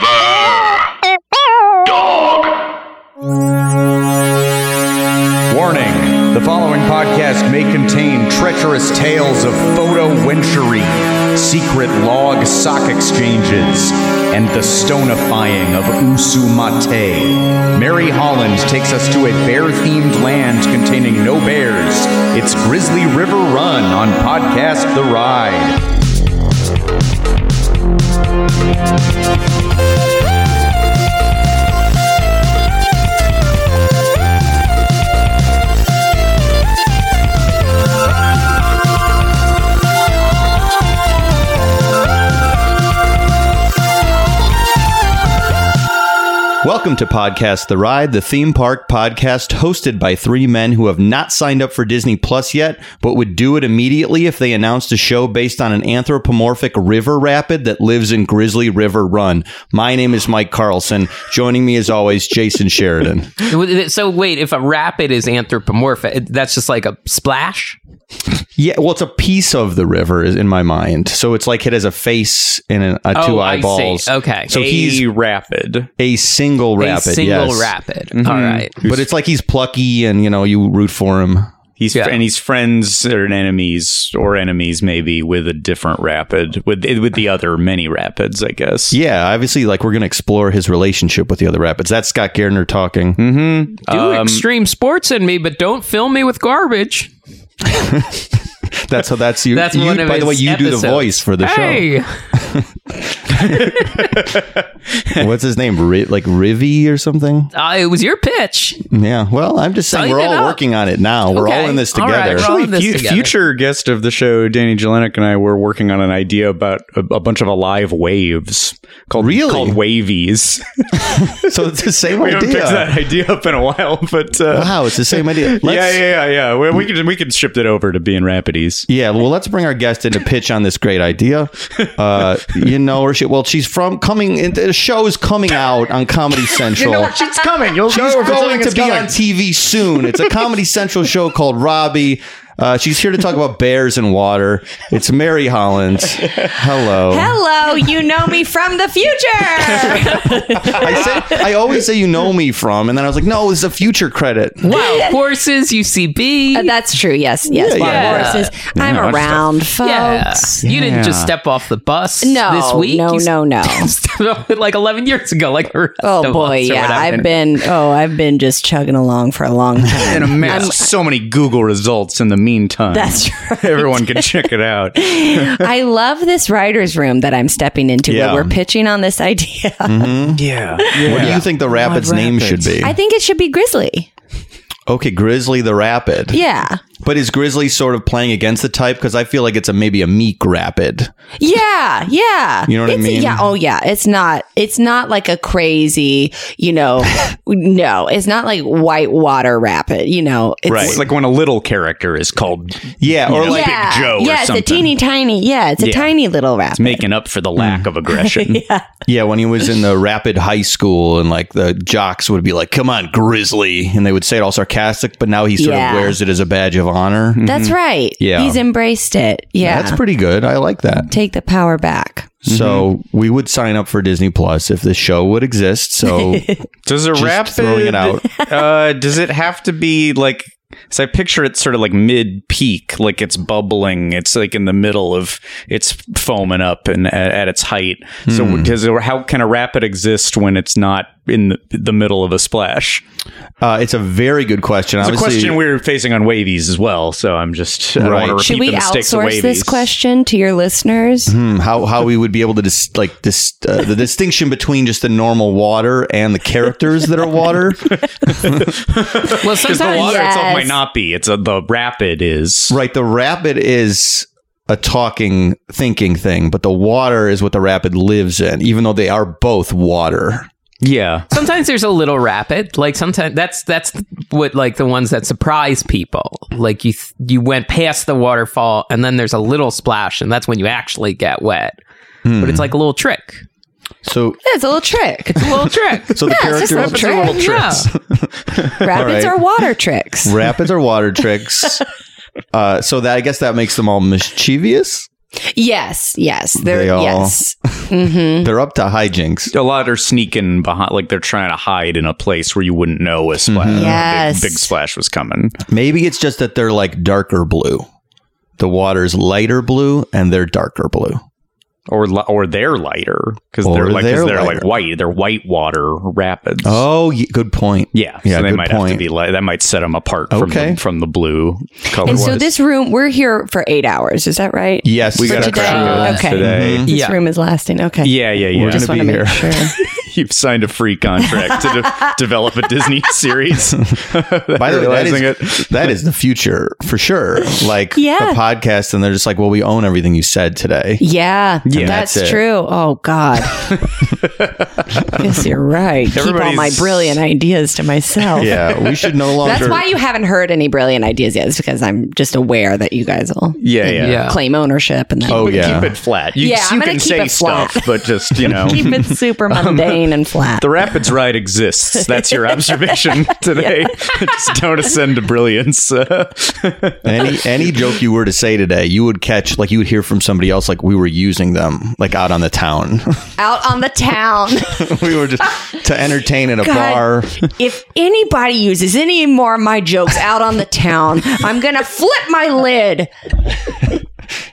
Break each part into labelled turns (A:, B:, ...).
A: Forever. Dog.
B: Warning the following podcast may contain treacherous tales of photo wenchery, secret log sock exchanges, and the stonifying of Usu Mate. Mary Holland takes us to a bear themed land containing no bears. It's Grizzly River Run on Podcast The Ride.
C: Welcome to Podcast The Ride, the theme park podcast hosted by three men who have not signed up for Disney Plus yet, but would do it immediately if they announced a show based on an anthropomorphic river rapid that lives in Grizzly River Run. My name is Mike Carlson. Joining me, as always, Jason Sheridan.
D: So wait, if a rapid is anthropomorphic, it- that's just like a splash.
C: Yeah, well, it's a piece of the river, is in my mind. So it's like it has a face and an, a two
D: Oh, I see.
C: eyeballs.
D: Okay.
C: so he's
E: rapid.
C: a single
D: A
C: rapid.
D: single
C: yes. Mm-hmm.
D: rapid. All right.
C: But it's like he's plucky, and you know you root for him.
E: He's
D: Yeah.
E: and he's friends or enemies or enemies maybe with a different rapid with with the other many rapids, I guess.
C: Yeah, obviously, like we're going to explore his relationship with the other rapids. That's Scott Gardner talking.
E: Hmm?
D: Do
C: Um,
D: extreme sports in me, but don't fill me with garbage.
C: That's how that's you.
D: That's
C: you-
D: one of
C: by the way,
D: his
C: you do
D: episodes.
C: the voice for the
D: Hey,
C: show. What's his name? Ri- like Rivy or something?
D: uh, it was your pitch.
C: Yeah. Well, I'm just saying
D: Tighten
C: we're
D: it
C: all
D: up.
C: working on it now. We're all
D: Okay.
C: in this
D: All right,
C: together.
D: we're all- Pulling this
E: fu-
D: together.
E: future guest of the show, Danny Jelenek and I were working on an idea about a, a bunch of alive waves called
C: Really?
E: called wavies.
C: so it's the same
E: we haven't picked
C: idea.
E: that idea up in a while, but uh,
C: Wow, it's the same idea.
E: yeah,
C: Let's-
E: yeah, yeah, yeah. We, we can we can shift it over to being rapidies.
C: Yeah, well, let's bring our guest in to pitch on this great idea. Uh, you know her. She, well, she's from coming. in- The show is coming out on Comedy Central.
E: It's coming. You'll
C: She's going to be on TV soon. It's a Comedy Central show called Robbie. Uh, she's here to talk about bears and water. It's Mary Holland. Hello.
F: Hello, you know me from the future.
C: I said I always say you know me from, and then I was like, no, it's a future credit.
D: Wow, horses, UCB.
F: Uh, That's true. Yes, yes.
C: Yeah,
F: wild
D: yeah.
F: horses. I'm around,
D: yeah,
F: folks.
D: you didn't just step off the bus
F: No,
D: this week.
F: no,
D: You
F: no, no.
D: stepped off it like 11 years ago, like the rest
F: Oh
D: of
F: boy,
D: us or
F: yeah.
D: whatever.
F: I've been. Oh, I've been just chugging along for a long time.
E: and amassed so many Google results in the meantime.
F: That's right.
E: Everyone can check it out.
F: I love this writer's room that I'm stepping into
C: Yeah. Mm-hmm.
F: where we're pitching on this idea.
E: Yeah.
C: What do you think the rapid's name should be?
F: I think it should be Grizzly.
C: okay, Grizzly the Rapid.
F: Yeah.
C: But is Grizzly sort of playing against the type? Because I feel like it's a maybe a meek rapid.
F: Yeah, yeah.
C: You know what I
F: It's-
C: mean?
F: Yeah. Oh, yeah. It's not. It's not like a crazy. You know. no, it's not like white water rapid. You know. It's
C: Right.
E: It's like when a little character is called
C: Yeah, or
E: Yeah.
C: like
E: Big Joe or
F: yeah,
E: something.
F: it's a teeny tiny. Yeah, it's a
E: Yeah.
F: tiny little rapid.
E: making up for the lack of aggression.
C: Yeah, when he was in the rapid high school and like the jocks would be like, Come on, Grizzly and they would say it all sarcastic, but now he sort
F: Yeah.
C: of wears it as a badge of honor.
F: That's right.
C: Yeah.
F: he's embraced it. Yeah,
C: That's pretty good. I like that.
F: take the power back.
E: Mm-hmm.
C: So we would sign up for Disney Plus if this show would exist. So
E: Does a
C: Just
E: rapid
C: throwing it out.
E: uh, does it have to be like? So I picture it sort of like mid peak, like it's bubbling. It's like in the middle of it's foaming up and at, at its height.
C: Hmm.
E: So does it, how can a rapid exist when it's not in the, the middle of a splash?
C: uh, it's a very good question.
E: It's a
C: Obviously,
E: question we're facing on wavies as well. So I'm just I don't
C: Right.
E: wanna repeat
F: Should we
E: the mistakes of
F: outsource this
E: wavies.
F: question to your listeners?
C: hmm, how how we would be able to dis- like dis- uh, the distinction between just the normal water and the characters that are water.
D: well,
E: Because the
D: sometimes
E: water
F: Yes.
E: itself might not be. It's a, the rapid is
C: right. The rapid is a talking, thinking thing, but the water is what the rapid lives in. Even though they are both water.
E: Yeah,
D: sometimes there's a little rapid like sometimes that's that's what like the ones that surprise people like you th- you went past the waterfall and then there's a little splash and that's when you actually get wet but it's like a little trick
C: So
F: Yeah, it's a little trick.
D: it's a little trick
C: so the
F: Yeah, it's just
C: characters.
F: a little trick.
D: tricks
F: Rapids
C: All right.
F: are water tricks.
C: Rapids are water tricks. Uh, so that I guess that makes them all mischievous.
F: Yes, yes. They're
C: They all-
F: yes. hmm
C: They're up to hijinks.
E: A lot are sneaking behind, like they're trying to hide in a place where you wouldn't know a splash. a big-
F: Yes.
E: big splash was coming.
C: Maybe it's just that they're like darker blue. The water's lighter blue and they're darker blue.
E: or li- or they're lighter because
C: Or
E: they're like they
C: they're
E: they're like
C: lighter.
E: white. They're white water rapids.
C: Oh, ye- good point.
E: yeah,
C: yeah,
E: So they
C: good
E: might have
C: point.
E: to be like that. Might set them apart from
C: Okay.
E: the, from the blue color.
F: And so this room, we're here for eight hours. Is that right?
C: Yes,
E: we
F: for
E: got a
F: today.
E: crash course
F: Okay. Mm-hmm.
E: today.
C: Mhm.
F: This
D: Yeah.
F: room is lasting. Okay.
E: Yeah, yeah, yeah.
C: We're
F: Just
C: gonna
F: want to
C: be
F: make
C: here.
F: sure.
E: You've signed a free contract to de- develop a Disney series.
C: By the way, that
E: Realizing
C: is, that is the future for sure. Like
F: Yeah.
C: a podcast, and they're just like, well, we own everything you said today.
F: Yeah, that's,
C: that's it.
F: true. Oh God, yes, you're right. Keep all my
E: Everybody's-
F: brilliant ideas to myself.
C: Yeah, we should no longer.
F: That's why you haven't heard any brilliant ideas yet. It's because I'm just aware that you guys will
E: yeah, yeah.
D: Yeah.
F: claim ownership and then
C: Oh,
E: But
C: yeah.
E: keep it flat. You,
F: Yeah, I'm
E: you
F: gonna
E: can
F: keep
E: say
F: it flat.
E: stuff, but just you know,
F: keep it super mundane and flat.
E: The Rapids Ride exists. That's your observation today. Just don't ascend to brilliance. Uh,
C: any any joke you were to say today, you would catch like you would hear from somebody else, like we were using them like out on the town.
F: Out on the town.
C: we were just to entertain in a
F: God,
C: bar.
F: if anybody uses any more of my jokes out on the town, I'm gonna flip my lid.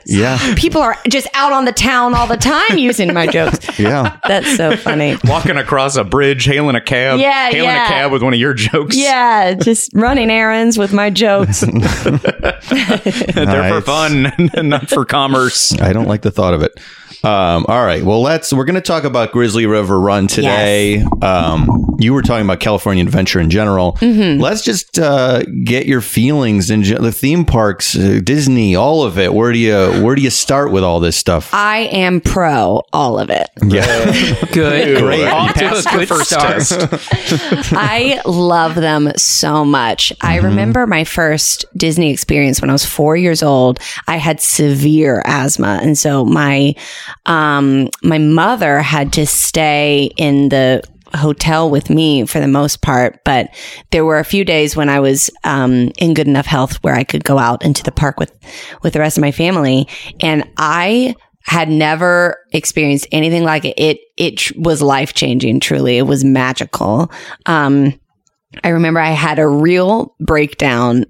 C: Yeah,
F: People are just out on the town all the time using my jokes.
C: yeah.
F: That's so funny.
E: Walking across a bridge, hailing a cab.
F: Yeah,
E: Hailing
F: yeah.
E: a cab with one of your jokes.
F: Yeah, just running errands with my jokes.
E: They're for
C: Nice.
E: fun, not for commerce.
C: I don't like the thought of it. Um, all right. Well, let's. We're going to talk about Grizzly River Run today. Um, you were talking about California Adventure in general.
F: Mm-hmm.
C: Let's just uh, get your feelings and the theme parks, uh, Disney, all of it. Where do you Where do you start with all this stuff?
F: I am pro all of it.
C: yeah,
D: Good.
C: Great.
D: Off to a good start.
F: I love them so much. I remember my first Disney experience when I was four years old. I had severe asthma, and so my um, my mother had to stay in the hotel with me for the most part but there were a few days when i was um, in good enough health where i could go out into the park with with the rest of my family and i had never experienced anything like it. It it tr- was life changing. Truly, it was magical. Um, I remember I had a real breakdown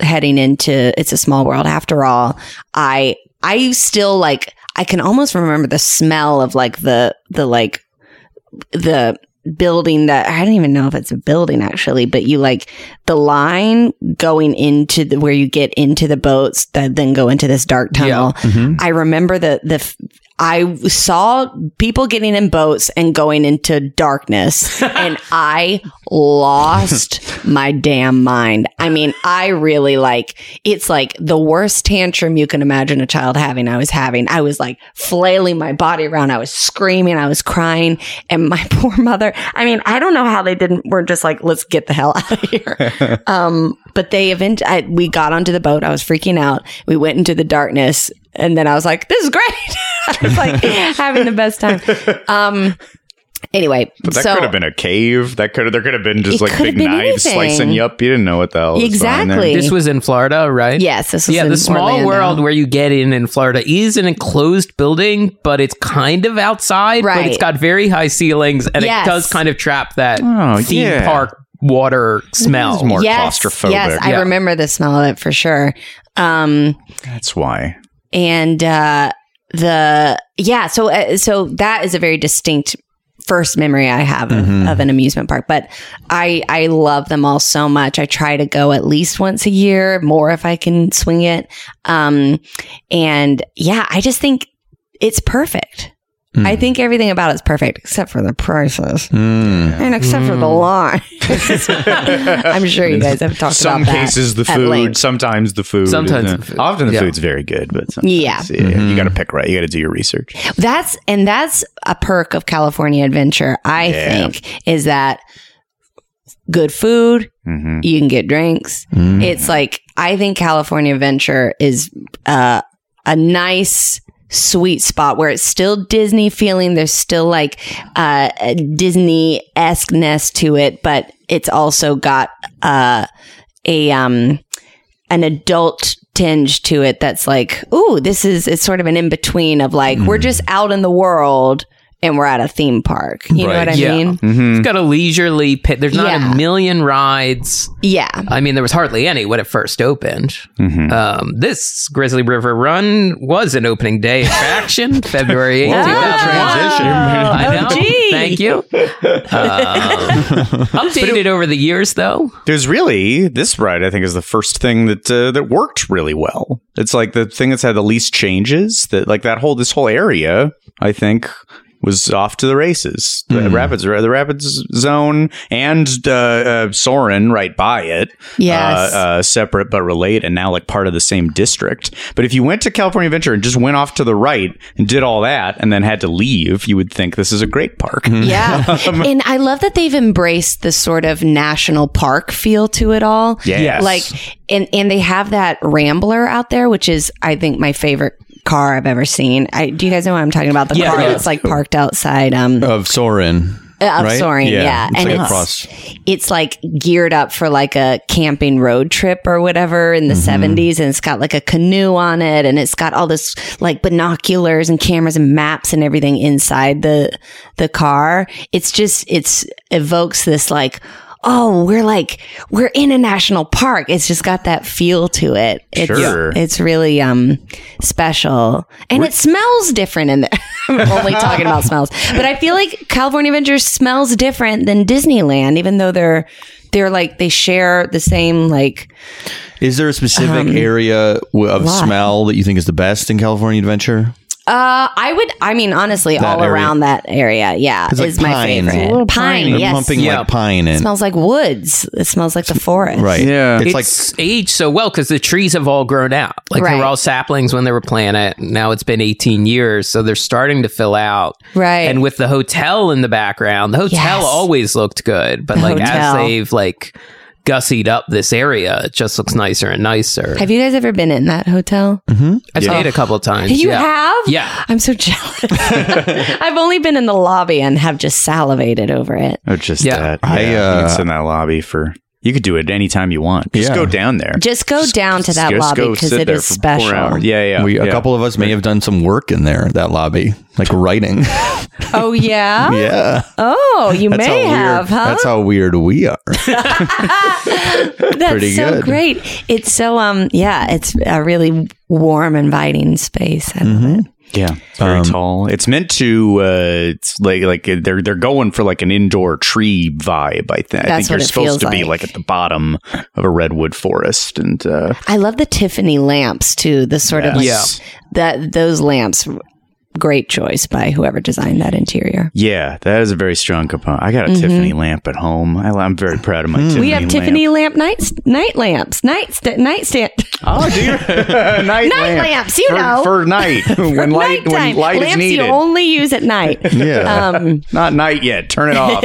F: heading into It's a Small World. After all, I I still like I can almost remember the smell of like the the like the building that I don't even know if it's a building actually, but you like the line going into the where you get into the boats that then go into this dark tunnel. I remember the the f- I saw people getting in boats and going into darkness and I lost my damn mind. I mean, I really like it's like the worst tantrum you can imagine a child having. I was having. I was like flailing my body around. I was screaming, I was crying, and my poor mother, I mean, I don't know how they didn't were just like let's get the hell out of here. Um, but they event. I, we got onto the boat. I was freaking out. We went into the darkness, and then I was like, "This is great." I was like having the best time. Um, anyway,
E: That
F: so
E: could have been a cave. That could have. There could have been just
F: It
E: like
F: could
E: big
F: have been
E: knives
F: anything.
E: slicing you up. You didn't know what the hell. was going there.
F: Exactly.
D: This was in Florida, right?
F: yes, this was
D: yeah,
F: in
D: the small
F: Orlando.
D: world where you get in in Florida is an enclosed building, but it's kind of outside,
F: Right.
D: but it's got very high ceilings, and
F: Yes.
D: it does kind of trap that
E: Oh,
D: theme
E: yeah.
D: park water smell.
E: more claustrophobic.
F: Yes, I
D: Yeah.
F: remember the smell of it for sure. Um,
E: That's why.
F: and uh, the yeah so uh, so that is a very distinct first memory i have of, of an amusement park but i i love them all so much i try to go at least once a year more if i can swing it um and yeah i just think it's perfect I think everything about it's perfect except for the prices
C: Hmm.
F: and except for
E: Mm.
F: the line. I'm sure you guys have talked
E: Some
F: about that
E: cases the
F: at
E: food.
F: length.
E: Sometimes the food.
D: Sometimes
E: uh,
D: the food.
E: Often the
D: Yeah.
E: food's very good, but sometimes,
F: Yeah.
E: you got to pick right. You got to do your research.
F: That's and that's a perk of California adventure, I
E: Yeah.
F: think, is that good food,
E: Mm-hmm.
F: you can get drinks. It's like I think California adventure is uh, a nice sweet spot where it's still Disney feeling. There's still like uh, Disney esqueness to it, but it's also got uh, a um, an adult tinge to it that's like, ooh, this is it's sort of an in between of like we're just out in the world and we're at a theme park. You know
C: Right.
F: what I
D: Yeah.
F: mean?
E: Mm-hmm.
D: It's got a leisurely pit. There's not
F: Yeah.
D: a million rides.
F: Yeah.
D: I mean, there was hardly any when it first opened.
C: Mm-hmm.
D: Um, this Grizzly River Run was an opening day attraction, February 18th.
C: transition.
D: I know.
F: OMG.
D: Thank you. Um, updated over the years, though.
E: There's really this ride. I think is the first thing that uh, that worked really well. It's like the thing that's had the least changes. That like that whole this whole area. I think was off to the races. The rapids, uh, the rapids zone, and uh, uh, Soren right by it.
F: Yes.
E: uh, uh, separate but related, and now like part of the same district. But if you went to California Adventure and just went off to the right and did all that, and then had to leave, you would think this is a great park.
F: Hmm. Yeah. and I love that they've embraced the sort of national park feel to it all.
E: Yes.
F: Like and and they have that Rambler out there which is I think my favorite car I've ever seen. I do you guys know what I'm talking about? The
D: Yeah,
F: car
D: yeah.
F: that's like parked outside um
C: Of Soren.
F: of Soaring, Uh, yeah.
C: It's
F: And
C: like
F: it's-
C: across.
F: it's like geared up for like a camping road trip or whatever in the 70s and it's got like a canoe on it and it's got all this like binoculars and cameras and maps and everything inside the the car it's just it's evokes this like oh we're like we're in a national park it's just got that feel to it it's,
E: Sure.
F: it's really um special and it smells different in there i'm only talking about smells but i feel like california adventure smells different than disneyland even though they're they're like they share the same like
C: Is there a specific area w- of
F: Um, lot.
C: smell that you think is the best in California Adventure?
F: uh i would i mean honestly all
C: area.
F: around that area yeah is
C: It's like
F: my
C: pine.
F: favorite
C: It's a little
F: pine,
C: They're
F: yes
C: pumping
D: Yeah.
C: like pine in.
F: it smells like woods it smells like the forest
C: right.
E: Yeah.
C: It's,
D: It's,
C: like
D: aged so well because the trees have all grown out. Like they
F: Right.
D: were all saplings when they were planted. Now it's been 18 years, so they're starting to fill out.
F: Right.
D: And with the hotel in the background, the hotel
F: Yes.
D: always looked good, but
F: The
D: like as
F: hotel.
D: they've like gussied up this area, it just looks nicer and nicer.
F: have you guys ever been in that hotel
D: I've stayed a couple times.
F: You
D: yeah.
F: have?
D: Yeah.
F: I'm so jealous. I've only been in the lobby and have just salivated over it.
E: Oh, just
D: Yeah.
E: that.
C: I,
E: yeah.
C: uh,
E: you can sit in that lobby for. You could do it anytime you want. Just
C: Yeah.
E: go down there.
F: Just go down to that
E: Just
F: lobby
E: go
F: because
E: sit
F: it
E: there
F: is
E: for four
F: special.
E: hours. Yeah, yeah.
C: we, a
E: yeah.
C: couple of us may have done some work in there, that lobby, like writing.
F: Oh yeah.
C: yeah.
F: Oh, you
C: That's
F: may
C: how
F: have,
C: weird,
F: huh?
C: That's how weird we are.
F: That's
C: pretty
F: so
C: good.
F: great. It's so um yeah, it's a really warm, inviting space. I love
E: Mm-hmm.
F: it.
E: Yeah, Um, it's very tall. It's meant to. Uh, it's like like uh, they're they're going for like an indoor tree vibe. I, think. I
F: That's
E: think you're
F: what it
E: supposed
F: feels
E: to be
F: like.
E: like at the bottom of a redwood forest, and uh,
F: I love the Tiffany lamps too. The sort of like
D: Yeah.
F: that those lamps great choice by whoever designed that interior.
E: yeah, that is a very strong component. I got a Tiffany lamp at home. I, I'm very proud of my Tiffany.
F: Mm-hmm. We have
E: lamp.
F: Tiffany lamp nights, night lamps, night sta- nightstand.
E: Oh, do you? night, lamp.
F: lamps, you
E: for,
F: know.
E: for night when light
F: Nighttime.
E: when light
F: lamps
E: is needed.
F: you only use at night.
E: Uh,
C: Yeah.
F: Um,
E: Not night yet. Turn it off.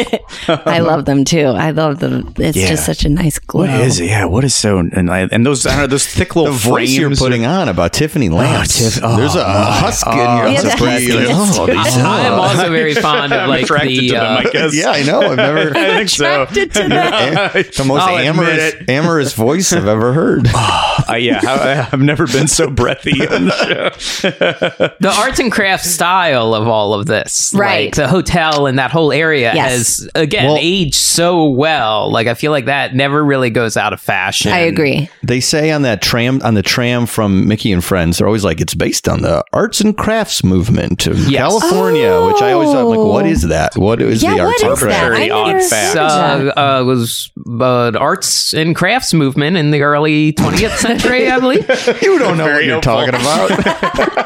F: I love them too. I love them. It's
E: Yeah.
F: just such a nice glow.
E: What is it? Yeah, what is so and I, and those I don't know those thick
C: the
E: little
C: voice
E: frames
C: you're putting on about Tiffany Lance.
E: Tiff- oh,
C: There's a, a husk in
F: Yeah,
C: your
F: the husk
C: you're like,
F: is-
C: oh, these-
D: I am also very fond of like
E: attracted
D: the
E: to them,
D: uh,
E: I guess.
C: Yeah, I know. I've never. eh,
E: I think so.
F: Attracted to that.
C: the most
E: I'll admit
C: amorous,
E: it.
C: amorous voice I've ever heard.
E: Uh, yeah, I, I've never been so breathy on the show.
D: the arts and crafts style of all of this,
F: Right.
D: Like the hotel and that whole area
F: Yes.
D: has again
C: Well-
D: aged so well. Like I feel like that never really goes out of fashion.
F: I agree.
C: They say on that tram on the tram from Mickey and Friends, they're always like, it's based on the arts and crafts movement of
D: Yes.
C: California, which I always thought, like, what
E: Oh.
C: is that? What is
F: Yeah,
C: the
F: what
C: arts and
F: is that?
C: crafts?
E: Very
F: I
E: odd
F: never
E: fact.
F: heard
D: So,
F: of that.
D: uh, was uh, an arts and crafts movement in the early 20th century, I believe.
C: You don't know what
E: Very
C: you're
E: hopeful.
C: talking about.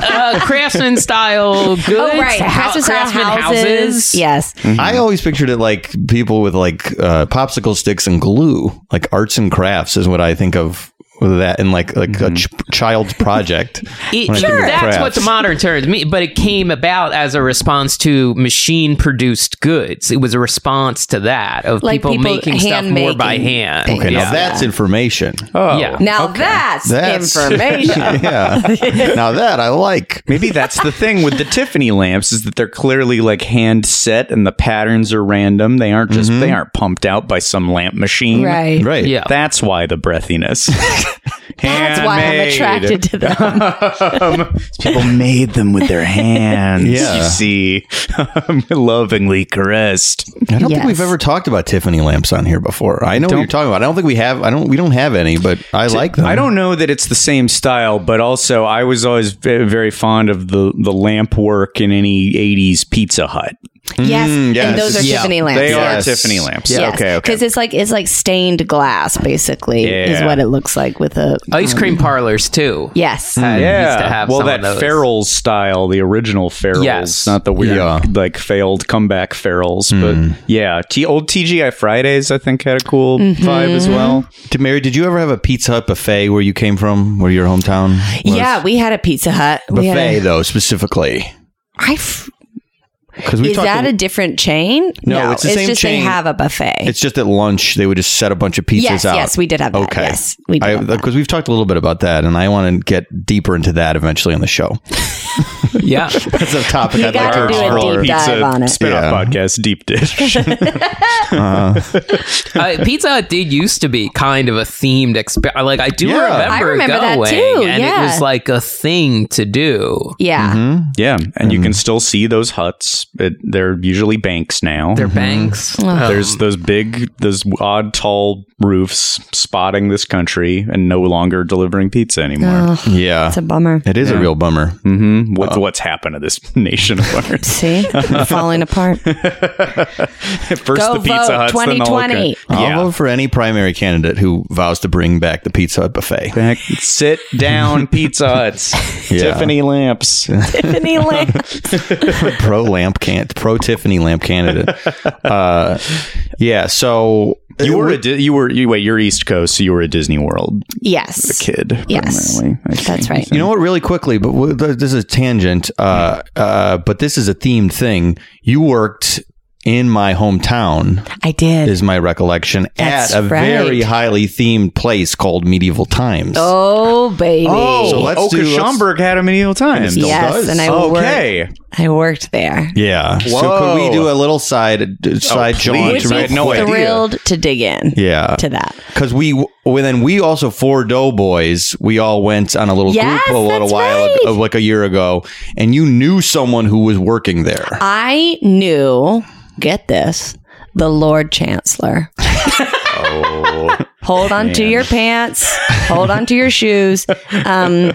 D: Uh, craftsman style goods,
F: Oh, right.
D: hou-
F: Craftsman style Yes.
E: Mm.
C: I always pictured it like people with like uh, popsicle sticks and glue, like arts and crafts is what I think of with that and like like a ch- child's project.
D: It-
C: when I think of
D: That's
C: crafts.
D: what the modern terms mean, but it came about as a response to machine produced goods. It was a response to that of
F: Like
D: people,
F: people
D: making stuff more
F: hand-making
D: by hand.
F: things.
C: Okay,
D: yeah.
C: now oh. that's information.
E: Oh.
D: yeah.
F: Now that's,
C: That's-
F: information.
C: yeah. Now that I like.
E: Maybe that's the thing with the Tiffany lamps is that they're clearly like hand set and the patterns are random. Mm-hmm. They aren't just they aren't pumped out by some lamp machine.
F: Right.
C: Right.
D: Yeah.
E: That's why the breathiness.
F: That's why I'm
E: Handmade.
F: attracted to them.
E: Um, people made them with their hands.
C: Yeah.
E: You see, lovingly caressed.
C: I don't think
F: Yes.
C: we've ever talked about Tiffany lamps on here before. I know what you're talking about. I don't think we have. I don't. We don't have any, but I like them.
E: I don't know that it's the same style, but also I was always ve- very fond of the the lamp work in any '80s Pizza Hut.
F: yes.
C: yes.
F: And those are
D: Yeah.
F: Tiffany lamps.
E: Mm, They
F: yeah.
E: are
C: Yes.
E: Tiffany lamps.
C: Yeah.
F: Yes.
E: Okay. Okay.
F: Because it's like it's like stained glass, basically, is
E: Yeah.
F: what it looks like with a
D: Ice
F: um,
D: cream parlers too.
F: Yes.
D: I used to have
E: well,
D: some of
E: that
D: those.
E: Ferrell's style, the original Ferrell's,
D: Yes.
E: not the weird,
C: Yeah.
E: like failed comeback Ferrell's, but yeah, T- old TGI Fridays, I think, had a cool vibe as well.
C: Did- Mary, did you ever have a Pizza Hut buffet where you came from, where your hometown? was?
F: Yeah, we had a Pizza Hut. We had
C: buffet
F: a,
C: though specifically
F: I f-
C: because we
F: is
C: talked.
F: that
C: a-
F: a different chain?
C: No, it's the same
F: just
C: chain.
F: they have a buffet.
C: it's just at lunch they would just set a bunch of pizzas
F: yes,
C: out.
F: yes, we did have that.
C: Okay.
F: Yes, we did. have that.
C: because we've talked a little bit about that, and I want to get deeper into that eventually on the show.
D: Yeah.
C: That's a topic
F: You
C: I'd like
F: gotta
C: to
F: do a
C: explore.
F: deep dive on it.
E: spinoff
C: Yeah.
E: podcast, Deep Dish.
D: uh, Pizza Hut did used to be kind of a themed experience. Like I do
C: Yeah.
D: remember,
F: I remember that
D: going,
F: too,
D: and
F: yeah.
D: it was like a thing to do.
F: yeah.
C: Mm-hmm.
E: yeah, and you can still see those huts. It, they're usually banks now.
D: Their banks.
E: Mm-hmm.
F: Oh.
D: Um,
E: There's those big, those odd, tall roofs spotting this country, and no longer delivering pizza anymore.
C: Yeah, Mm-hmm.
F: It's a bummer.
C: it is a real bummer.
E: hmm What, What's happened to this nation of ours?
F: See, falling apart.
E: First
F: Go
E: the Pizza
F: vote
E: Huts, then the whole coun-
F: 2020.
C: I'll
E: Yeah.
C: vote for any primary candidate who vows to bring back the Pizza Hut buffet.
E: Back- sit down, Pizza Huts,
C: Yeah.
E: Tiffany lamps.
F: Tiffany lamps.
C: pro lamp can pro Tiffany lamp candidate. Uh, yeah, so
E: You were a Di- you were you wait you're East Coast, so you were a Disney World
F: Yes.
E: kid.
F: Yes.
E: primarily, I
F: That's
E: see.
F: right.
C: You know what? Really quickly, but w- th- this is a tangent. Uh, uh, but this is a themed thing. You worked in my hometown,
F: I did.
C: is my recollection,
F: That's
C: at a
F: right.
C: very highly themed place called Medieval Times.
F: oh baby.
C: So
E: Oh,
C: let's
E: oh, 'cause
C: do- let's-
E: Schaumburg had a medieval time.
C: still
F: yes,
C: does.
F: and I worked.
E: Okay.
F: I worked there.
C: Yeah. So could we
E: Whoa. Oh,
C: do a little side d- side jaunt?
E: please.
F: Would
E: I
F: be
E: had no idea.
F: thrilled to dig in
C: Yeah.
F: to that.
C: Because we, well, then we also four doughboys. We all went on a little
F: Yes,
C: group a little
F: that's
C: while
F: right.
C: ago, like a year ago, and you knew someone who was working there.
F: Uh, I knew. Get this. The Lord Chancellor. Hold on to your pants. Hold on to your shoes. Um,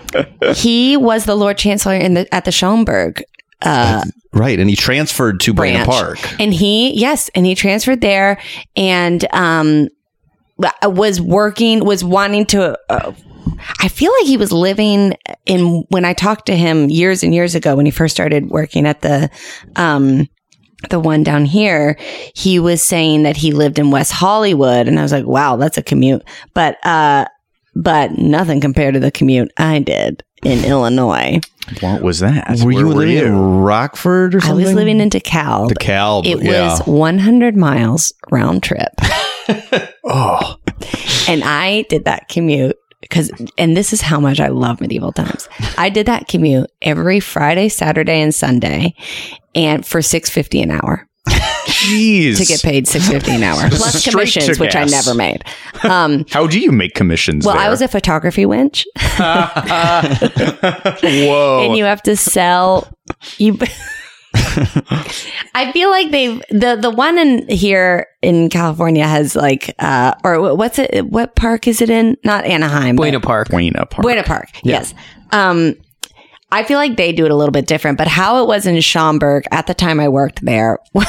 F: he was the Lord Chancellor in the at the uh, Schomburg
C: Right, and he transferred to Brandon
F: branch.
C: Park.
F: And he, yes, and he transferred there and um w- was working was wanting to uh, I feel like he was living in when I talked to him years and years ago when he first started working at the um the one down here, he was saying that he lived in West Hollywood and I was like, "Wow, that's a commute." But uh but nothing compared to the commute I did in Illinois.
E: What was that?
C: Were
E: Where
C: you living in Rockford or
F: I
C: something?
F: was living in DeKalb.
C: DeKalb.
F: It
C: yeah.
F: was 100 miles round trip.
C: oh,
F: and I did that commute because, and this is how much I love medieval times. I did that commute every Friday, Saturday, and Sunday, and for 650 an hour
E: Jeez.
F: to get paid 650 an hour plus
E: Straight
F: commissions,
E: to
F: which I
E: gas.
F: never made. Um,
E: How do you make commissions?
F: well,
E: there?
F: I was a photography wench,
E: whoa.
F: and you have to sell you. I feel like they've the the one in here in California has like uh or what's it what park is it in not Anaheim but-
D: Buena Park.
E: Buena Park.
F: Buena Park. Yes. Um, I feel like they do it a little bit different, but how it was in Schaumburg at the time I worked there.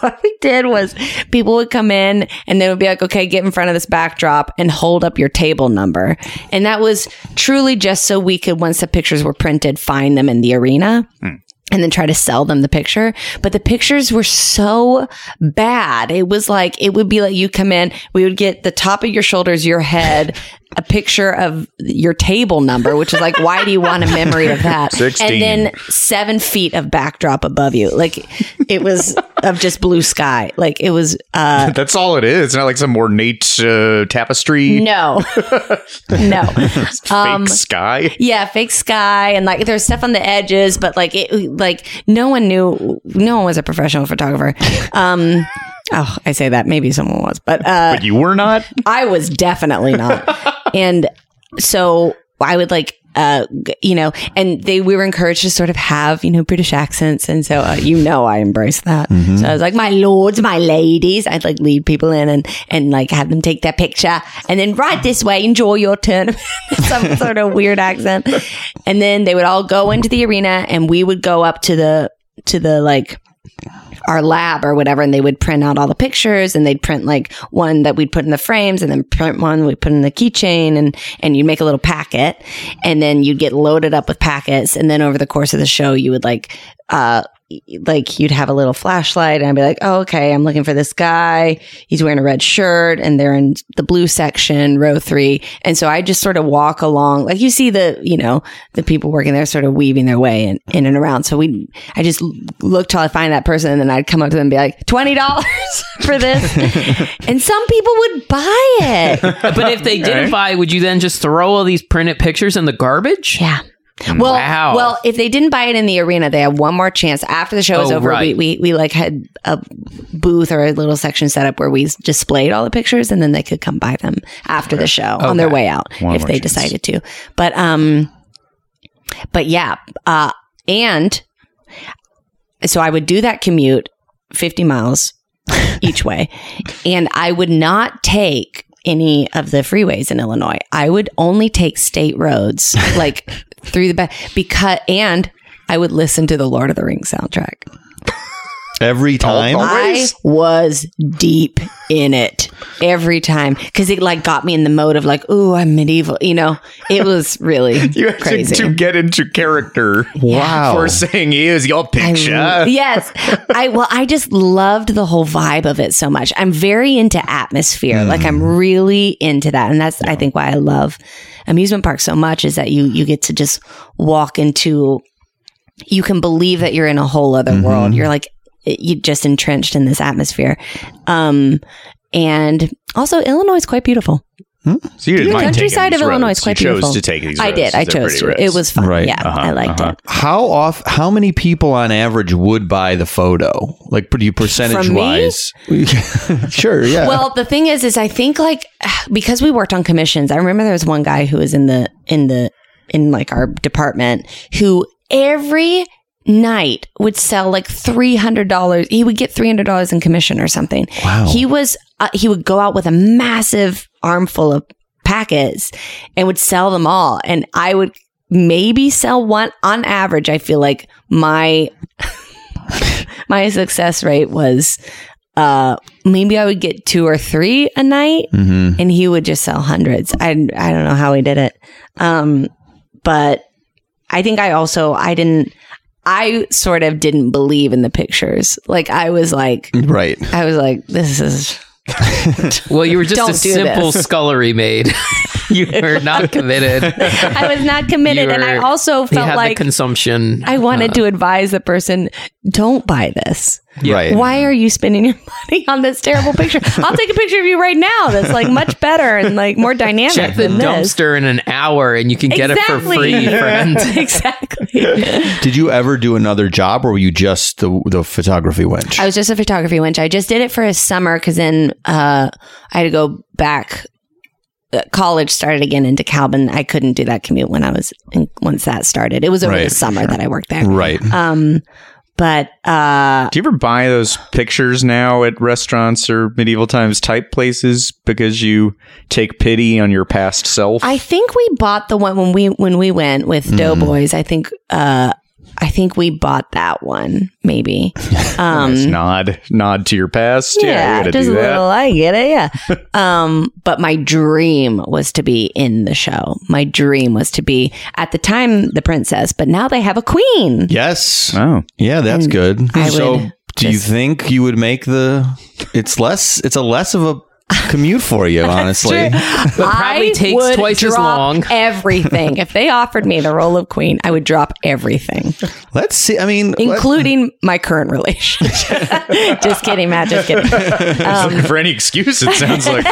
F: What we did was people would come in and they would be like, okay, get in front of this backdrop and hold up your table number. And that was truly just so we could, once the pictures were printed, find them in the arena and then try to sell them the picture. But the pictures were so bad. It was like, it would be like you come in, we would get the top of your shoulders, your head, a picture of your table number, which is like, why do you want a memory of that?
E: 16.
F: And then seven feet of backdrop above you. Like it was of just blue sky. Like it was, uh,
E: That's all it is. It's not like some ornate uh, tapestry,
F: no, um, no.
E: fake sky.
F: Yeah, fake sky and like there's stuff on the edges, but like it, like no one knew, no one was a professional photographer. Um, oh, I say that maybe someone was, but uh,
E: But you were not.
F: I was definitely not. and so I would like, uh, g- you know, and they, we were encouraged to sort of have, you know, British accents. And so, uh, you know, I embraced that. So I was like, my lords, my ladies, I'd like lead people in and, and like have them take their picture and then right this way, enjoy your turn. Some sort of weird accent. And then they would all go into the arena and we would go up to the, to the like, our lab or whatever, and they would print out all the pictures and they'd print like one that we'd put in the frames and then print one we put in the keychain and, and you'd make a little packet and then you'd get loaded up with packets. And then over the course of the show, you would like, uh, like you'd have a little flashlight and I'd be like, oh, okay, I'm looking for this guy. He's wearing a red shirt and they're in the blue section, row three. And so I just sort of walk along, like you see the, you know, the people working there sort of weaving their way in, in and around. So we, I just l- look till I find that person and then I'd come up to them and be like, $20 for this. and some people would buy it.
D: But if they didn't buy, would you then just throw all these printed pictures in the garbage?
F: Yeah. Well,
D: Mm, Wow.
F: well, if they didn't buy it in the arena, they had one more chance. After the show was
D: Oh,
F: over,
D: right.
F: we, we we like had a booth or a little section set up where we displayed all the pictures, and then they could come buy them after the show on their way out
E: One
F: if
E: more
F: they
E: chance.
F: decided to. But um, but yeah, uh, and so I would do that commute fifty miles each way. And I would not take any of the freeways in Illinois. I would only take state roads, like through the back, because, and I would listen to the Lord of the Rings soundtrack.
C: Every time.
F: I was deep in it every time because it like got me in the mode of like, ooh, I'm medieval. You know, it was really
E: You have to,
F: crazy.
E: to get into character.
C: Wow.
E: For saying he is your
F: I
E: picture.
F: lo- yes. I well, I just loved the whole vibe of it so much. I'm very into atmosphere. Like I'm
E: Hmm.
F: really into that. And that's I think why I love amusement parks so much is that you you get to just walk into you can believe that you're in a whole other
E: Mm-hmm.
F: world. You're like you just entrenched in this atmosphere. Um and also Illinois is quite beautiful.
E: So you didn't
F: The
E: mind taking
F: countryside
E: these
F: of Illinois
E: roads.
F: is quite
E: you chose
F: beautiful.
E: to take these
F: I
E: roads.
F: did. I
E: They're
F: chose
E: pretty
F: to.
E: roads.
F: It was fun.
C: Right.
F: Yeah.
E: Uh-huh,
F: I liked
E: uh-huh.
F: it.
C: How off? How many people on average would buy the photo? Like, do you percentage
F: From me?
C: wise? sure. Yeah.
F: Well, the thing is, is I think like because we worked on commissions. I remember there was one guy who was in the in the in like our department who every night would sell like three hundred dollars. He would get three hundred dollars in commission or something.
C: Wow.
F: He was uh, he would go out with a massive armful of packets and would sell them all, and I would maybe sell one on average. I feel like my my success rate was uh maybe I would get two or three a night
C: hmm
F: and he would just sell hundreds. I I don't know how he did it. Um but I think I also I didn't I sort of didn't believe in the pictures. Like I was like
C: Right.
F: I was like this is
D: Well, you were just
F: Don't
D: a
F: do
D: simple
F: this.
D: scullery maid. you were not committed.
F: I was not committed and I
D: You're-
F: also
D: you had
F: felt like
D: the uh. consumption.
F: I wanted to advise the person don't buy this.
C: Right.
F: Why are you spending your money on this terrible picture? I'll take a picture of you right now that's like much better and like more dynamic
D: Check the
F: than this.
D: dumpster in an hour, and you can get it for
F: Exactly.
D: free, friend.
F: exactly.
C: Did you ever do another job, or were you just the the photography wench?
F: I was just a photography wench. I just did it for a summer because then uh, I had to go back. Uh, College started again into Calvin. I couldn't do that commute when I was in, once that started. It was over
C: Right,
F: the summer that I worked there.
E: Mm-hmm.
C: right.
F: Um, but uh,
E: Do you ever buy those pictures now at restaurants or medieval times type places because you take pity on your past self?
F: I think we bought the one when we when we went with Doughboys. I think uh, I think we bought that one maybe. Um,
E: Nice nod, nod to your past. Yeah, we gotta
F: just
E: do
F: a
E: that.
F: little. I get it. eh? Yeah. um, but my dream was to be in the show. My dream was to be at the time the princess, but now they have a queen.
C: Yes.
E: Oh,
C: Yeah, that's good.
F: Mm. I
C: so,
F: would
C: do you
F: just-
C: think you would make the? It's less. It's a less of a commute for you, honestly.
F: But
D: probably takes twice as long.
F: Everything. if they offered me the role of queen, I would drop everything,
C: Let's see. I mean, let-
F: including my current relationship. just kidding, Matt. Just kidding.
E: looking for any excuse. It sounds like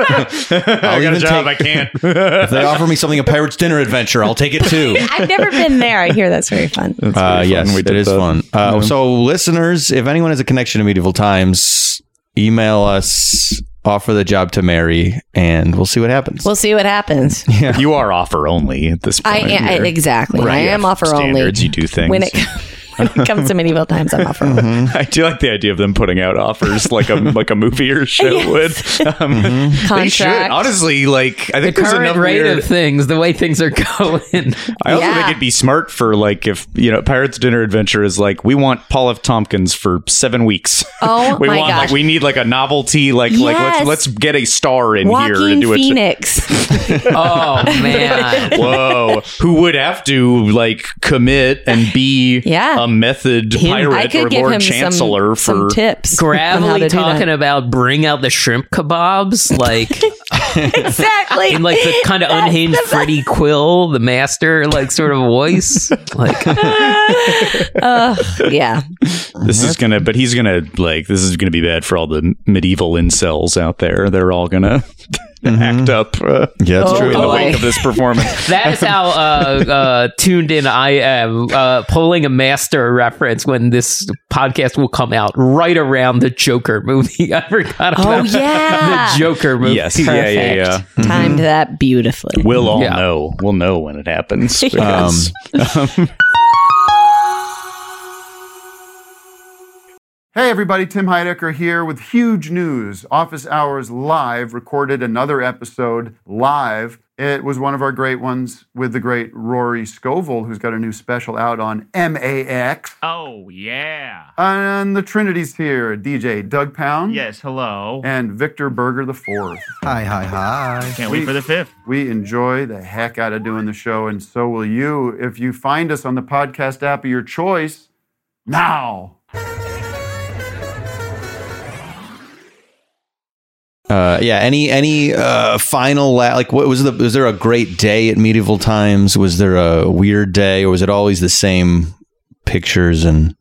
E: I got a
C: even
E: job.
C: take-
E: I can't.
C: if they offer me something a pirate's dinner adventure, I'll take it too.
F: I've never been there. I hear that's very fun.
C: Uh, yes,
E: We
C: it
E: did
C: is
E: that.
C: fun. Uh, So, listeners, if anyone has a connection to medieval times, email us offer the job to Mary, and we'll see what happens.
F: We'll see what happens.
E: You are offer only at this point.
F: I am
E: You're-
F: exactly.
E: Right,
F: I
E: you
F: am
E: have
F: offer
E: standards,
F: only.
E: You do things.
F: When it, when it comes to medieval times, I'm offer only.
E: I do like the idea of them putting out offers like a like a movie or show would. Um, They should
F: Contract.
E: honestly like I
D: The
E: think there's
D: current
E: enough
D: rate
E: weird-
D: of things, the way things are going.
E: I also
F: Yeah.
E: think it'd be smart for like if you know Pirates Dinner Adventure is like we want Paul F. Tompkins for seven weeks.
F: Oh,
E: we
F: my
E: want like
F: gosh.
E: we need like a novelty like like let's
F: Yes.
E: let's get a star in here to
F: Walking
E: do it.
F: Phoenix.
D: oh man,
E: Whoa, who would have to like commit and be
F: Yeah.
E: a method pirate
F: I
E: or
F: could give
E: Lord
F: him
E: Chancellor
F: some, some
E: for
F: tips. on how to
D: gravelly
F: do
D: talking
F: that.
D: about bring out the shrimp kebabs, like
F: exactly
D: in like the kind of unhinged Freddie Quill, the master, like sort of voice. Like
F: yeah.
E: This is gonna, but he's gonna like this is gonna be bad for all the medieval incels out there. They're all gonna act up. Uh,
C: Mm-hmm. Yeah, that's
F: Oh,
E: in
C: true.
E: the
F: boy.
E: wake of this performance.
D: that is how uh, uh, tuned in I am. Uh, pulling a master reference when this podcast will come out right around the Joker movie. I forgot.
F: Oh
D: about
F: yeah.
D: the Joker movie.
E: yes, yeah, yeah, yeah. Mm-hmm.
F: Perfect. Timed that beautifully.
E: We'll all
D: Yeah.
E: know. We'll know when it happens. Uh,
C: Um,
E: because-
G: Hey everybody, Tim Heidecker here with huge news. Office Hours Live recorded another episode live. It was one of our great ones with the great Rory Scovel, who's got a new special out on MAX.
H: Oh, yeah.
G: And the Trinity's here DJ Doug Pound
H: Yes, hello.
G: and Victor Berger IV.
I: Hi, hi, hi.
H: Can't wait for the fifth.
G: We enjoy the heck out of doing the show, and so will you if you find us on the podcast app of your choice now.
C: Uh, yeah. Any any uh, final la- like what was the was there a great day at medieval times? Was there a weird day, or was it always the same pictures and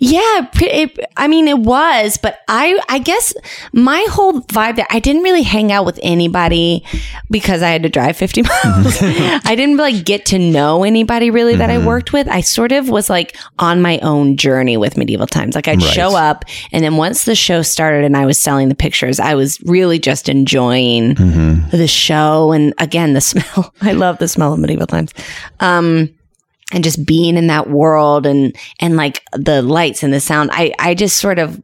F: Yeah, pre- it, I mean it was, but I I guess my whole vibe there. I didn't really hang out with anybody because I had to drive 50 miles. I didn't like get to know anybody really that I worked with. I sort of was like on my own journey with medieval times. Like I'd
C: Right.
F: show up and then once the show started and I was selling the pictures, I was really just enjoying the show and again the smell. I love the smell of medieval times. Um and just being in that world and and like the lights and the sound i i just sort of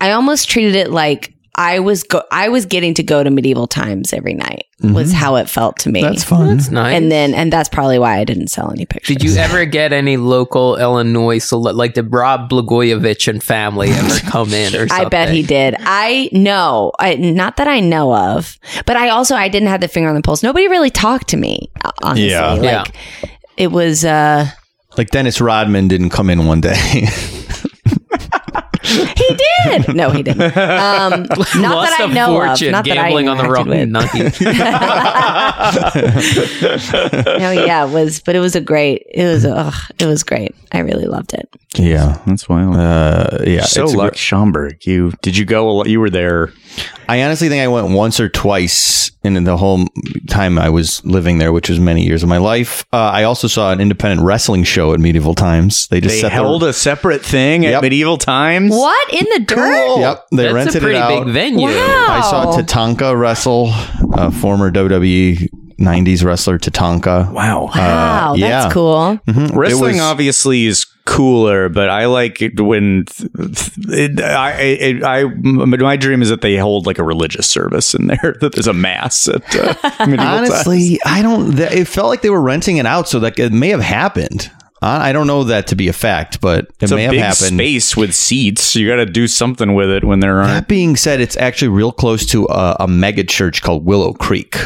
F: i almost treated it like i was go i was getting to go to medieval times every night was how it felt to me
C: Mm-hmm. fun?
D: It's nice.
F: and then and that's probably why i didn't sell any pictures
D: Did you ever get any local Illinois cele- like did Rob Blagojevich and family ever come in or something?
F: I bet he did. I know, I, not that I know of, but I also I didn't have the finger on the pulse. Nobody really talked to me, uh, honestly.
C: Yeah.
F: like
D: Yeah.
F: it was. uh
C: Like Dennis Rodman didn't come in one day.
F: He did. No, he didn't. Um, not that
D: Lost
F: I
D: a
F: know
D: fortune
F: of. Not
D: gambling on
F: that I
D: the
F: interacted
D: wrong
F: with.
D: nugget.
F: No, Oh, yeah, it was, but it was a great. It was, ugh, it was great. I really loved it.
C: yeah,
E: that's wild.
C: uh, yeah.
E: so
C: it's a
E: luck Schomburg. You did you go? a lot- You were there.
C: I honestly think I went once or twice in the whole time I was living there, which was many years of my life. Uh, I also saw an independent wrestling show at medieval times. They just
E: They
C: set the-
E: held a separate thing
C: Yep.
E: at medieval times.
F: What in the dirt?
C: Yep, they
D: That's
C: rented
D: a pretty
C: it out.
D: big venue.
C: I saw
F: Wow.
C: Tatanka wrestle, a former WWE '90s wrestler Tatanka.
E: Wow.
F: Wow, that's
C: yeah.
F: cool.
E: Wrestling
C: was-
E: obviously is cooler, but I like it when it, I, it, I m- my dream is that they hold like a religious service in there that there's a mass at uh, medieval times.
C: Honestly, I don't. th- It felt like they were renting it out, so that it may have happened. I I don't know that to be a fact, but it
E: It's a
C: may have
E: big
C: happened.
E: space with seats. You got to do something with it when there
C: That
E: aren't.
C: being said, it's actually real close to a, a mega church called Willow Creek.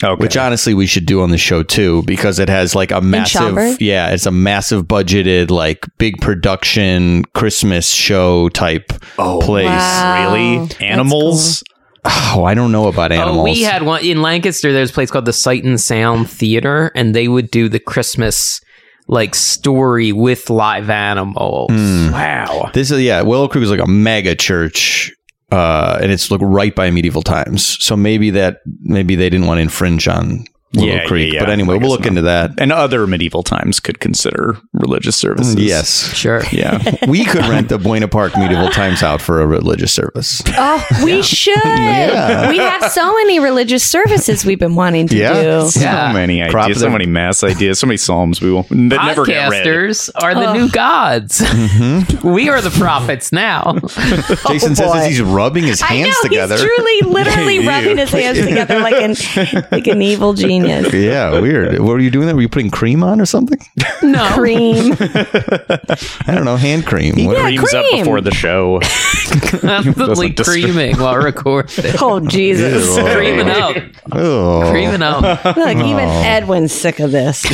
E: Okay.
C: Which honestly we should do on the show too because it has like a
F: Schaumburg?
C: massive yeah it's a massive budgeted like big production Christmas show type
E: Oh,
C: place.
F: Wow.
E: Really,
F: That's
E: animals?
C: Oh, I don't know about animals.
D: Oh, we had one in Lancaster. There's a place called the Sight and Sound Theater, and they would do the Christmas like story with live animals.
F: Hmm.
E: Wow.
C: This is yeah, Willow Creek is like a mega church. Uh, and it's like right by medieval times, so maybe that maybe they didn't want to infringe on Willow
E: Yeah, yeah,
C: Creek.
E: yeah.
C: But anyway,
E: I
C: we'll look
E: guess not.
C: into that.
E: and other medieval times could consider religious services.
C: Yes.
D: Sure.
E: Yeah.
C: We could rent the Buena Park Medieval Times out for a religious service.
F: Oh, we should.
C: Yeah.
F: We have so many religious services we've been wanting to
C: Yeah.
F: do.
E: So
D: Yeah.
E: many ideas,
C: Crop
E: so
C: them.
E: many mass ideas, so many psalms we won't that never get read.
D: Podcasters are the new gods.
F: Mm-hmm.
D: we are the prophets now.
C: Jason says
F: Oh, boy.
C: as he's rubbing his
F: I
C: hands
F: know
C: together.
F: he's truly, literally rubbing his hands together like an like an evil genius.
C: yeah, weird. What were you doing there? Were you putting cream on or something? Oh.
D: No.
F: Cream.
C: I don't know, hand cream. What-
E: Creams up
F: cream.
E: before the show.
D: Constantly
E: disturb-
D: creaming while recording.
F: Oh Jesus!
D: creaming up.
C: Ugh.
D: Creaming up.
F: Look, even
C: Oh.
F: Edwin's sick of this.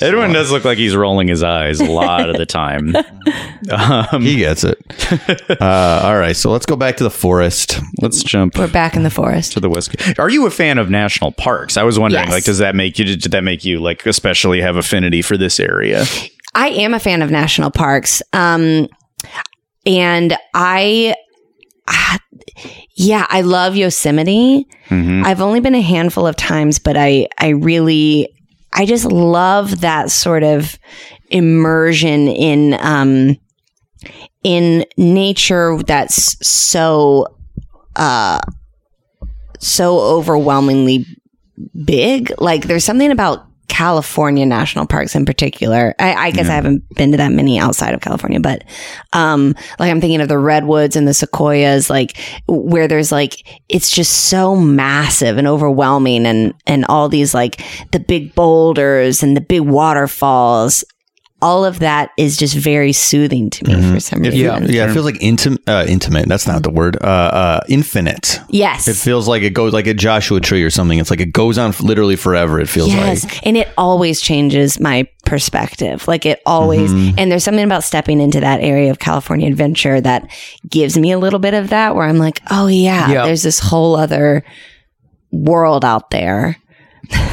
E: Edwin does look like he's rolling his eyes a lot of the time. Um,
C: He gets it. Uh, all right, so let's go back to the forest.
E: Let's jump
F: We're back in the forest.
E: to the west. Are you a fan of national parks? I was wondering,
F: Yes.
E: like, does that make you? Did that make you like especially have affinity for this area?
F: I am a fan of national parks. Um, and I, ah, yeah, I love Yosemite. I've only been a handful of times, but I, I really, I just love that sort of immersion in, um, in nature that's so, uh, so overwhelmingly big. Like there's something about California national parks in particular. I, I guess I haven't been to that many outside of California, but um, like I'm thinking of the redwoods and the sequoias, like where there's like it's just so massive and overwhelming, and and all these like the big boulders and the big waterfalls. All of that is just very soothing to me for some reason.
C: yeah, Mm-hmm. it feels like intimate. Uh, intimate. That's not the word. Uh, uh, infinite.
F: Yes.
C: It feels like it goes like a Joshua tree or something. It's like it goes on f- literally forever. It feels
F: Yes.
C: like.
F: And it always changes my perspective. Like it always,
E: Mm-hmm.
F: and there's something about stepping into that area of California adventure that gives me a little bit of that where I'm like, oh, yeah,
D: Yeah.
F: there's this whole other world out there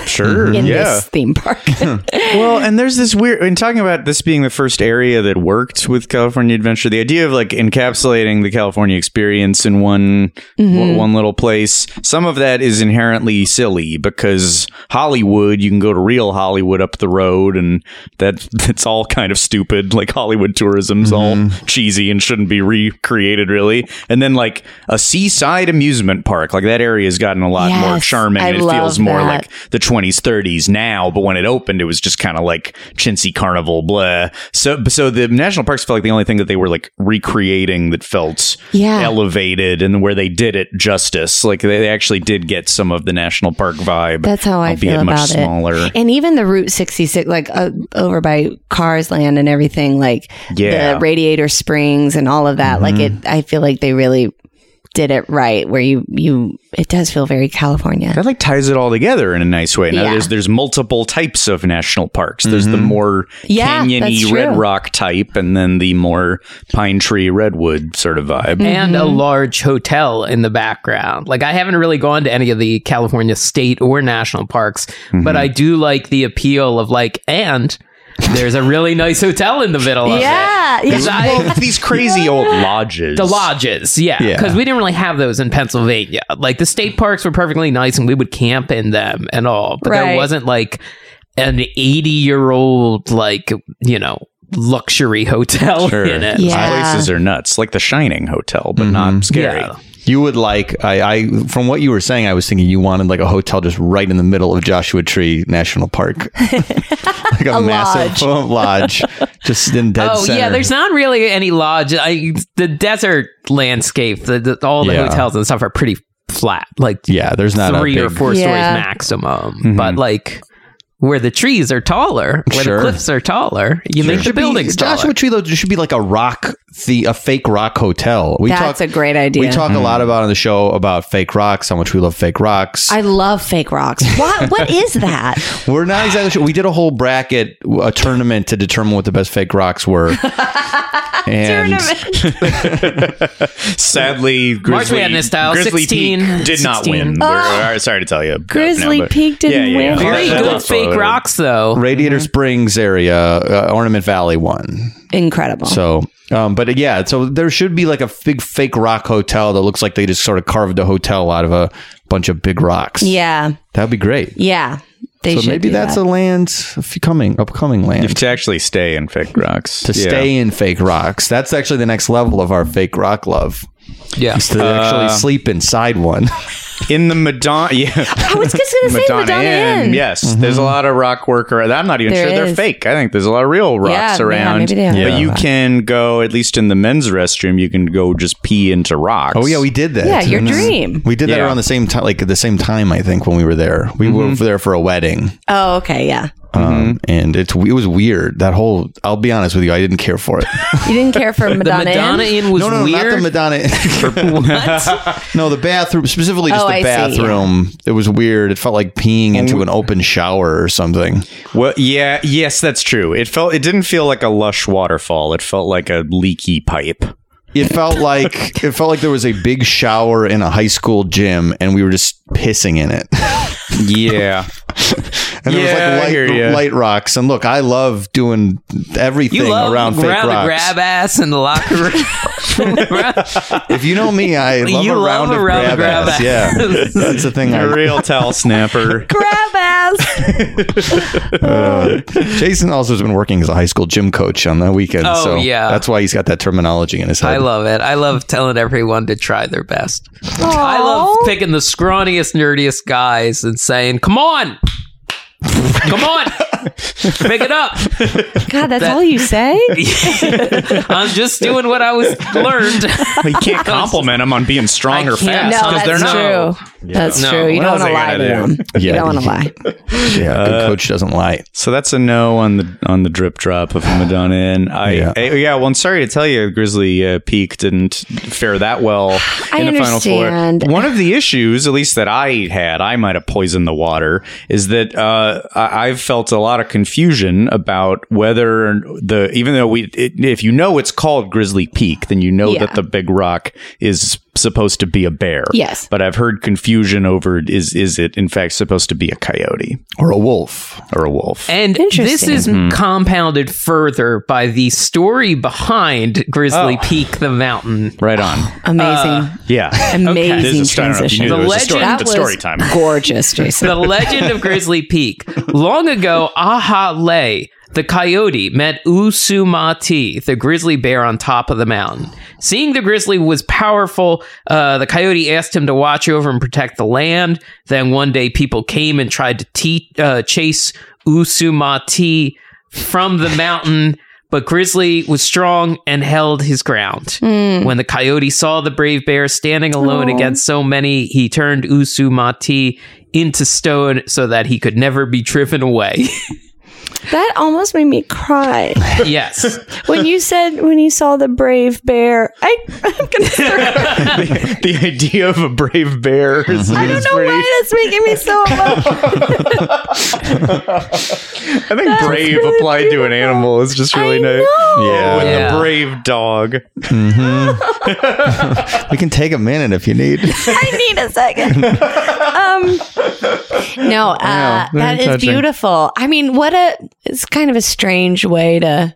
E: Sure.
F: in
E: Mm-hmm. yeah.
F: this theme park.
E: well, and there's this weird. In talking about this being the first area that worked with California Adventure, the idea of like encapsulating the California experience in one
F: Mm-hmm.
E: one- one little place. Some of that is inherently silly because Hollywood. You can go to real Hollywood up the road, and that that's all kind of stupid. Like Hollywood tourism's
F: Mm-hmm.
E: all cheesy and shouldn't be recreated, really. And then like a seaside amusement park, like that area has gotten a lot more
F: Yes,
E: charming.
F: I
E: and it feels
F: love
E: more
F: that.
E: like the 20s 30s now but when it opened it was just kind of like chintzy carnival blah so so the national parks felt like the only thing that they were like recreating that felt
F: Yeah.
E: elevated and where they did it justice like they, they actually did get some of the national park vibe
F: That's how I
E: albeit
F: feel
E: much
F: about
E: smaller
F: it. And even the Route 66, like uh, over by Cars Land and everything, like
E: Yeah. Mm-hmm.
F: the Radiator Springs and all of that. Like it, I feel like they really did it right where you, you, it does feel very California.
E: that like ties it all together in a nice way. Now
F: Yeah.
E: there's there's multiple types of national parks. There's the more
F: Yeah,
E: canyony
F: that's
E: red
F: true.
E: rock type, and then the more pine tree redwood sort of vibe.
F: Mm.
D: And a large hotel in the background. Like, I haven't really gone to any of the California state or national parks, but I do like the appeal of, like, and there's a really nice hotel in the middle of it.
F: Yeah. yeah.
D: Because I-
E: Well, these crazy old lodges.
D: The lodges, yeah,
C: Yeah.
D: because we didn't really have those in Pennsylvania. Like the state parks were perfectly nice, and we would camp in them and all, but there
F: Right.
D: wasn't like an eighty-year-old like you know luxury hotel
E: Sure.
D: in it. Mm-hmm.
F: Yeah.
E: places are nuts, like the Shining Hotel, but not scary.
D: Yeah.
C: You would like I, I from what you were saying, I was thinking you wanted like a hotel just right in the middle of Joshua Tree National Park, like a, massive lodge, just in dead
D: Oh
C: center.
D: yeah, there's not really any lodge. I, the desert landscape, the, the, all the
C: Yeah.
D: hotels and stuff are pretty flat, like
C: yeah, there's not a
D: three
C: big, Mm-hmm.
D: or four
F: Yeah.
D: stories maximum. But like where the trees are taller, where
C: Sure.
D: the cliffs are taller, you make the
C: Should be-
D: buildings taller.
C: Joshua Tree though there should be like a rock, the a fake rock hotel. We
F: That's
C: talk,
F: a great idea.
C: we talk a lot about on the show about fake rocks, how much we love fake rocks.
F: I love fake rocks. What what is that?
C: We're not exactly sure. We did a whole bracket, a tournament to determine what the best fake rocks were. and
E: Sadly, Grizzly,
D: Madness style,
E: Grizzly
D: 16,
E: Peak did not
D: 16.
E: win. We're- uh, sorry to tell you, about
F: Oh. Grizzly
E: now, but-
F: Peak didn't win.
D: Very
E: That- that
D: good
E: was
D: fake
E: voted.
D: rocks, though.
C: Radiator Springs area, uh, Ornament Valley won.
F: Incredible.
C: So, um, but yeah, so there should be like a big fake rock hotel that looks like they just sort of carved a hotel out of a bunch of big rocks.
F: Yeah.
C: that'd be great.
F: Yeah. They
C: so
F: should
C: maybe
F: do
C: that's a
F: that.
C: land f- coming upcoming
E: You have
C: land
E: to actually stay in fake rocks.
C: to stay in fake rocks. That's actually the next level of our fake rock love.
D: Yeah.
C: Is to actually sleep inside one.
E: in the Madonna. Yeah.
F: I was just gonna say Madonna, Inn.
E: Yes,
D: Mm-hmm.
E: there's a lot of rock work around. I'm not even
F: There
E: sure they're
F: is.
E: fake. I think there's a lot of real rocks
F: yeah,
E: around.
F: maybe they are.
E: But you can go at least in the men's restroom. You can go just pee into rocks.
C: Oh yeah, we did that.
F: Yeah, your
C: And this-
F: dream.
C: We did that
E: Yeah.
C: around the same time, like at the same time. I think when we were there, we were there for a wedding,
F: Oh, okay, yeah.
C: um, and it's it was weird. That whole, I'll be honest with you, I didn't care for it.
F: You didn't care for
D: The
F: Madonna,
D: Madonna
F: Inn?
D: Inn was
C: no, no, no, not the
D: weird.
C: Madonna.
D: what?
C: no, the bathroom, specifically just
F: Oh,
C: the
F: I see, yeah.
C: bathroom. It was weird. It felt like peeing into an open shower or something.
E: Well, yeah, yes, that's true. It felt. It didn't feel like a lush waterfall. It felt like a leaky pipe.
C: It felt like it felt like there was a big shower in a high school gym, and we were just pissing in it.
E: Yeah.
C: And
E: Yeah, I
C: there
E: hear
C: was like
E: ya.
C: light, light rocks. And look, I love doing everything
D: You love
C: around
D: around,
C: fake
D: the
C: rocks.
D: grab ass in the locker room.
C: If you know me, I love
D: you
C: a round
D: love
C: of
D: a round
C: grab,
D: of grab
C: ass. Yeah,
D: ass.
C: that's the thing.
E: A
C: I,
E: real towel snapper.
F: Grab ass.
C: uh, Jason also has been working as a high school gym coach on the weekend.
D: Oh,
C: so
D: yeah.
C: that's why he's got that terminology in his head.
D: I love it. I love telling everyone to try their best. I love picking the scrawniest, nerdiest guys and saying, "Come on, come on, pick it up."
F: God, that's all you say?
D: I'm just doing what I was learned.
E: You can't compliment them on being strong
D: I
E: or
D: can't.
E: fast
F: No,
E: because
F: that's
E: they're not.
D: not.
F: true. That's
D: No,
F: true. You
E: what else
F: don't want to
E: they
F: lie
E: gotta
F: to them. You don't want to lie.
C: Yeah, a
D: Uh,
C: good coach doesn't lie.
E: So that's a no on the on the drip drop of Madonna. And I
C: Yeah.
E: yeah. I yeah. Well, I'm sorry to tell you, Grizzly uh, Peak didn't fare that well
F: I
E: in the final
F: understand.
E: four. One of the issues, at least that I had, I might have poisoned the water, is that uh, I- I've felt a lot of confusion about whether the even though we it, if you know it's called Grizzly Peak, then you know
F: Yeah.
E: that the big rock is supposed to be a bear.
F: Yes.
E: But I've heard confusion over is is it in fact supposed to be a coyote
C: Or a wolf.
E: or a wolf?
D: And this
F: Interesting.
D: is
C: Mm-hmm.
D: compounded further by the story behind Grizzly
C: Oh.
D: Peak the Mountain.
E: Right on.
F: Amazing.
E: Yeah.
F: Amazing
E: This is- I don't know if you
F: transition.
E: knew there was a story,
D: The legend-
E: but
F: That
E: it's
F: was
E: story time.
F: gorgeous, Jason.
D: The legend of Grizzly Peak. Long ago, Aha Lay, the coyote, met Usumati, the grizzly bear on top of the mountain. Seeing the grizzly was powerful, uh, the coyote asked him to watch over and protect the land. Then one day, people came and tried to te- uh, chase Usumati from the mountain. But Grizzly was strong and held his ground.
F: Hmm.
D: When the coyote saw the brave bear standing alone against so many, he turned Usumati into stone so that he could never be driven away.
F: That almost made me cry.
D: yes.
F: When you said when you saw the brave bear, I, I'm gonna start,
E: the idea of a brave bear is,
F: I don't know why that's making me so emotional.
E: I think brave applied to an animal is just really
F: I
E: nice.
F: know.
E: Yeah, with
D: Oh, Yeah.
E: the brave dog.
C: We can take a minute if you need.
F: I need a second. Um, no, uh, that is beautiful. I mean, what a it's kind of a strange way to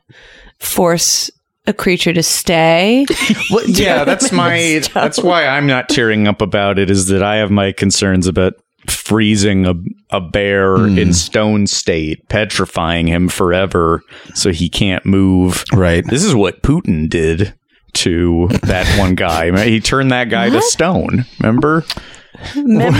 F: force a creature to stay.
E: yeah, that's my that's why I'm not tearing up about it is that I have my concerns about freezing a a bear in stone state, petrifying him forever so he can't move.
C: right.
E: This is what Putin did to that one guy. He turned that guy to stone. Remember?
F: Remember?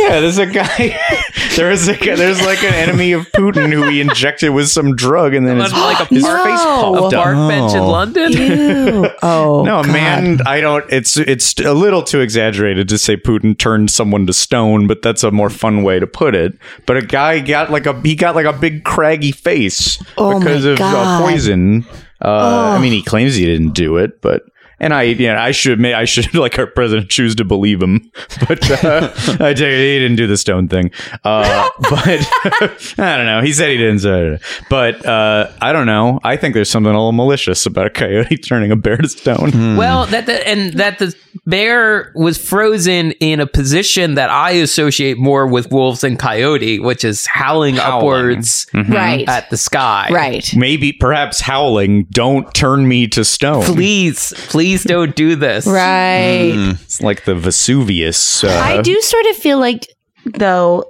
E: Yeah, there's a guy. there's a guy- there's like an enemy of Putin who he injected with some drug, and then his,
D: Like a
E: his
D: park-
E: face popped up.
D: Park bench in London.
F: Ew. Oh
E: No,
F: God.
E: man, I don't. It's it's a little too exaggerated to say Putin turned someone to stone, but that's a more fun way to put it. But a guy got like a he got like a big craggy face
F: Oh, my
E: because of
F: God.
E: Uh, poison. Uh, I mean, he claims he didn't do it, but. And I, yeah, I should admit, I should like our president choose to believe him, but uh, I tell you, he didn't do the stone thing. Uh, but I don't know. He said he didn't say it, but uh, I don't know. I think there's something a little malicious about a coyote turning a bear to stone.
D: Well, that the, and that the bear was frozen in a position that I associate more with wolves and coyote, which is howling, Mm-hmm. upwards
F: Right.
D: at the sky.
F: right.
E: Hmm. Maybe, perhaps howling, don't turn me to stone.
D: Please, please please don't do this.
F: Right.
E: It's like the Vesuvius. Uh,
F: I do sort of feel like though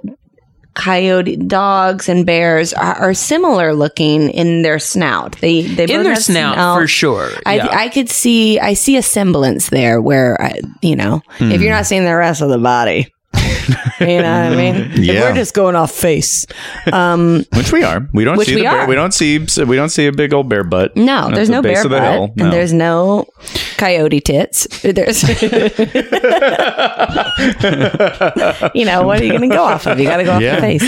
F: coyote dogs and bears are, are similar looking in their snout. They they
D: In
F: both
D: their
F: have
D: snout, for sure.
F: I,
D: yeah.
F: I could see I see a semblance there where I, you know if you're not seeing the rest of the body, you know what I mean. If
C: Yeah.
F: we're just going off face. Um,
E: which we are. We don't
F: Which
E: see
F: we
E: the bear.
F: are.
E: We don't see. We don't see a big old bear butt.
F: no,
E: At
F: there's
E: the
F: no
E: base
F: bear
E: of the
F: butt,
E: hill, no.
F: and there's no coyote tits. There's, you know, what are you going to go off of? You got to go off
C: Yeah.
F: the face.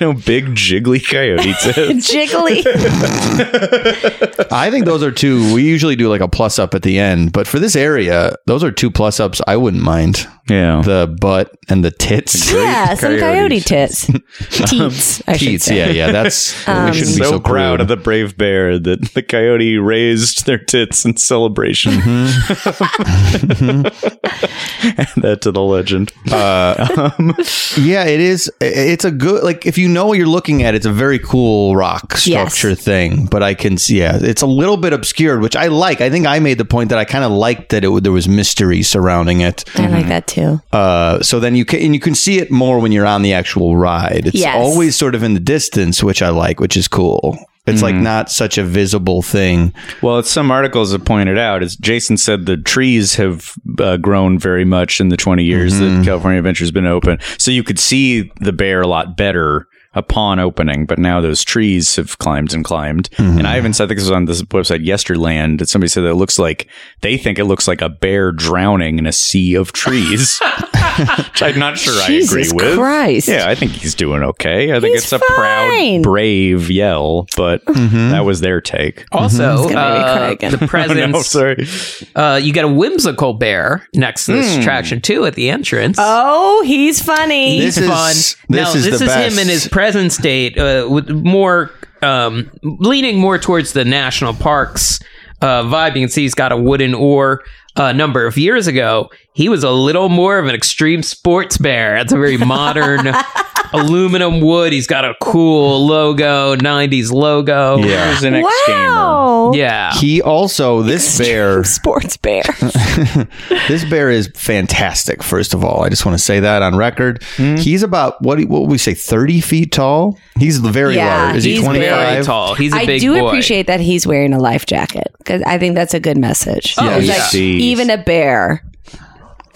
E: no big jiggly coyote tits.
F: jiggly.
C: I think those are two. We usually do like a plus up at the end, but for this area, those are two plus ups. I wouldn't mind
F: Um,
E: yeah.
C: the butt and the tits.
F: yeah, some coyote
E: coyotes.
F: tits. Teats, I should
C: Teats,
F: say. Um,
C: yeah, yeah. That's we shouldn't
E: so,
C: be so
E: proud
C: crude.
E: of the brave bear that the coyote raised their tits in celebration. Mm-hmm. Add that to the legend. Uh, um,
C: Yeah, it is. It's a good like if you know what you're looking at, it's a very cool rock structure thing. But I can see, yeah, it's a little bit obscured, which I like. I think I made the point that I kind of liked that it there was mystery surrounding it.
F: I like that too.
C: Uh, so then you can and you can see it more when you're on the actual ride. It's
F: Yes.
C: always sort of in the distance, which I like, which is cool. It's like not such a visible thing.
E: Well, as some articles have pointed out, as Jason said, the trees have uh, grown very much in the 20 years
F: Mm-hmm.
E: that California Adventure's been open. So you could see the bear a lot better upon opening, but now those trees have climbed and climbed.
F: Mm-hmm.
E: And I even said, I think this was on this website, Yesterland, that somebody said that it looks like, they think it looks like a bear drowning in a sea of trees. Which I'm not sure I
F: Jesus
E: agree with.
F: Christ.
E: Yeah, I think he's doing okay. I think
F: He's
E: it's a
F: fine.
E: proud,
F: Mm-hmm.
E: brave yell, but that was their take.
D: also,
F: gonna make me cry
D: uh,
F: again.
D: the presence.
E: Oh, No, sorry.
D: uh, you got a whimsical bear next to this attraction too at the entrance.
F: Oh, he's funny.
C: This is
D: fun.
C: this
D: now,
C: is
D: this
C: the
D: is
C: best.
D: him in his present state, uh, with more um, leaning more towards the national parks uh, vibe. You can see he's got a wooden oar. A number of years ago, he was a little more of an extreme sports bear. That's a very modern aluminum wood. He's got a cool logo, '90s logo.
E: Yeah. He's an
F: wow.
D: yeah.
C: he also this bear
F: Sports bear.
C: This bear is fantastic. First of all, I just want to say that on record. He's about what? What would we say? Thirty feet tall. He's very
F: Yeah,
C: large. Is he
F: he's
C: twenty
D: very
C: five?
D: tall. He's a
F: I
D: big
F: do
D: boy.
F: appreciate that he's wearing a life jacket because I think that's a good message.
D: Oh,
F: It's
D: yeah.
F: like,
E: Jeez.
F: even a bear,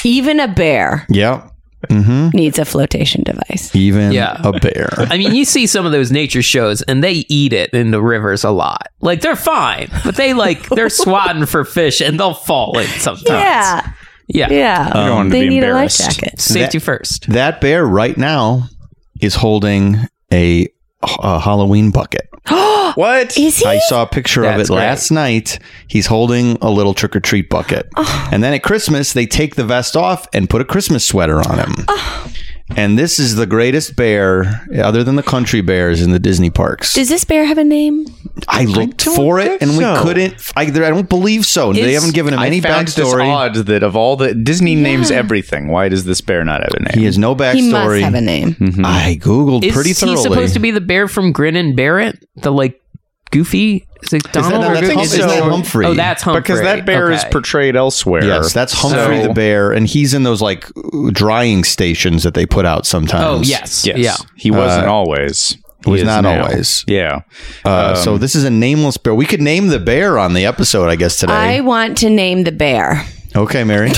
F: even a bear
C: Yeah,
F: needs a flotation device.
C: even
D: Yeah.
C: a bear.
D: I mean, you see some of those nature shows, and they eat it in the rivers a lot. Like they're fine, but they like they're swatting for fish, and they'll fall in sometimes.
F: Yeah.
D: Yeah,
F: Yeah.
E: don't want to
F: they
E: be
F: need a life
E: embarrassed.
F: jacket.
D: Safety first.
C: That bear right now is holding a, a Halloween bucket.
E: What?
F: Is he?
C: I saw a picture of it
D: That's great.
C: last night. He's holding a little trick or treat bucket. And then at Christmas, they take the vest off and put a Christmas sweater on him. And this is the greatest bear, other than the country bears in the Disney parks.
F: Does this bear have a name?
C: I looked for it, and we couldn't. I, there- I don't believe so. they
D: It's-
C: haven't given him any
E: I found this
C: backstory.
E: odd that of all the Disney names everything. Why does this bear not have a name?
C: He has no backstory.
F: He must have a name.
C: I googled
D: Is
C: pretty thoroughly.
D: he supposed to be the bear from Grin and Barrett? The like goofy. Is it Donald?
C: no,
D: or
C: that's
D: Goofy?
C: Hum- isn't that Humphrey?
D: Oh, that's Humphrey.
E: because that bear is
D: Okay.
E: portrayed elsewhere.
C: Yes, that's Humphrey
E: So-
C: the bear, and he's in those like drying stations that they put out
D: Oh
C: sometimes.
D: yes,
E: Yes.
D: yeah.
E: He wasn't always. Uh, He
C: was
E: is
C: not
E: now.
C: always.
E: Yeah.
C: Uh, so
E: Um,
C: this is a nameless bear. We could name the bear on the episode, I guess
F: I
C: today.
F: want to name the bear.
C: okay, Mary.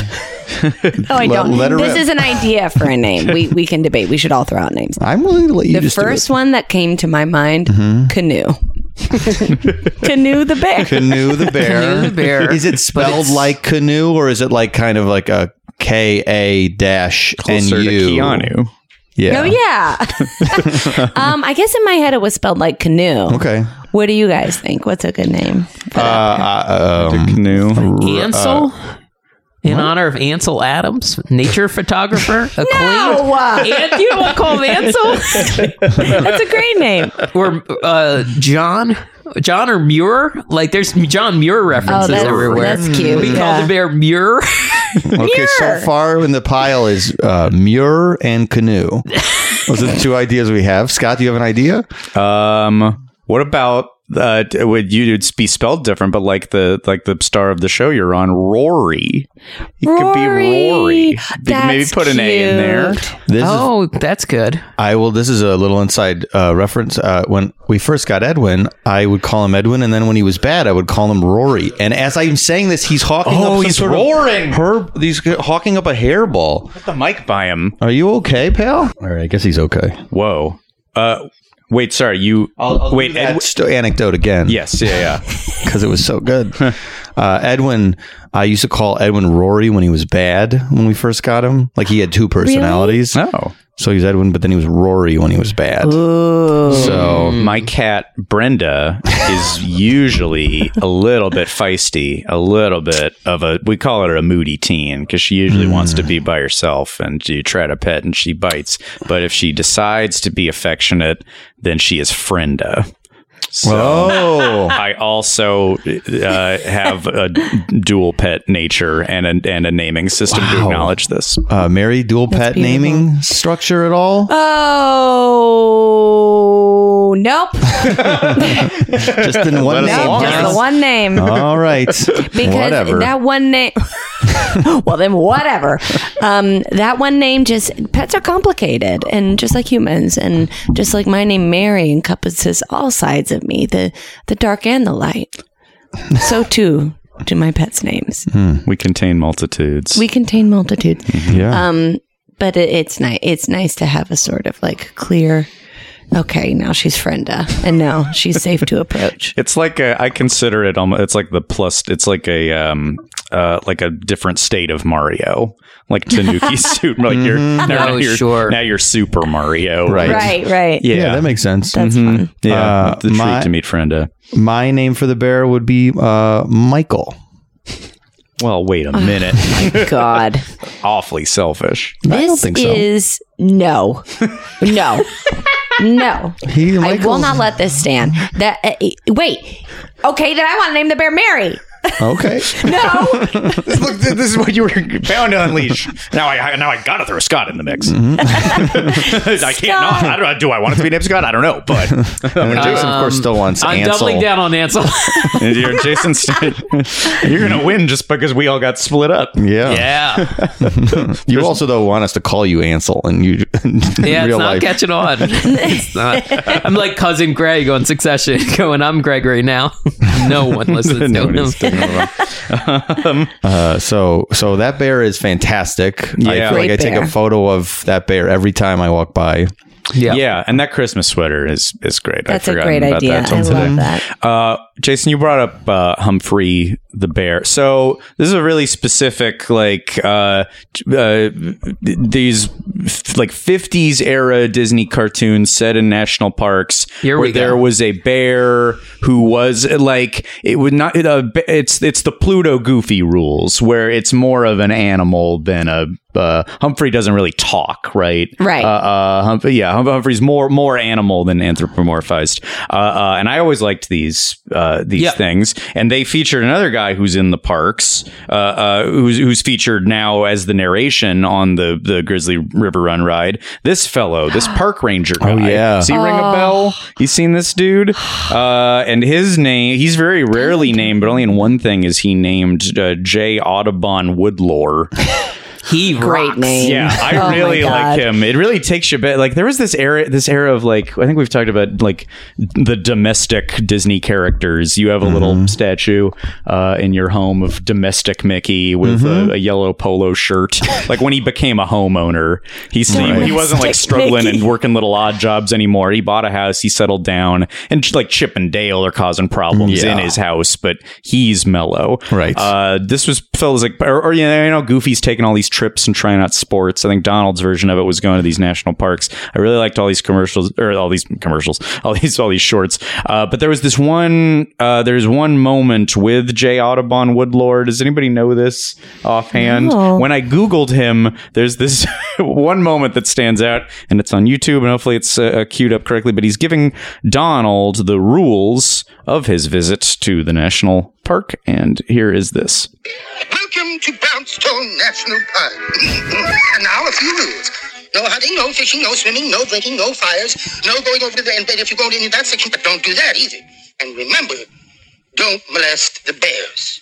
F: Oh, I
C: Let-
F: don't.
C: let her
F: this
C: rip.
F: is an idea for a name. We we can debate. We should all throw out names.
C: I'm willing to let you
F: the
C: just
F: first one that came to my mind, canoe. canoe the
C: do
F: bear.
C: it. canoe the bear.
D: Canoe the bear.
C: Is it spelled like canoe or is it like kind of like a K A dash N
E: Closer to
C: U?
E: Keanu.
C: Yeah.
F: Oh yeah. um, I guess in my head it was spelled like canoe.
C: Okay.
F: What do you guys think? What's a good name?
C: Uh, uh, um,
E: Canoe.
D: Ansel. in honor of Ansel Adams, nature photographer, acclaimed.
F: Oh,
D: And you don't want to call him Ansel?
F: that's a great name.
D: or uh, John, John or Muir. Like there's John Muir
F: Oh,
D: references
F: that's,
D: everywhere.
F: that's cute.
D: We
F: yeah.
D: call the bear Muir.
C: okay, so
F: Muir.
C: far in the pile is uh, Muir and canoe. Those are the two ideas we have. Scott, do you have an idea?
E: Um, what about uh, it would you'd be spelled different, but like the like the star of the show you're on, Rory. It could be
F: Rory.
E: Rory.
F: That's
E: Maybe put an A in there.
F: cute.
C: This is
D: Oh, that's good.
C: I will. This is a little inside uh, reference. Uh, when we first got Edwin, I would call him Edwin, and then when he was bad, I would call him Rory. And as I'm saying this, he's hawking
E: Oh,
C: up some
E: he's
C: sort
E: roaring.
C: of herb. He's hawking up a hairball.
E: Put the mic by him.
C: Are you okay, pal? All right, I guess he's okay.
E: Whoa. Uh, wait. Sorry. You. wait. Ed-
C: That sto- anecdote again.
E: yes. Yeah. Yeah.
C: because it was so good. uh, Edwin, I used to call Edwin Rory when he was bad when we first got him. Like he had two personalities,
E: oh.
C: so he's Edwin, but then he was Rory when he was bad.
E: So my cat Brenda is usually a little bit feisty, a little bit of a we call it a moody teen because she usually wants to be by herself and you try to pet and she bites. But if she decides to be affectionate, then she is frienda. So
C: Oh,
E: I also uh, have a dual pet nature and a, and a naming system to acknowledge this.
C: uh, Mary, dual pet naming structure at all?
F: Oh, nope.
C: Just in one
F: nope.
C: name.
F: Just
C: huh?
F: the one name.
C: All right,
F: because
C: Uh-huh. whatever.
F: that one name. well, then whatever. Um, that one name just pets are complicated, and just like humans, and just like my name Mary encompasses all sides of me the the dark and the light. So too do my pets' names.
E: We contain multitudes.
F: We contain multitude,
C: yeah.
F: um, but it, it's nice. It's nice to have a sort of like clear. Okay, now she's Frenda, and now she's safe to approach.
E: It's like a, I consider it almost. It's like the plus. It's like a um uh like a different state of Mario, like Tanuki suit. Like you're now,
D: Oh,
E: you're
D: sure.
E: now you're Super Mario,
C: Right.
F: Right, right.
E: Yeah,
C: yeah,
E: yeah.
C: that makes sense.
E: Mm-hmm.
F: fun.
C: Uh,
E: the treat
C: my-
E: to meet uh, Frenda.
C: My name for the bear would be uh, Michael.
E: Well, wait a minute.
F: God.
E: Awfully selfish.
F: This
C: don't think so.
F: is no, no, no.
C: He
F: I
C: Michael.
F: will not let this stand. That uh, uh, wait, okay. Then I want to name the bear Mary.
C: okay.
F: No,
E: Look, th- this is what you were bound to unleash. Now I I- now I gotta throw Scott in the mix. I can't not. I don't, do I want it to be named Scott? I don't know, but
C: And Jason, of course, still wants
D: I'm
C: Ansel.
D: doubling down on Ansel.
E: you're Jason. St- you're gonna win just because we all got split up.
C: Yeah.
D: yeah.
C: You also though want us to call you Ansel, and you in
D: Yeah,
C: real
D: it's not
C: life.
D: catching on. It's not. I'm like cousin Greg on Succession, going, "I'm Gregory now." no one listens
E: No
D: to
E: one
D: him.
E: is thinking about it.
C: Uh, so so that bear is fantastic. I
E: Yeah.
C: feel like
F: Great
C: I take
F: bear.
C: a photo of that bear every time I walk by.
D: Yeah.
E: Yeah, and that Christmas sweater is is great.
F: that's
E: I
F: a great
E: about
F: idea.
E: That
F: I
E: till today.
F: love that.
E: Uh, Jason, you brought up uh, Humphrey the bear. So this is a really specific, like uh, t- uh, these f- like '50s era Disney cartoons set in national parks.
D: Here
E: where
D: we go.
E: there was a bear who was uh, like it would not. It, uh, b- it's it's the Pluto Goofy rules, where it's more of an animal than a. Uh, Humphrey doesn't really talk, right?
F: Right.
E: Uh, uh, Humphrey, yeah, Hum- Humphrey's more more animal than anthropomorphized. Uh, uh, and I always liked these uh, these
D: Yeah.
E: things. And they featured another guy who's in the parks, uh, uh, who's who's featured now as the narration on the the Grizzly River Run ride. This fellow, this park ranger guy.
C: yeah.
E: Does he ring a bell? You seen this dude? Uh, and his name, he's very rarely named, but only in one thing is he named uh, J. Audubon Woodlore.
D: He
F: Great
D: rocks.
F: name.
E: Yeah, I
F: Oh my
E: really like
F: God.
E: him. It really takes you back. Like there was this era, this era of like I think we've talked about like the domestic Disney characters. You have a little statue uh, in your home of domestic Mickey with a, a yellow polo shirt. like when he became a homeowner, he seemed, he wasn't like
F: Domestic
E: struggling
F: Mickey.
E: and working little odd jobs anymore. He bought a house, he settled down, and like Chip and Dale are causing problems in
C: Yeah.
E: his house, but he's mellow.
C: Right.
E: Uh, this was felt as like, or, or you know, you know, Goofy's taking all these trips and trying out sports. I think Donald's version of it was going to these national parks. I really liked all these commercials, or all these commercials, all these all these shorts. Uh, but there was this one. Uh, there's one moment with Jay Audubon Woodlord. Does anybody know this offhand?
F: No.
E: When I googled him, there's this one moment that stands out, and it's on YouTube, and hopefully it's uh, uh, queued up correctly. But he's giving Donald the rules of his visit to the national park, and here is this.
I: Welcome to Brownstone National Park. and now a few rules. No hunting, no fishing, no swimming, no drinking, no fires, no going over to the end bed if you go into that section, but don't do that either. And remember, don't molest the bears.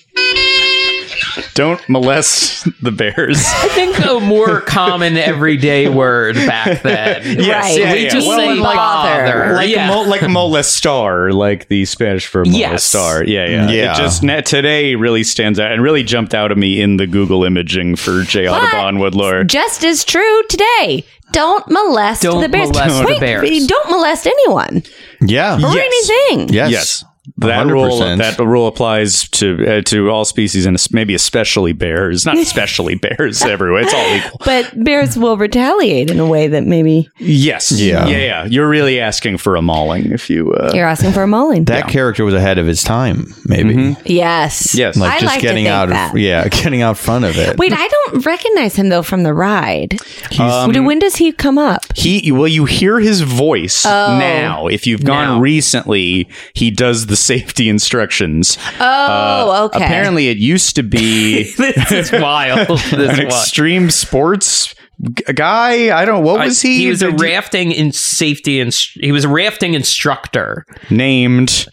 E: Don't molest the bears.
D: I think a more common everyday word back then.
E: Yes,
F: right.
E: yeah,
D: We
E: yeah.
D: just
E: Well,
D: say
E: and
F: like-
D: bother.
E: like
D: yeah.
E: mo- like molestar, like the Spanish for molestar.
D: Yes.
E: Yeah, yeah,
C: Yeah.
E: It just na- today really stands out and really jumped out of me in the Google imaging for J. Audubon Woodlore.
F: Just as true today. Don't molest
D: Don't
F: the bears.
D: molest the
F: Wait, eh,
D: bears.
F: Don't molest anyone
C: Yeah.
F: or
E: Yes.
F: anything.
C: Yes.
E: Yes. That rule
C: 100%.
E: that rule applies to uh, to all species and es- maybe especially bears. Not especially bears everywhere. It's all equal.
F: But bears will retaliate in a way that maybe
E: Yes.
C: Yeah.
E: Yeah. Yeah. You're really asking for a mauling if you. Uh,
F: you're asking for a mulling.
C: That character was ahead of his time, maybe.
F: yes.
E: Yes.
C: Like
F: I
C: just
F: like to
C: getting
F: think
C: out
F: that.
C: of yeah, getting out front of it.
F: Wait, I don't recognize him though from the ride. When- when does he come up?
E: He well, you hear his voice now. If you've gone
D: Now.
E: recently, he does the safety instructions.
F: Oh, okay.
E: Apparently, it used to be
D: this is wild. This
E: an
D: is wild.
E: extreme sports g- guy. I don't. What was he?
D: He was a
E: Did-
D: rafting in safety and he was a rafting instructor.
E: named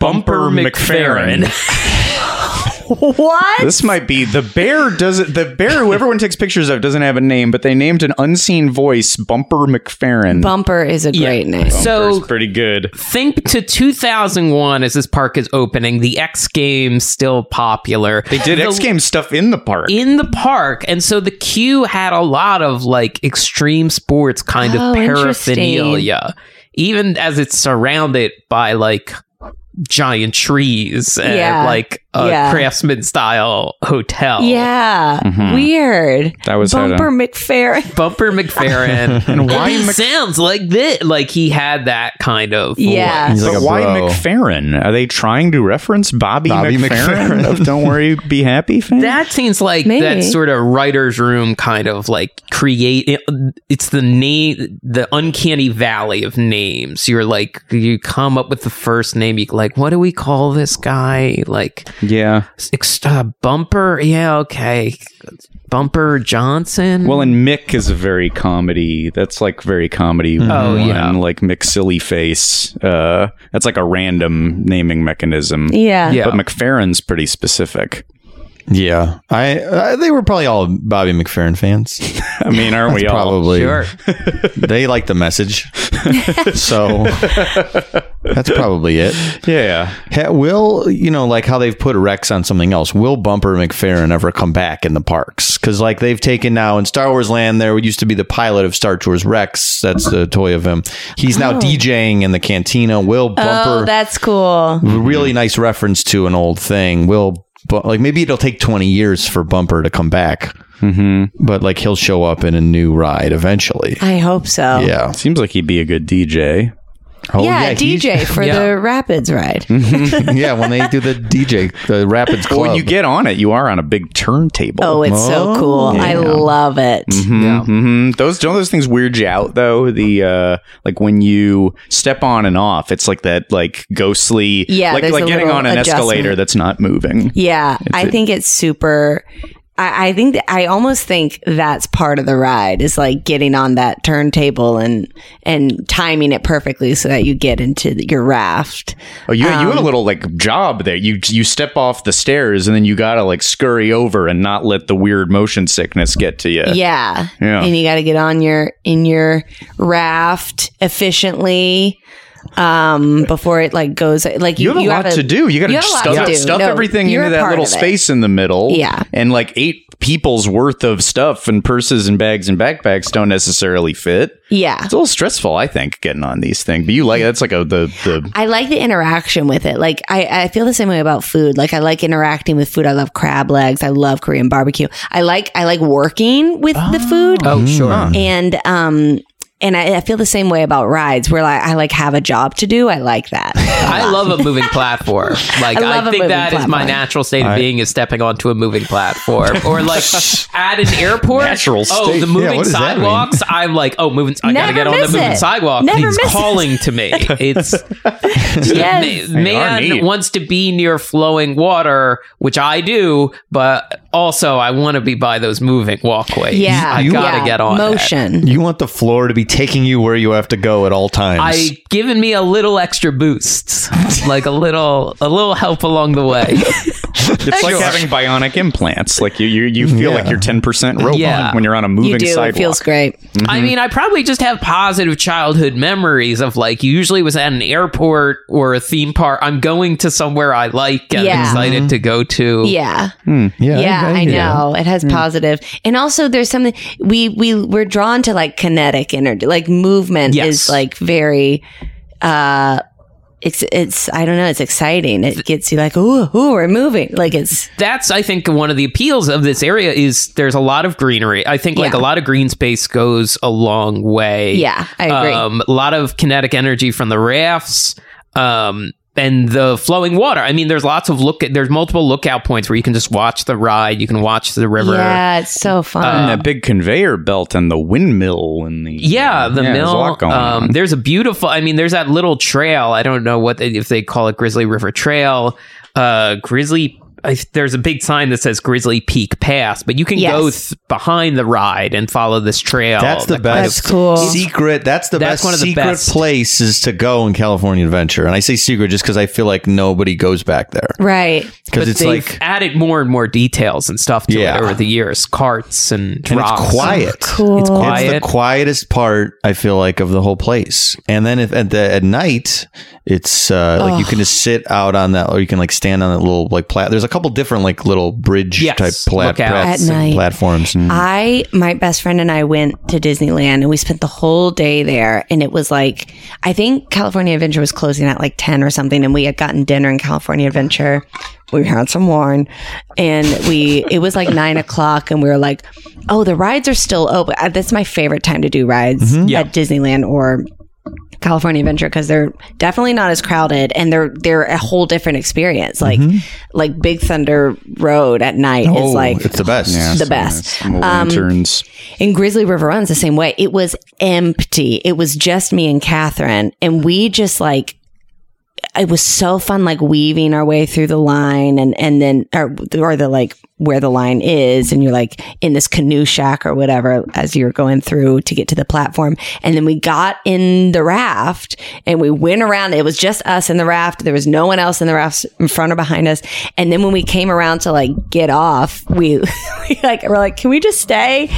E: Bumper
D: McFerrin.
E: McFerrin.
F: what?
E: This might be the bear. Doesn't the bear who everyone takes pictures of doesn't have a name, but they named an unseen voice Bumper McFerrin.
F: Bumper is a great name.
E: Bumper's
D: So
E: Oh, pretty good.
D: think to 2001 as this park is opening, the X Games still popular.
E: They did X Games stuff in the park.
D: in the park. And so the queue had a lot of like extreme sports kind
F: Oh,
D: of paraphernalia, even as it's surrounded by like giant trees and
F: Yeah.
D: like a
F: Yeah.
D: craftsman style
F: Oh.
D: hotel.
F: yeah, weird.
E: That was how to-
F: Bumper McFerrin.
D: Bumper McFerrin. and why he sounds like this? Like he had that kind of
F: Yeah.
D: voice.
C: He's like
E: but
C: a
E: why
C: bro.
E: McFerrin? Are they trying to reference Bobby,
C: Bobby
E: McFerrin,
C: McFerrin.
E: of Don't Worry, Be Happy fame?
D: That seems like
F: Maybe.
D: that sort of writer's room kind of like create. it- it's the name, the uncanny valley of names. You're like, you come up with the first name. You like, what do we call this guy? Like,
E: yeah.
D: ex- uh, Bumper. Yeah, okay, Bumper Johnson.
E: Well, and Mick is a very comedy. That's like very comedy. Oh
D: yeah.
E: Like Mick Silly Face. Uh, that's like a random naming mechanism.
F: Yeah.
D: Yeah.
E: But McFerrin's pretty specific.
C: yeah. I, I they were probably all Bobby McFerrin fans.
E: I mean, aren't we all?
C: Probably.
D: sure.
C: They like the message. so that's probably it.
E: Yeah.
C: Ha- will you know like how they've put Rex on something else? Will Bumper McFerrin ever come back in the parks? Because like they've taken now in Star Wars Land, there used to be the pilot of Star Tours Rex. That's the toy of him. He's now DJing in the cantina. Will
F: Oh,
C: Bumper?
F: that's cool.
C: really nice reference to an old thing. Will Bu- like maybe it'll take twenty years for Bumper to come back, mm-hmm. but like he'll show up in a new ride eventually.
F: I hope
D: Oh.
F: so.
C: Yeah.
E: Seems like he'd be a good DJ.
C: Oh
F: yeah,
C: he's-
F: DJ for
D: Yeah.
F: the Rapids ride.
C: yeah, when they do the DJ, the Rapids Club.
E: But when you get on it, you are on a big turntable.
F: Oh, it's so cool. I love it.
E: hmm Those don't those things weird you out though. The uh, like when you step on and off, it's like that like ghostly.
F: Yeah,
E: like
F: there's
E: like
F: a
E: getting
F: little
E: on an
F: adjustment.
E: escalator that's not moving.
F: Yeah, I think it's super. I, I think that, I almost think that's part of the ride is like getting on that turntable and and timing it perfectly so that you get into the- your raft.
E: Oh, you you
F: Um,
E: had a little like job there. You you step off the stairs and then you gotta like scurry over and not let the weird motion sickness get to you.
F: Yeah.
E: Yeah.
F: And you got to get on your in your raft efficiently um before it like goes like
E: You
F: you
E: have a lot to do. You got to
F: you have a lot
E: stuff,
F: to do.
E: stuff
F: No,
E: everything
F: you're
E: into
F: a
E: that
F: part
E: little
F: of it.
E: space in the middle.
F: Yeah.
E: And like eight people's worth of stuff and purses and bags and backpacks don't necessarily fit.
F: Yeah.
E: It's a little stressful, I think, getting on these things. But you like that's like a the the
F: I like the interaction with it. Like I, I feel the same way about food. Like I like interacting with food. I love crab legs. I love Korean barbecue. I like I like working with the food.
D: Oh, sure.
F: And um and I, I feel the same way about rides where like, I like have a job to do. I like that.
D: I love a moving platform. Like I,
F: I love a
D: think
F: moving
D: that is my
F: platform.
D: natural state of being is stepping onto a moving platform, or like at an airport.
E: Natural
D: Oh,
E: state.
D: the
E: Yeah,
D: moving
C: what does that mean?
D: sidewalks. I'm like, oh, moving. I
F: Never
D: gotta get on the
F: miss
D: moving
F: it.
D: sidewalk.
F: Never
D: He's
F: miss it.
D: calling to me. It's
F: yes.
D: ma-
E: are neat.
D: man wants to be near flowing water, which I do, but also I want to be by those moving walkways.
F: Yeah.
D: I gotta
F: yeah.
D: get on. that.
F: Motion.
C: You want the floor to be be taking you where you have to go at all times.
D: I given me a little extra boost, like a little a little help along the way.
E: It's like having bionic implants. Like you, you, you feel like
C: Yeah.
E: you're ten percent robot
D: Yeah.
E: when you're on a moving
F: you do.
E: sidewalk.
F: It feels great.
D: I mean, I probably just have positive childhood memories of like you usually was at an airport or a theme park. I'm going to somewhere I like and
F: Yeah.
D: excited to go to.
F: Yeah.
C: yeah,
F: Yeah,
C: okay,
F: I know. It has positive. And also there's something we we we're drawn to like kinetic energy. Like movement
D: Yes.
F: is like very uh it's it's I don't know, it's exciting. It gets you like, ooh, ooh, we're moving. Like it's
D: That's I think one of the appeals of this area is there's a lot of greenery. I think like
F: Yeah.
D: a lot of green space goes a long way.
F: yeah, I agree.
D: Um, a lot of kinetic energy from the rafts um, and the flowing water. I mean, there's lots of look. There's multiple lookout points where you can just watch the ride. You can watch the river.
F: yeah, it's so
E: And
F: fun.
E: that big conveyor belt and the windmill and the
D: Yeah, the
E: there's a
D: mill.
E: lot going
D: um,
E: on.
D: There's a beautiful. I mean, there's that little trail. I don't know what they, if they call it Grizzly River Trail, uh, Grizzly. I, there's a big sign that says Grizzly Peak Pass, but you can go
F: Yes.
D: th- behind the ride and follow this trail.
C: That's the
D: that
C: best.
D: kind of-
F: That's cool.
C: Secret. That's the
D: That's
C: best
D: one of the
C: secret
D: best.
C: places to go in California Adventure. And I say secret just because I feel like nobody goes back there
F: right.
C: because
D: but
C: it's
D: they've
C: like
D: added more and more details and stuff to
C: Yeah.
D: it over the years, carts and,
C: and
D: rocks.
C: it's quiet.
F: Cool.
D: It's
C: It's the
D: quiet.
C: quietest part I feel like of the whole place. And then if, at the at night, it's uh, like you can just sit out on that, or you can like stand on that little like plat. There's a couple different like little bridge
D: Yes,
C: type plat-
D: lookouts.
C: plats and
F: At night.
C: platforms.
F: I, my best friend and I went to Disneyland and we spent the whole day there. And it was like, I think California Adventure was closing at like 10 or something. And we had gotten dinner in California Adventure. We had some wine and we, it was like nine o'clock and we were like, oh, the rides are still open. Uh, That's my favorite time to do rides at Disneyland or California Adventure because they're definitely not as crowded and they're they're a whole different experience. Like like Big Thunder Road at night
C: Oh,
F: is like
C: it's the best.
E: Yeah,
F: the
E: so
F: best. Uh,
E: there's lanterns.
F: in Grizzly River Run's the same way. It was empty. It was just me and Catherine. And we just like, it was so fun, like weaving our way through the line and, and then, or, or the like where the line is. And you're like in this canoe shack or whatever as you're going through to get to the platform. And then we got in the raft and we went around. It was just us in the raft. There was no one else in the raft in front or behind us. And then when we came around to like get off, we, we like, we're like, can we just stay?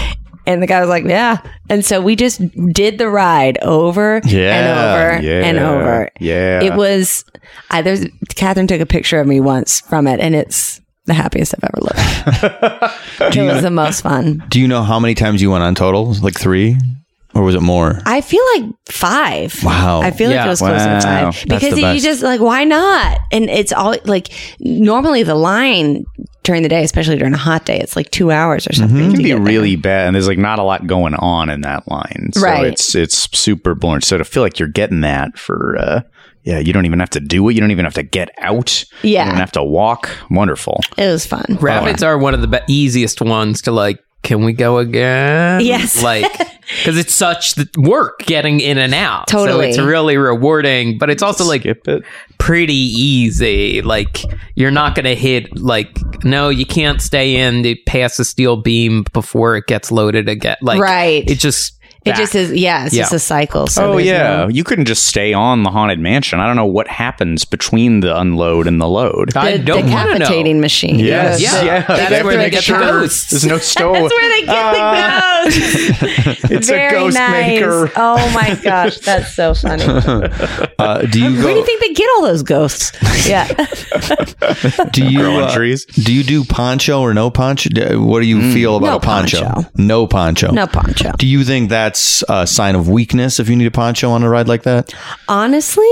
F: And the guy was like, "Yeah." And so we just did the ride over
C: Yeah,
F: and over
E: yeah,
F: and over.
E: yeah.
F: it was. I there's Catherine took a picture of me once from it, and it's the happiest I've ever looked. it was the most fun.
C: Do you know how many times you went on total? Like three, or was it more?
F: I feel like five.
C: Wow.
F: I feel like
D: Yeah.
F: it was closer
E: Wow.
F: to
E: That's
F: five because
C: the
F: you
C: best.
F: just like why not? And it's all like normally the line during the day, especially during a hot day, it's like two hours or something.
E: It
F: to
E: Mm-hmm. can be
F: get there.
E: really bad, and there's like not a lot going on in that line. So
F: Right.
E: It's it's super boring. So to feel like you're getting that for uh, yeah, you don't even have to do it. You don't even have to get out.
F: Yeah.
E: You don't have to walk. Wonderful.
F: It was fun.
D: Rapids are one of the be- easiest ones to like. Can we go again?
F: Yes.
D: like because it's such th- work getting in and out. So
F: Totally.
D: it's really rewarding, but it's also like
E: Skip it.
D: pretty easy. Like you're not gonna hit like no, you can't stay in to pass a steel beam before it gets loaded again. Like
F: Right.
D: it just
F: It just is, yeah. It's
D: Yeah.
F: just a cycle.
E: Oh
F: So there's
E: yeah,
F: no-
E: you couldn't just stay on the haunted mansion. I don't know what happens between the unload and the load.
D: I
F: The
D: don't want to know.
F: decapitating machine.
E: Yes.
D: Yeah,
E: Yeah.
D: that's
E: They have
D: where
E: to
D: they
E: make
D: get
E: sure
D: the ghosts.
E: There's no stove.
F: That's where they get the ghost.
E: Ah. it's a ghost maker.
F: Oh my gosh, that's so funny. Where
C: Uh, do you
F: do you
C: go?
F: think they get all those ghosts? Yeah.
C: Do you
E: Growing
C: uh,
E: trees. Mm.
C: do you do poncho or no poncho? Do- What do you feel about
F: No
C: a poncho?
F: poncho.
C: No poncho.
F: No poncho.
C: Do you think that's a sign of weakness if you need a poncho on a ride like that?
F: Honestly,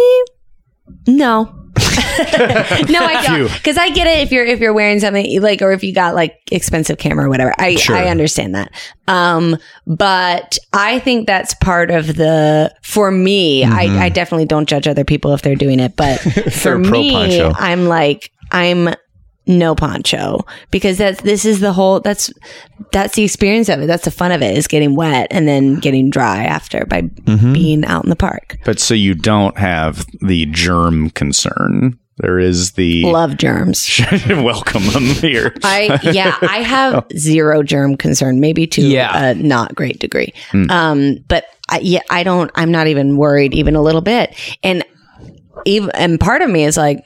F: no. no, I don't. Because I get it if you're if you're wearing something like or if you got like expensive camera or whatever. I
C: Sure.
F: I understand that. Um, but I think that's part of the for me,
C: Mm-hmm.
F: I, I definitely don't judge other people if they're doing it, but for
C: they're pro
F: me,
C: poncho.
F: I'm like, I'm no poncho because that's this is the whole that's that's the experience of it. That's the fun of it is getting wet and then getting dry after
C: Mm-hmm.
F: by being out in the park.
E: But so you don't have the germ concern. There is the
F: Love germs.
E: welcome them here.
F: I yeah, I have zero germ concern, maybe to
D: Oh. Yeah. Hmm.
F: a not great degree. Um, but I, yeah, I don't. I'm not even worried, even a little bit. And even and part of me is like,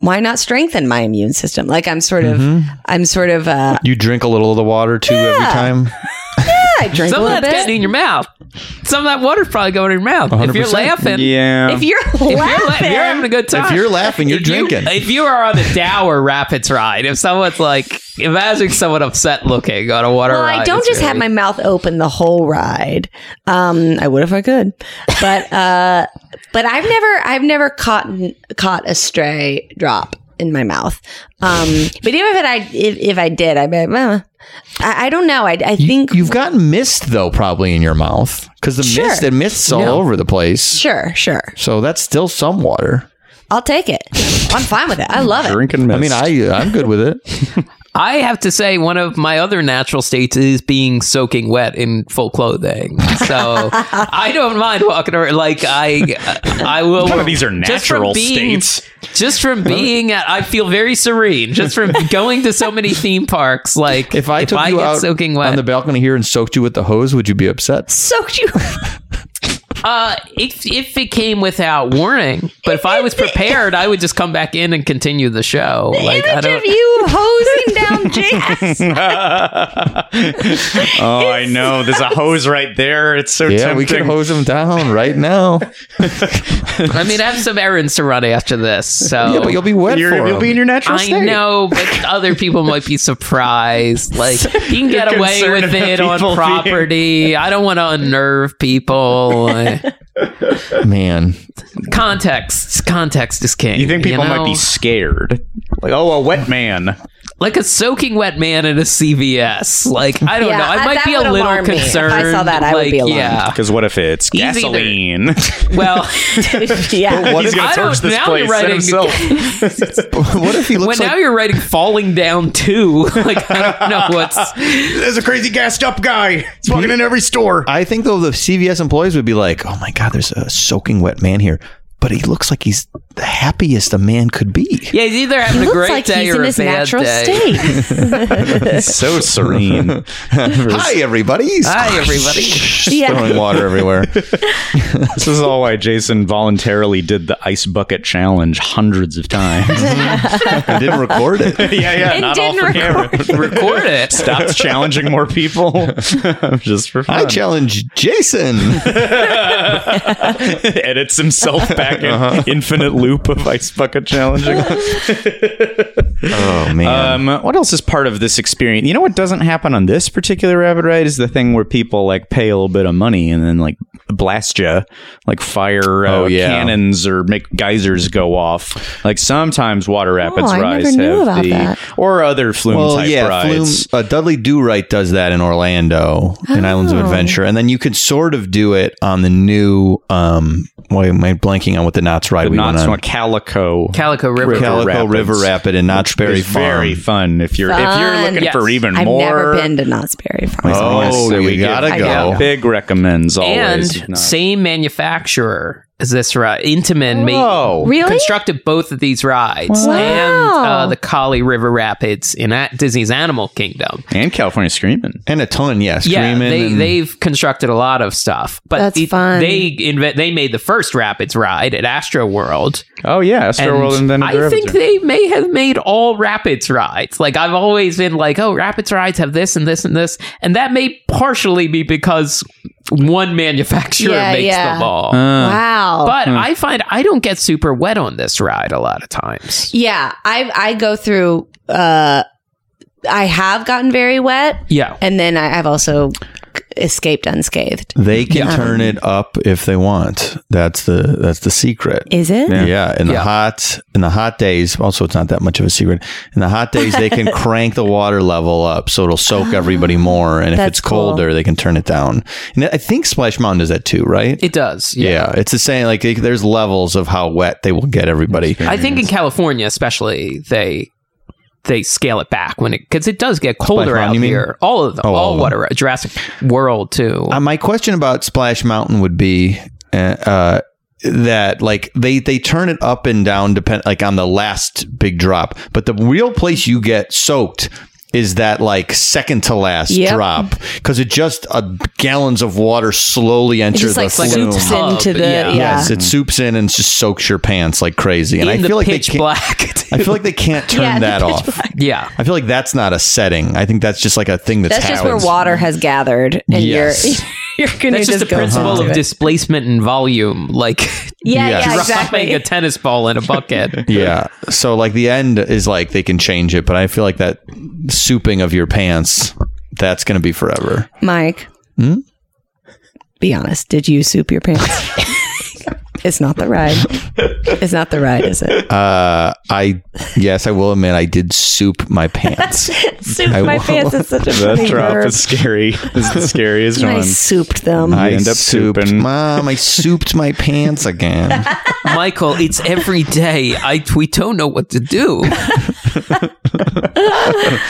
F: why not strengthen my immune system? Like I'm sort of,
D: Mm-hmm.
F: I'm sort of. Uh,
C: You drink a little of the water too every time.
F: I drink a
D: Some of
F: little
D: that's
F: bit.
D: getting in your mouth. Some of that water's probably going in your mouth. If you're
C: 100%.
D: laughing,
E: yeah.
F: if you're
D: if you're, la- if
F: laughing,
D: you're having a good time.
C: If you're laughing, you're
D: If you-
C: drinking.
D: if you are on a dour rapids ride, if someone's like, imagine someone upset looking on a water
F: well,
D: ride.
F: I don't
D: it's
F: just have
D: really-
F: my mouth open the whole ride. Um, I would if I could, but uh, but I've never I've never caught caught a stray drop in my mouth. Um, but even if it, I if, if I did, I'd be like, "Meh." I, I don't know. I, I think
C: You've gotten mist though, probably in your mouth because the
F: Sure.
C: mist and mists all over the place.
F: sure, sure,
C: So that's still some water.
F: I'll take it. I'm fine with it. I love it.
E: drinking mist.
C: I mean, I I'm good with it.
D: I have to say, one of my other natural states is being soaking wet in full clothing. So I don't mind walking around. Like I, I will.
E: None of these are
D: just from
E: natural
D: being-
E: states.
D: Just from being, at, I feel very serene. Just from going to so many theme parks. Like
C: If I took you
D: get
C: out
D: soaking wet
C: on the balcony here and soaked you with the hose, would you be upset?
F: Soaked you.
D: Uh, if if it came without warning, but if I was prepared, I would just come back in and continue the show. Like I
F: Image
D: don't.
F: of you hosing down Jess.
E: oh, I know. There's a hose right there. It's so
C: Yeah,
E: tempting.
C: we could hose them down right now.
D: I mean, I have some errands to run after this, so
C: Yeah, but you'll be wet
E: You're-
C: for 'em.
E: you'll be in your natural
D: I
E: state.
D: know, but other people might be surprised. Like you can get
E: You're
D: away
E: concerned
D: with
E: about
D: it on
E: people being-
D: property. I don't want to unnerve people. Like,
C: Man,
D: context, context is king.
E: You think people might
D: know?
E: be scared? Like, oh, a wet man.
D: like a soaking wet man in a CVS? Like I don't
F: Yeah,
D: know. I
F: I-
D: might
F: that
D: be a
F: would
D: little
F: alarm me. If I
D: concerned.
F: saw that, I would
D: like,
F: be alarmed.
D: Yeah.
E: Because what if it's
D: He's either-
E: gasoline?
D: Well.
F: yeah.
E: He's gonna
D: I don't-
E: torch this
D: now
E: place
D: you're writing-
E: himself.
C: what if he
D: Well,
C: looks
D: now
C: like
D: you're writing falling down too. Like I don't know what's.
E: There's a crazy gassed up guy. He's walking in every store.
C: I think though the CVS employees would be like, "Oh my god, there's a soaking wet man here." But he looks like he's the happiest a man could be.
D: Yeah, he's either having
F: He
D: a
F: looks
D: great
F: like
D: day
F: he's
D: or
F: in
D: a
F: his
D: bad
F: natural
D: day.
F: state.
E: so serene.
C: Hi, everybody.
D: Hi, everybody.
F: Yeah.
C: Throwing water everywhere.
E: This is all why Jason voluntarily did the ice bucket challenge hundreds of times. yeah,
C: I didn't record it.
E: yeah.
F: And didn't record
E: camera.
D: Record it.
E: Stopped challenging more people just for
C: I
E: fun.
C: challenge Jason.
E: Edits himself back in
C: Uh-huh.
E: infinite loop of ice bucket challenging.
C: Oh man.
E: Um, what else is part of this experience? You know what doesn't happen on this particular rabbit ride is the thing where people like pay a little bit of money and then like blast you, like fire uh,
C: Oh, yeah.
E: cannons or make geysers go off. Like sometimes water rapids
F: Oh, I
E: rides
F: never knew
E: have
F: about
E: the
F: that.
E: or other flume
C: well,
E: type
C: yeah,
E: rides.
C: Flume, uh, Dudley Do Right does that in Orlando in Islands of Adventure, and then you could sort of do it on the new. Um, why am I blanking on what the Knots ride we
E: Not
C: went
E: so
C: on?
E: calico.
D: Calico River.
C: Calico
E: Rapids.
C: River Rapid and Knott's Berry
E: is
C: Farm.
E: very fun if you're if you're
F: Fun.
E: looking
D: Yes.
E: for even
F: I've
E: more.
F: never been to Knott's Berry Farm.
C: Oh,
E: so
C: you
E: we give
C: gotta go.
E: Big recommends
D: and
E: always. Not-
D: same manufacturer as this ride. Intamin made
C: Oh,
F: Really?
D: constructed both of these rides
F: Wow.
D: and uh, the Collie River Rapids in at Disney's Animal Kingdom.
E: and California Screaming.
C: and a ton, yeah.
D: Yeah,
C: Screaming.
D: they,
C: and-
D: they've constructed a lot of stuff, but
F: That's
D: it-
F: fun.
D: they invent they made the first rapids ride at Astro World,
E: Oh yeah,
D: And
E: Astroworld and then
D: I think they may have made all rapids rides. Like I've always been like, oh, rapids rides have this and this and this, and that may partially be because one manufacturer
F: Yeah,
D: makes
F: yeah.
D: them
E: Uh,
D: all.
C: Uh,
F: wow.
D: but
C: uh-huh.
D: I find I don't get super wet on this ride a lot of times.
F: yeah, I I go through. Uh, I have gotten very wet,
D: Yeah.
F: and then I, I've also escaped unscathed.
C: They can turn it up if they want. That's the that's the secret.
F: Is it?
C: yeah. in the
D: Yeah.
C: hot in the hot days. Also, it's not that much of a secret. In the hot days, they can crank the water level up, so it'll soak everybody more. And if
F: That's
C: it's
F: cool.
C: colder, they can turn it down. And I think Splash Mountain does that too, right?
D: It does.
C: yeah. it's the same. Like it- there's levels of how wet they will get everybody.
D: I think in California, especially, they they scale it back when it because it does get colder
C: Mountain,
D: out
C: you mean? Oh,
D: here. All of them,
C: all
D: all,
C: of them.
D: water Jurassic World too.
C: Uh, my question about Splash Mountain would be uh, uh, that like they they turn it up and down depend like on the last big drop but the real place you get soaked is that like second to last
F: Yep.
C: drop because it just uh, gallons of water slowly enter
F: just
C: the
F: like
D: like a
C: flume.
F: soups
D: tub,
F: into the
D: yeah.
F: yeah.
C: yes it soups in and just soaks your pants like crazy and
D: in
C: i
D: the
C: feel like they
D: pitch
C: can't
D: black.
C: i feel like they can't turn
F: Yeah, the
C: that
F: pitch
C: off
F: black.
D: yeah.
C: i feel like that's not a setting i think that's just like a thing that's,
F: That's just where
C: happened.
F: water has gathered, and
C: Yes.
F: you're you're gonna
D: That's just the
F: just, go
D: principle
F: into
D: of
F: it.
D: displacement and volume, like
F: Yeah,
C: Yes.
F: yeah,
D: dropping
F: exactly.
D: a tennis ball in a bucket.
C: Yeah. So like the end is like they can change it, but I feel like that souping of your pants, that's gonna be forever.
F: Mike, be honest. Did you soup your pants? it's not the ride. It's not the ride, is it?
C: Uh I yes, I will admit I did soup my pants.
F: soup
C: I
F: my
C: will-
F: pants is such a
E: That
F: funny
E: drop
F: verb.
E: is scary. It's the scariest
F: I
E: one.
F: souped them.
C: I
E: end up
C: souped,
E: souping.
C: Mom, I souped my pants again.
D: Michael, it's every day. I we don't know what to do. We're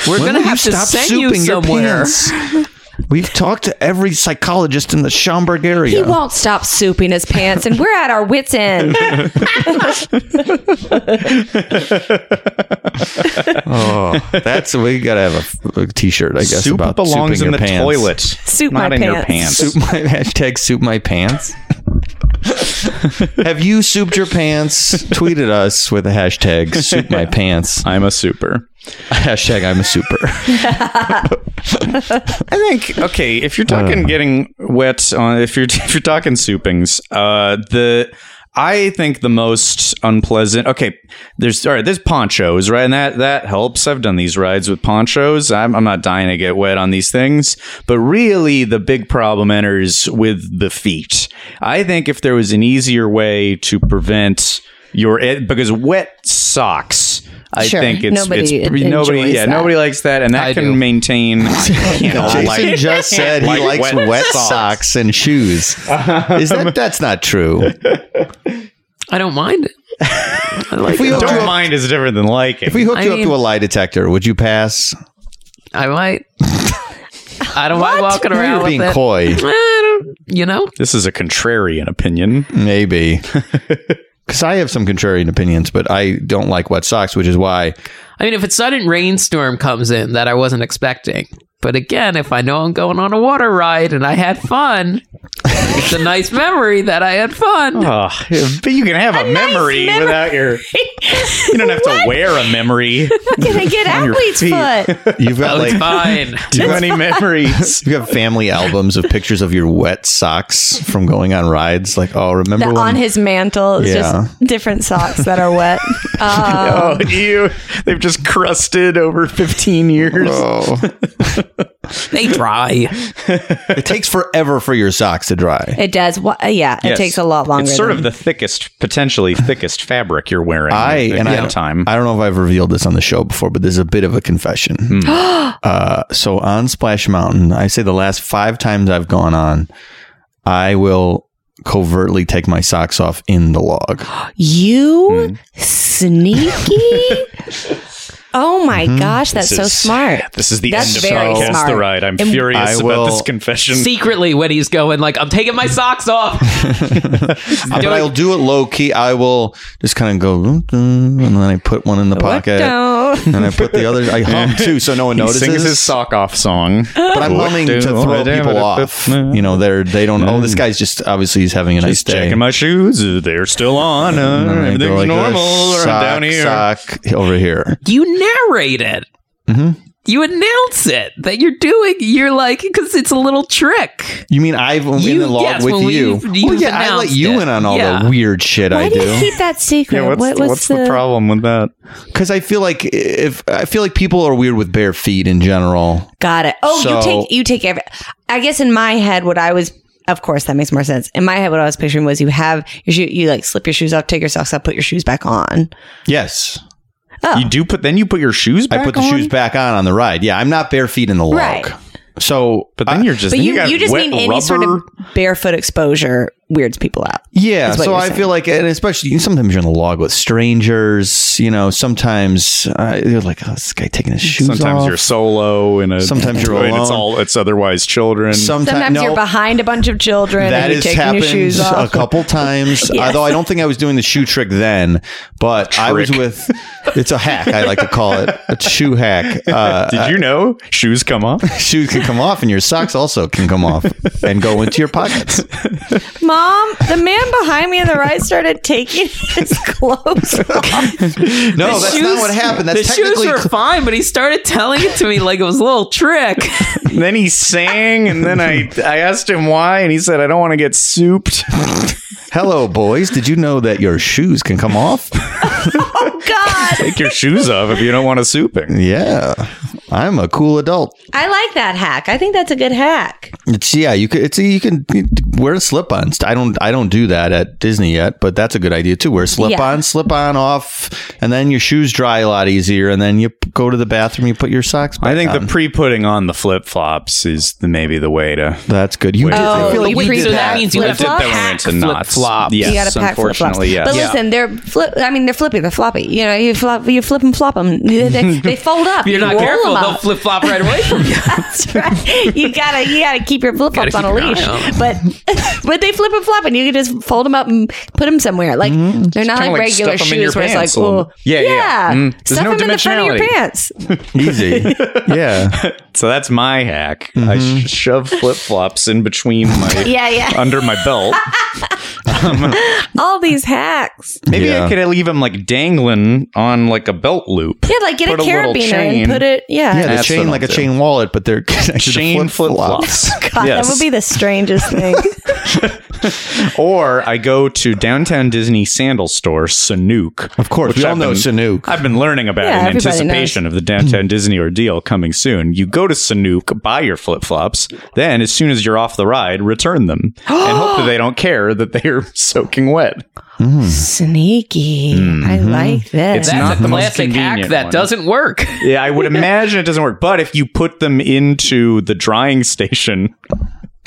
C: When
D: gonna
C: will
D: have to
C: stop
D: send you
C: souping your
D: somewhere.
C: pants? We've talked to every psychologist in the Schaumburg
F: He
C: area.
F: won't stop souping his pants, and we're at our wits' end.
C: Oh, that's we gotta have a, a T-shirt, I guess.
E: Soup
C: about
E: belongs
C: souping
E: in the
C: your pants.
E: toilet,
F: Soup
E: not
F: my
E: in your
F: pants.
E: pants.
C: soup my hashtag soup my pants have you souped your pants tweeted us with the hashtag soup my pants
E: I'm a super.
C: hashtag i'm a super
E: I think okay. If
D: Uh.
E: you're talking getting wet on, if you're if you're talking soupings, uh, the I think the most unpleasant. Okay, there's all right. There's ponchos, right, and that that helps. I've done these rides with ponchos. I'm I'm not dying to get wet on these things, but really the big problem enters with the feet. I think if there was an easier way to prevent your it because wet socks. I
F: Sure.
E: think it's
F: Nobody
E: it's
F: en-
E: nobody
F: enjoys
E: yeah
F: that.
E: nobody likes that and that
D: I
E: can
D: do.
E: maintain you know,
C: jason
E: like-
C: just said he
E: Like
C: likes wet,
E: wet
C: socks.
E: socks.
C: and shoes is that that's not true
D: I don't mind it. I like
C: we
D: it.
C: all
E: don't
C: Don't-
E: mind is different than liking.
C: if we hooked
D: I
C: you up
D: mean-
C: to a lie detector would you pass
D: I might. I don't mind walking around
C: you're
D: with
C: being
D: it.
C: coy
D: I don't- you know,
E: this is a contrarian opinion.
C: Hmm. maybe because i have some contrarian opinions but i don't like wet socks which is why
D: I mean, if a sudden rainstorm comes in that I wasn't expecting, but again, if I know I'm going on a water ride and I had fun, it's a nice memory that I had
C: Oh,
D: fun.
E: Ah, but you can have a, memory, without your. You don't have to wear a memory.
F: Can I get athlete's foot?
C: you've got
D: It's
C: like
D: fine.
E: Too many memories.
C: You have family albums of pictures of your wet socks from going on rides. Like, oh, remember
F: That
C: when?
F: on his mantle is
C: Yeah.
F: just different socks that are wet. Uh,
E: Oh, you! They've just crusted over fifteen years.
C: oh,
D: They dry.
C: it takes forever for your socks to dry.
F: It does. Wha- uh, yeah, it
E: Yes.
F: takes a lot longer.
E: It's sort
F: than-
E: of the thickest, potentially thickest fabric you're wearing.
C: I
E: at
C: and
E: that
C: I
E: time.
C: I don't know if I've revealed this on the show before, but there's a bit of a confession.
E: Hmm.
C: uh, so on Splash Mountain, I say the last five times I've gone on, I will covertly take my socks off in the log.
F: You
E: Hmm.
F: sneaky. oh my gosh, that's
E: Mm-hmm. This
F: so
E: is-
F: smart.
E: This is the
F: That's
E: end of
F: very
E: Podcast
F: smart.
E: the Ride. I'm
F: And-
C: I
E: furious
C: will-
E: about this confession.
D: Secretly, when he's going, like, I'm taking my socks off.
C: but I'll do it low key. I will just kind of go, "Dun, dun," and then I put one in the pocket.
F: Don't.
C: and I put the other. I hum too, so no one
E: he
C: notices.
E: sings his sock off song.
C: but I'm humming to throw people off. You know, they're they don't. Oh, this guy's just obviously he's having a nice
E: Mm. Just
C: day.
E: checking my shoes. They're still on.
C: And
E: Uh,
C: then I go
E: everything's
C: like this,
E: normal. I'm
C: sock,
E: down here.
C: sock over here.
D: you narrate it.
C: Mm-hmm.
D: You announce it that you're doing. You're like because it's a little trick.
C: You mean I've been in
D: You-
C: the log
D: yes,
C: with
D: when we-
C: you?
D: you've
C: well, yeah, I let
D: announced
C: you
D: it.
C: in on all
D: Yeah.
C: the weird shit
F: Why
C: I
F: do you
C: do
F: keep that secret?
E: Yeah, what's,
F: what
E: what's,
F: was
E: the, problem with that?
C: because I feel like if I feel like people are weird with bare feet in general.
F: Got it. Oh,
C: So-
F: you take you take every. I guess in my head, what I was, of course, that makes more sense. In my head, what I was picturing was you have your shoe, you like slip your shoes off, take your socks off, put your shoes back on.
C: Yes,
E: You do put then you put your shoes back.
C: I put the
E: on?
C: shoes back on on the ride. Yeah, I'm not bare feet in the log.
F: Right.
C: So,
E: But then you're just
F: But
E: then
F: you,
E: got
F: you just
E: wet
F: mean any sort
E: rubber.
F: of barefoot exposure weirds people out.
C: Yeah,
F: is what
C: so
F: you're
C: I
F: saying.
C: feel like, and especially sometimes you're in the log with strangers. You know, sometimes uh, you're like, "Oh, this guy taking his shoes
E: Sometimes
C: off."
E: you're solo and a,
C: Sometimes you're
E: and
C: alone.
E: It's all it's otherwise children.
C: Someti-
F: Sometimes
C: no,
F: you're behind a bunch of children
C: That
F: and you're
C: has
F: taking your
C: happened
F: shoes
C: a
F: off.
C: couple times. Although I don't think I was doing the shoe trick then, but I was
E: Trick.
C: with. It's a hack. I like to call it a shoe hack. Uh,
E: Did you know shoes come off?
C: shoes can come off, and your socks also can come off and go into your pockets.
F: Mom, the man behind me on the right started taking his clothes off.
C: No, Oh, that's not
D: shoes-
C: what happened. That's
D: the shoes
C: technically
D: were fine, but he started telling it to me like it was a little trick.
E: then he sang, and then I I asked him why, and he said, "I don't want to get souped."
C: hello, boys. Did you know that your shoes can come off?
F: God.
E: Take your shoes off if you don't want to souping.
C: Yeah, I'm a cool adult.
F: I like that hack. I think that's a good hack.
C: It's yeah, you could it's you can wear slip-ons. I don't I don't do that at Disney yet, but that's a good idea too. Wear slip-on, slip-on off, and then your shoes dry a lot easier, and then you p- go to the bathroom, you put your socks. Back
E: I think the
C: on.
E: pre putting on the flip flops is the, maybe the way to.
C: that's good. You did, I
F: Oh,
C: feel like
F: you
C: we
F: pre-
C: did
D: so that
C: that.
D: means you
F: Flip
D: have to
F: flop?
D: pack
F: Hack
E: to knots.
D: flip-flops.
E: Yeah.
F: you
E: Yes,
F: got to pack flip flops.
E: unfortunately, yes.
F: But
E: Yeah.
F: listen, they're flip. I mean, they're flippy. They're floppy. You know, you flop, you flip and flop them. They, they- they fold up.
D: If you're not
F: you roll
D: careful,
F: them
D: they'll
F: up.
D: flip flop right away from you.
F: That's right. You gotta, you gotta keep your flip flops
D: Gotta
F: on a
D: keep your
F: leash.
D: eye on 'em.
F: But, but they flip and flop, and you can just fold them up and put them somewhere. Like they're
E: Mm-hmm. Kinda
F: not like,
E: like
F: regular
E: stuff 'em in your
F: shoes where it's like,
E: pants a little
F: oh,
E: bit. Yeah, yeah, yeah. Mm. There's
F: Stuff
E: no
F: them in the front of your
E: dimensionality.
F: pants.
C: Easy. Yeah.
E: So that's my hack. I sh- shove flip flops in between my
F: Yeah, yeah.
E: under my belt.
F: All these hacks.
E: Maybe
C: Yeah.
E: I could leave them like dangling on like a belt loop.
F: Yeah, like get
E: Put
F: a
E: a little
F: carabiner
E: chain.
F: and put it. Yeah,
C: Yeah, the
E: That's what
C: chain
E: I'll
C: like a
E: do.
C: chain wallet, but they're connected to
E: Chain flip
C: flip-flops.
E: flops.
F: God, that would be the strangest thing.
E: Or I go to downtown Disney sandal store Sanook.
C: Of course,
E: which
C: we all
E: I've
C: know
E: been-
C: Sanook.
E: I've been learning about
F: Yeah,
E: in
F: everybody
E: anticipation of the downtown Disney ordeal coming soon. You go to Sanook, buy your flip flops, then as soon as you're off the ride, return them and hope that they don't care that they are soaking wet.
F: Sneaky. I like this.
E: Mm-hmm. It's
D: That's
E: not
D: a
E: the most
D: classic hack
E: convenient
D: that
E: one.
D: doesn't work.
E: Yeah, I would imagine it doesn't work. But if you put them into the drying station,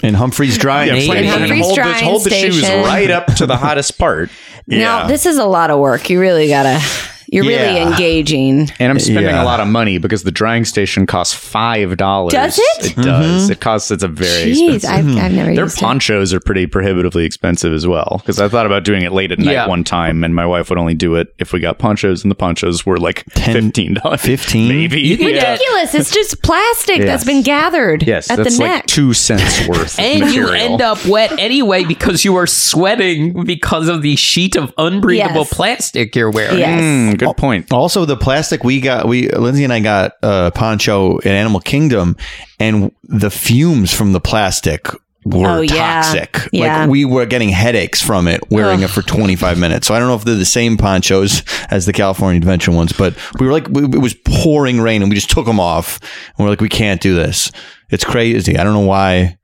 C: In Humphrey's drying.
D: Yeah,
E: and
D: Maybe.
E: hold,
F: Humphrey's
E: the,
F: drying
E: hold the shoes
F: station.
E: right up to the hottest part.
F: Now this is a lot of work. You really gotta. You're really
C: Yeah.
F: engaging.
E: And I'm spending
C: Yeah.
E: a lot of money because the drying station costs five dollars.
F: Does it?
E: It does. It costs. It's a very
F: Jeez,
E: expensive. Mm-hmm.
F: I've, I've never
E: Their
F: used
E: ponchos are pretty prohibitively expensive as well. Because I thought about doing it late at night
D: Yeah.
E: one time, and my wife would only do it if we got ponchos, and the ponchos were like
C: Ten-
E: fifteen dollars,
C: 15?
E: maybe.
D: You can
F: it.
D: get-
F: Ridiculous! It's just plastic that's been gathered
E: yes,
F: at the
E: that's like
F: neck.
E: two cents worth. of
D: And
E: material.
D: you end up wet anyway because you are sweating because of the sheet of unbreathable
F: Yes.
D: plastic you're wearing.
F: yes.
E: Mm, good point.
C: Also, the plastic we got, we Lindsay and I got a poncho at Animal Kingdom, and the fumes from the plastic were
F: Oh, yeah.
C: toxic.
F: Yeah.
C: Like we were getting headaches from it wearing it for 25 minutes. So I don't know if they're the same ponchos as the California Adventure ones, but we were like, we, it was pouring rain, and we just took them off, and we're like, we can't do this. It's crazy. I don't know why.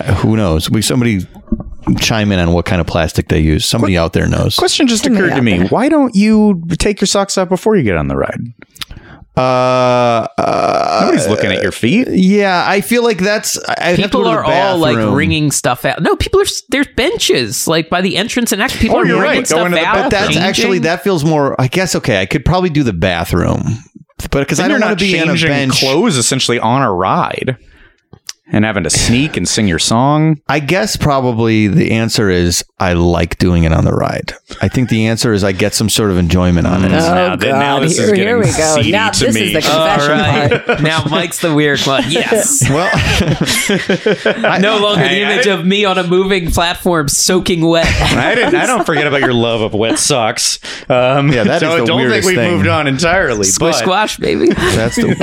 C: Uh, who knows? We somebody chime in on what kind of plastic they use. Somebody out there knows.
E: Question just
F: Somebody
E: occurred to
F: out
E: me.
F: there.
E: Why don't you take your socks off before you get on the ride?
C: Uh, uh,
E: Nobody's looking at your feet.
C: Yeah, I feel like that's. I I'd have to go
D: People
C: to the
D: are all like
C: bathroom.
D: wringing stuff out. No, people are s- there's benches like by the entrance and exit. People
E: Oh,
D: are
E: you're
D: wringing
E: right.
D: stuff
E: Going to the-
D: out.
E: but
C: But that's
D: changing.
C: actually that feels more. I guess okay. I could probably do the bathroom, but because I don't
E: Then you're
C: want
E: not
C: to be on a
E: changing
C: bench.
E: clothes essentially on a ride and having to sneak and sing your song.
C: I guess probably the answer is I like doing it on the ride. I think the answer is I get some sort of enjoyment on it.
F: Oh
E: Now- th-
F: God!
E: now this is
F: here, here
E: getting
F: we go.
E: seedy
F: Now
E: to
F: this
E: me.
F: is the
D: All
F: confession part.
D: right. now Mike's the weird one. Yes.
C: Well, I-
D: No longer
E: Hey,
D: the
E: I
D: image
E: didn't-
D: of me on a moving platform soaking wet.
E: I, didn't, I don't forget about your love of wet socks. Um, yeah,
C: that
E: so
C: is the
E: don't think
C: weirdest
E: we
C: thing.
E: moved on entirely.
D: Squish
E: but-
D: squash, baby.
C: That's the,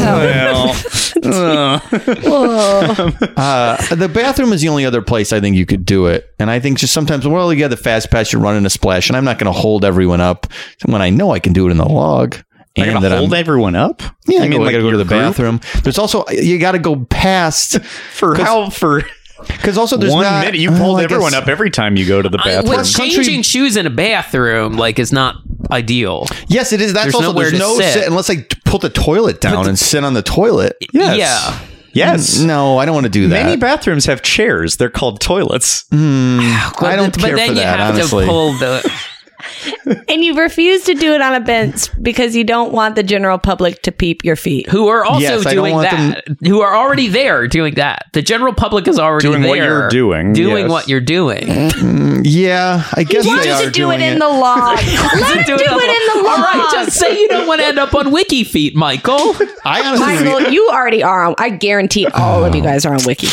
E: Well, uh,
C: uh, the bathroom is the only other place I think you could do it, and I think just sometimes well you got the fast pass you're running a splash, and I'm not going to hold everyone up when I know I can do it in the log.
E: I
C: and
E: gotta
C: that I'm-
E: hold everyone up.
C: Yeah, I mean, like, gotta go to the
E: your group?
C: bathroom. There's also you got to go past
E: for how for
C: because also there's
E: one
C: not,
E: minute you
C: oh,
E: pulled
C: I
E: everyone
C: guess-
E: up every time you go to the
D: I,
E: bathroom.
D: well, changing shoes in a bathroom like is not ideal.
C: Yes, it is. That's
D: There's
C: also
D: nowhere
C: there's
D: to
C: no
D: sit.
C: sit unless I t- pull the toilet down and sit on the toilet.
E: Yes.
D: Yeah.
E: Yes.
C: Mm, No, I don't want to do that.
E: Many bathrooms have chairs. They're called toilets.
C: I don't care
D: but then
C: for
D: you
C: that,
D: have
C: honestly.
D: to pull the.
F: And you refuse to do it on a bench because you don't want the general public to peep your feet.
D: Who are also
C: Yes, I don't
D: doing
C: want
D: that? Who are already there doing that? The general public is already
E: Doing what
D: there
E: you're doing,
D: doing
E: yes.
D: what you're doing.
C: yeah, I guess
F: Why
C: they
F: don't
C: are
F: you do it
C: doing
F: in the log? Let him do it in the
D: All
F: log.
D: right, just say you don't want to end up on Wiki feet, Michael.
C: I honestly,
F: Michael, you already are on. I guarantee all
E: Oh.
F: of you guys are on Wiki.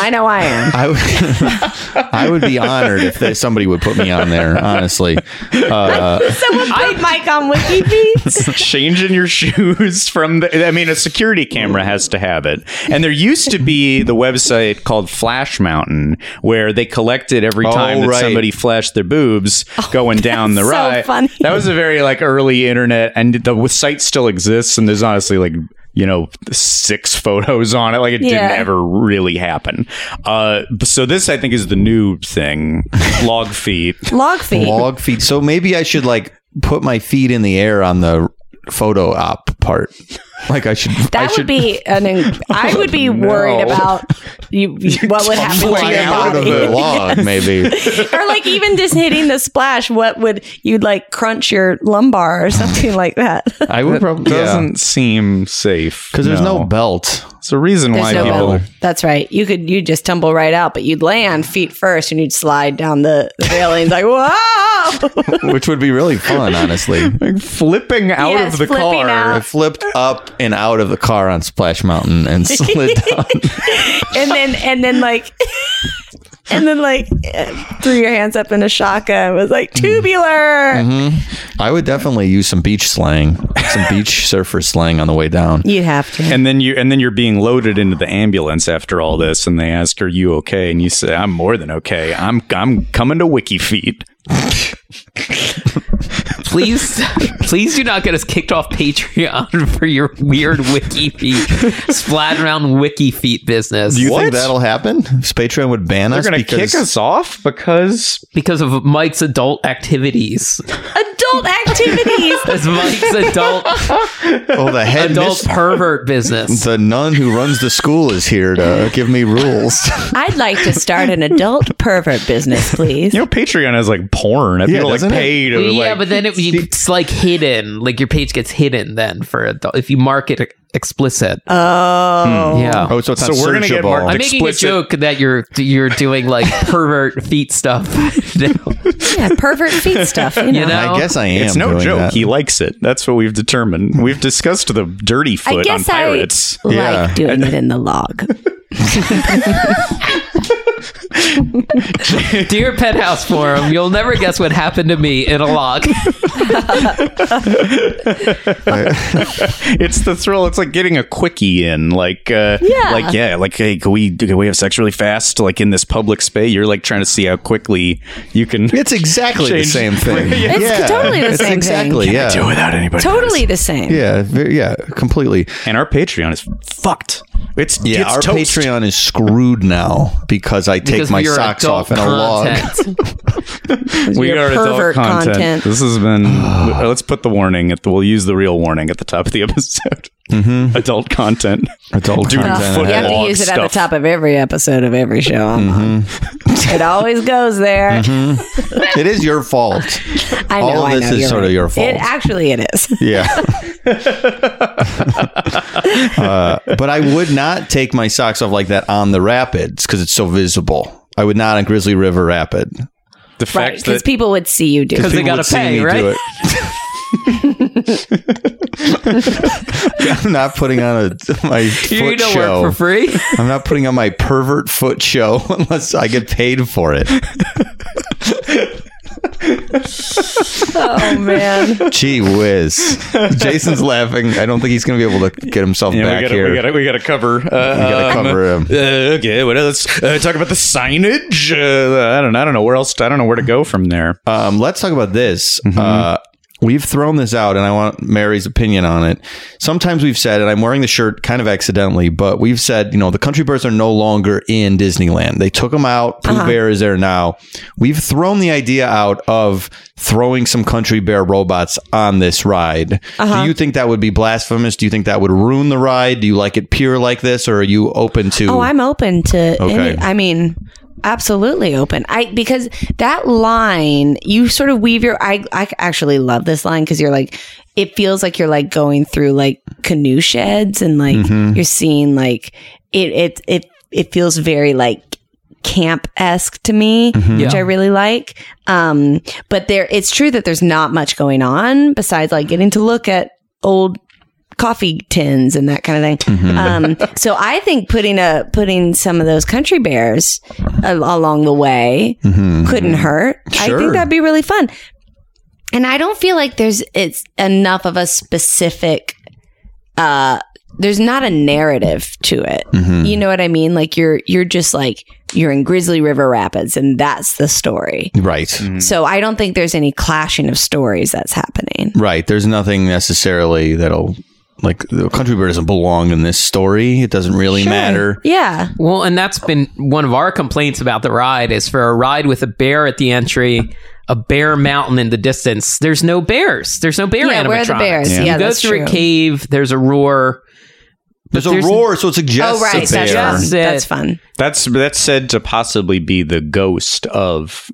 F: I know I am.
C: I would, I would be honored if they, somebody would put me on there. Honestly, uh,
F: Someone put Mike on Wiki Beats.
E: Changing your shoes from the. I mean, a security camera has to have it. And there used to be the website called Flash Mountain where they collected every
C: Oh,
E: time that
C: right.
E: somebody flashed their boobs going down the
F: Oh, so
E: ride.
F: funny.
E: That was a very like early internet, and the site still exists. And there's honestly like you know six photos on it. Like it
F: Yeah.
E: didn't ever really happen. Uh, so this I think is the new thing. Log feet.
F: Log feet.
C: log feet. So maybe I should like put my feet in the air on the photo op part. Like I should. I
F: That
C: should
F: would be an. In- I would be worried about you. what would happen to your
C: fly out of
F: body?
C: the log. Maybe.
F: or like even just hitting the splash, what would you'd like crunch your lumbar or something like that?
C: I would probably.
E: Doesn't
C: Yeah.
E: seem safe
C: Because there's no belt.
E: It's a reason why people.
F: bell. That's right. You could you just tumble right out, but you'd land feet first and you'd slide down the the railings like whoa.
C: which would be really fun, honestly.
E: Like flipping out
F: Yes,
E: of the
F: flipping
E: car.
F: out.
C: I flipped up and out of the car on Splash Mountain and slid down.
F: and then and then like and then like eh, threw your hands up in a shaka and was like
E: Mm-hmm.
F: tubular.
C: I would definitely use some beach slang, some beach surfer slang on the way down.
F: You'd have to.
E: And then you and then you're being loaded into the ambulance after all this, and they ask, "Are you okay?" And you say, "I'm more than okay. I'm I'm coming to Wiki Feet."
D: please, please do not get us kicked off Patreon for your weird Wiki feet, splat around Wiki feet business.
C: Do you
E: What?
C: think that'll happen? Is Patreon would ban
E: They're
C: us
E: gonna
C: because
E: kick us off because
D: because of Mike's adult activities.
F: Adult activities.
D: It's Mike's adult
C: oh, the head
D: adult
C: miss-
D: pervert business.
C: the nun who runs the school is here to give me rules.
F: I'd like to start an adult pervert business, please.
E: you know Patreon has like porn. and
C: Yeah,
E: people like
C: doesn't it?
E: pay to
D: yeah,
E: like-
D: but then it, it's like hidden. Like your page gets hidden then for adult if you mark it explicit.
F: Oh.
D: yeah.
C: Oh, so it's
E: So
C: not
E: we're gonna get
C: searchable.
E: marked
D: I'm making a
E: explicit-
D: joke that you're you're doing like pervert feet stuff. now.
E: Hmm.
F: Yeah, pervert feet stuff. You know.
D: You know?
C: I guess I am.
E: It's no
C: doing
E: joke.
C: that.
E: He likes it. That's what we've determined. We've discussed the dirty
F: I
E: foot on
F: guess I
E: pirates.
F: like
C: Yeah.
F: doing it in the log.
D: Dear Pet House Forum, you'll never guess what happened to me in a log.
E: it's the thrill. It's like getting a quickie in, like uh,
F: Yeah.
E: like yeah, like hey, can we can we have sex really fast? Like in this public space, you're like trying to see how quickly you can
C: It's exactly the
E: Change-
C: same thing.
E: Yeah.
F: It's totally the
C: it's
F: same thing.
C: exactly,
E: Can I
C: yeah.
E: do it without anybody.
F: Totally the same.
C: Yeah, very, yeah, completely.
E: And our Patreon is fucked. It's
C: Yeah,
E: it's
C: our
E: toast.
C: Patreon is screwed now because I take
D: Because
C: my
D: we are
C: socks
D: adult
C: off in a log.
D: content.
E: We
F: Your
E: are adult
F: pervert
E: content.
F: content.
E: This has been. let's put the warning at the. We'll use the real warning at the top of the episode.
C: Mm-hmm.
E: Adult content.
C: Adult
E: Dude,
C: content.
E: foot
F: You have to
E: log
F: use it at
E: stuff. Mm-hmm.
F: the top of every episode of every show. I'm on. It always goes there.
C: It is your fault.
F: I know.
C: All of
F: I
C: this
F: know,
C: is
F: you're
C: sort
F: right.
C: of your fault.
F: It actually it is.
C: Yeah. uh, but I would not take my socks off like that on the rapids because it's so visible. I would not on Grizzly River Rapid.
E: The
F: Right,
E: fact
F: because
E: that
F: people would see you do.
D: Because
F: it.
D: they
C: People
D: gotta
C: would see
D: pay,
C: me do
D: right?
C: it. I'm not putting on a my
D: You're
C: foot
D: gonna
C: show.
D: work for free.
C: I'm not putting on my pervert foot show unless I get paid for it.
F: Oh man,
C: Gee whiz. Jason's laughing. I don't think he's going to be able to get himself
E: Yeah,
C: back
E: we gotta,
C: here.
E: We gotta, we gotta cover. Uh, we
C: gotta cover him.
E: Uh, okay, what else? Uh, talk about the signage. Uh, I don't. I don't know where else. I don't know where to go from there.
C: Um, let's talk about this. Uh, We've thrown this out, and I want Mary's opinion on it. Sometimes we've said, and I'm wearing the shirt kind of accidentally, but we've said, you know, the country bears are no longer in Disneyland. They took them out. Pooh Bear is there now. We've thrown the idea out of throwing some country bear robots on this ride. Do you think that would be blasphemous? Do you think that would ruin the ride? Do you like it pure like this, or are you open to?
F: Oh, I'm open to
C: Okay.
F: any. I mean, absolutely open. I because that line you sort of weave your. I I actually love this line because you're like, it feels like you're like going through like canoe sheds and like
C: Mm-hmm.
F: you're seeing like it it it it feels very like camp esque to me,
C: Mm-hmm.
F: which
D: Yeah.
F: I really like. Um, but there, it's true that there's not much going on besides like getting to look at old coffee tins and that kind of thing. Um, so I think putting a putting some of those country bears a- along the way couldn't hurt. I
C: Sure.
F: think that'd be really fun. And I don't feel like there's it's enough of a specific uh there's not a narrative to it. You know what I mean? Like you're you're just like you're in Grizzly River Rapids and that's the story.
C: right.
F: So I don't think there's any clashing of stories that's happening.
C: Right. There's nothing necessarily that'll like the country bear doesn't belong in this story. It doesn't really matter.
F: Yeah.
D: Well, and that's been one of our complaints about the ride is for a ride with a bear at the entry, a bear mountain in the distance. There's no bears. There's no bear
F: Yeah,
D: animatronics.
F: where are the bears? Yeah. Yeah,
D: you go
F: that's
D: through
F: true.
D: a cave. There's a roar.
C: There's a
D: there's-
C: roar, so it suggests
F: oh right,
C: a bear.
F: that's fun.
D: That's it.
F: That's fun.
E: That's that's said to possibly be the ghost of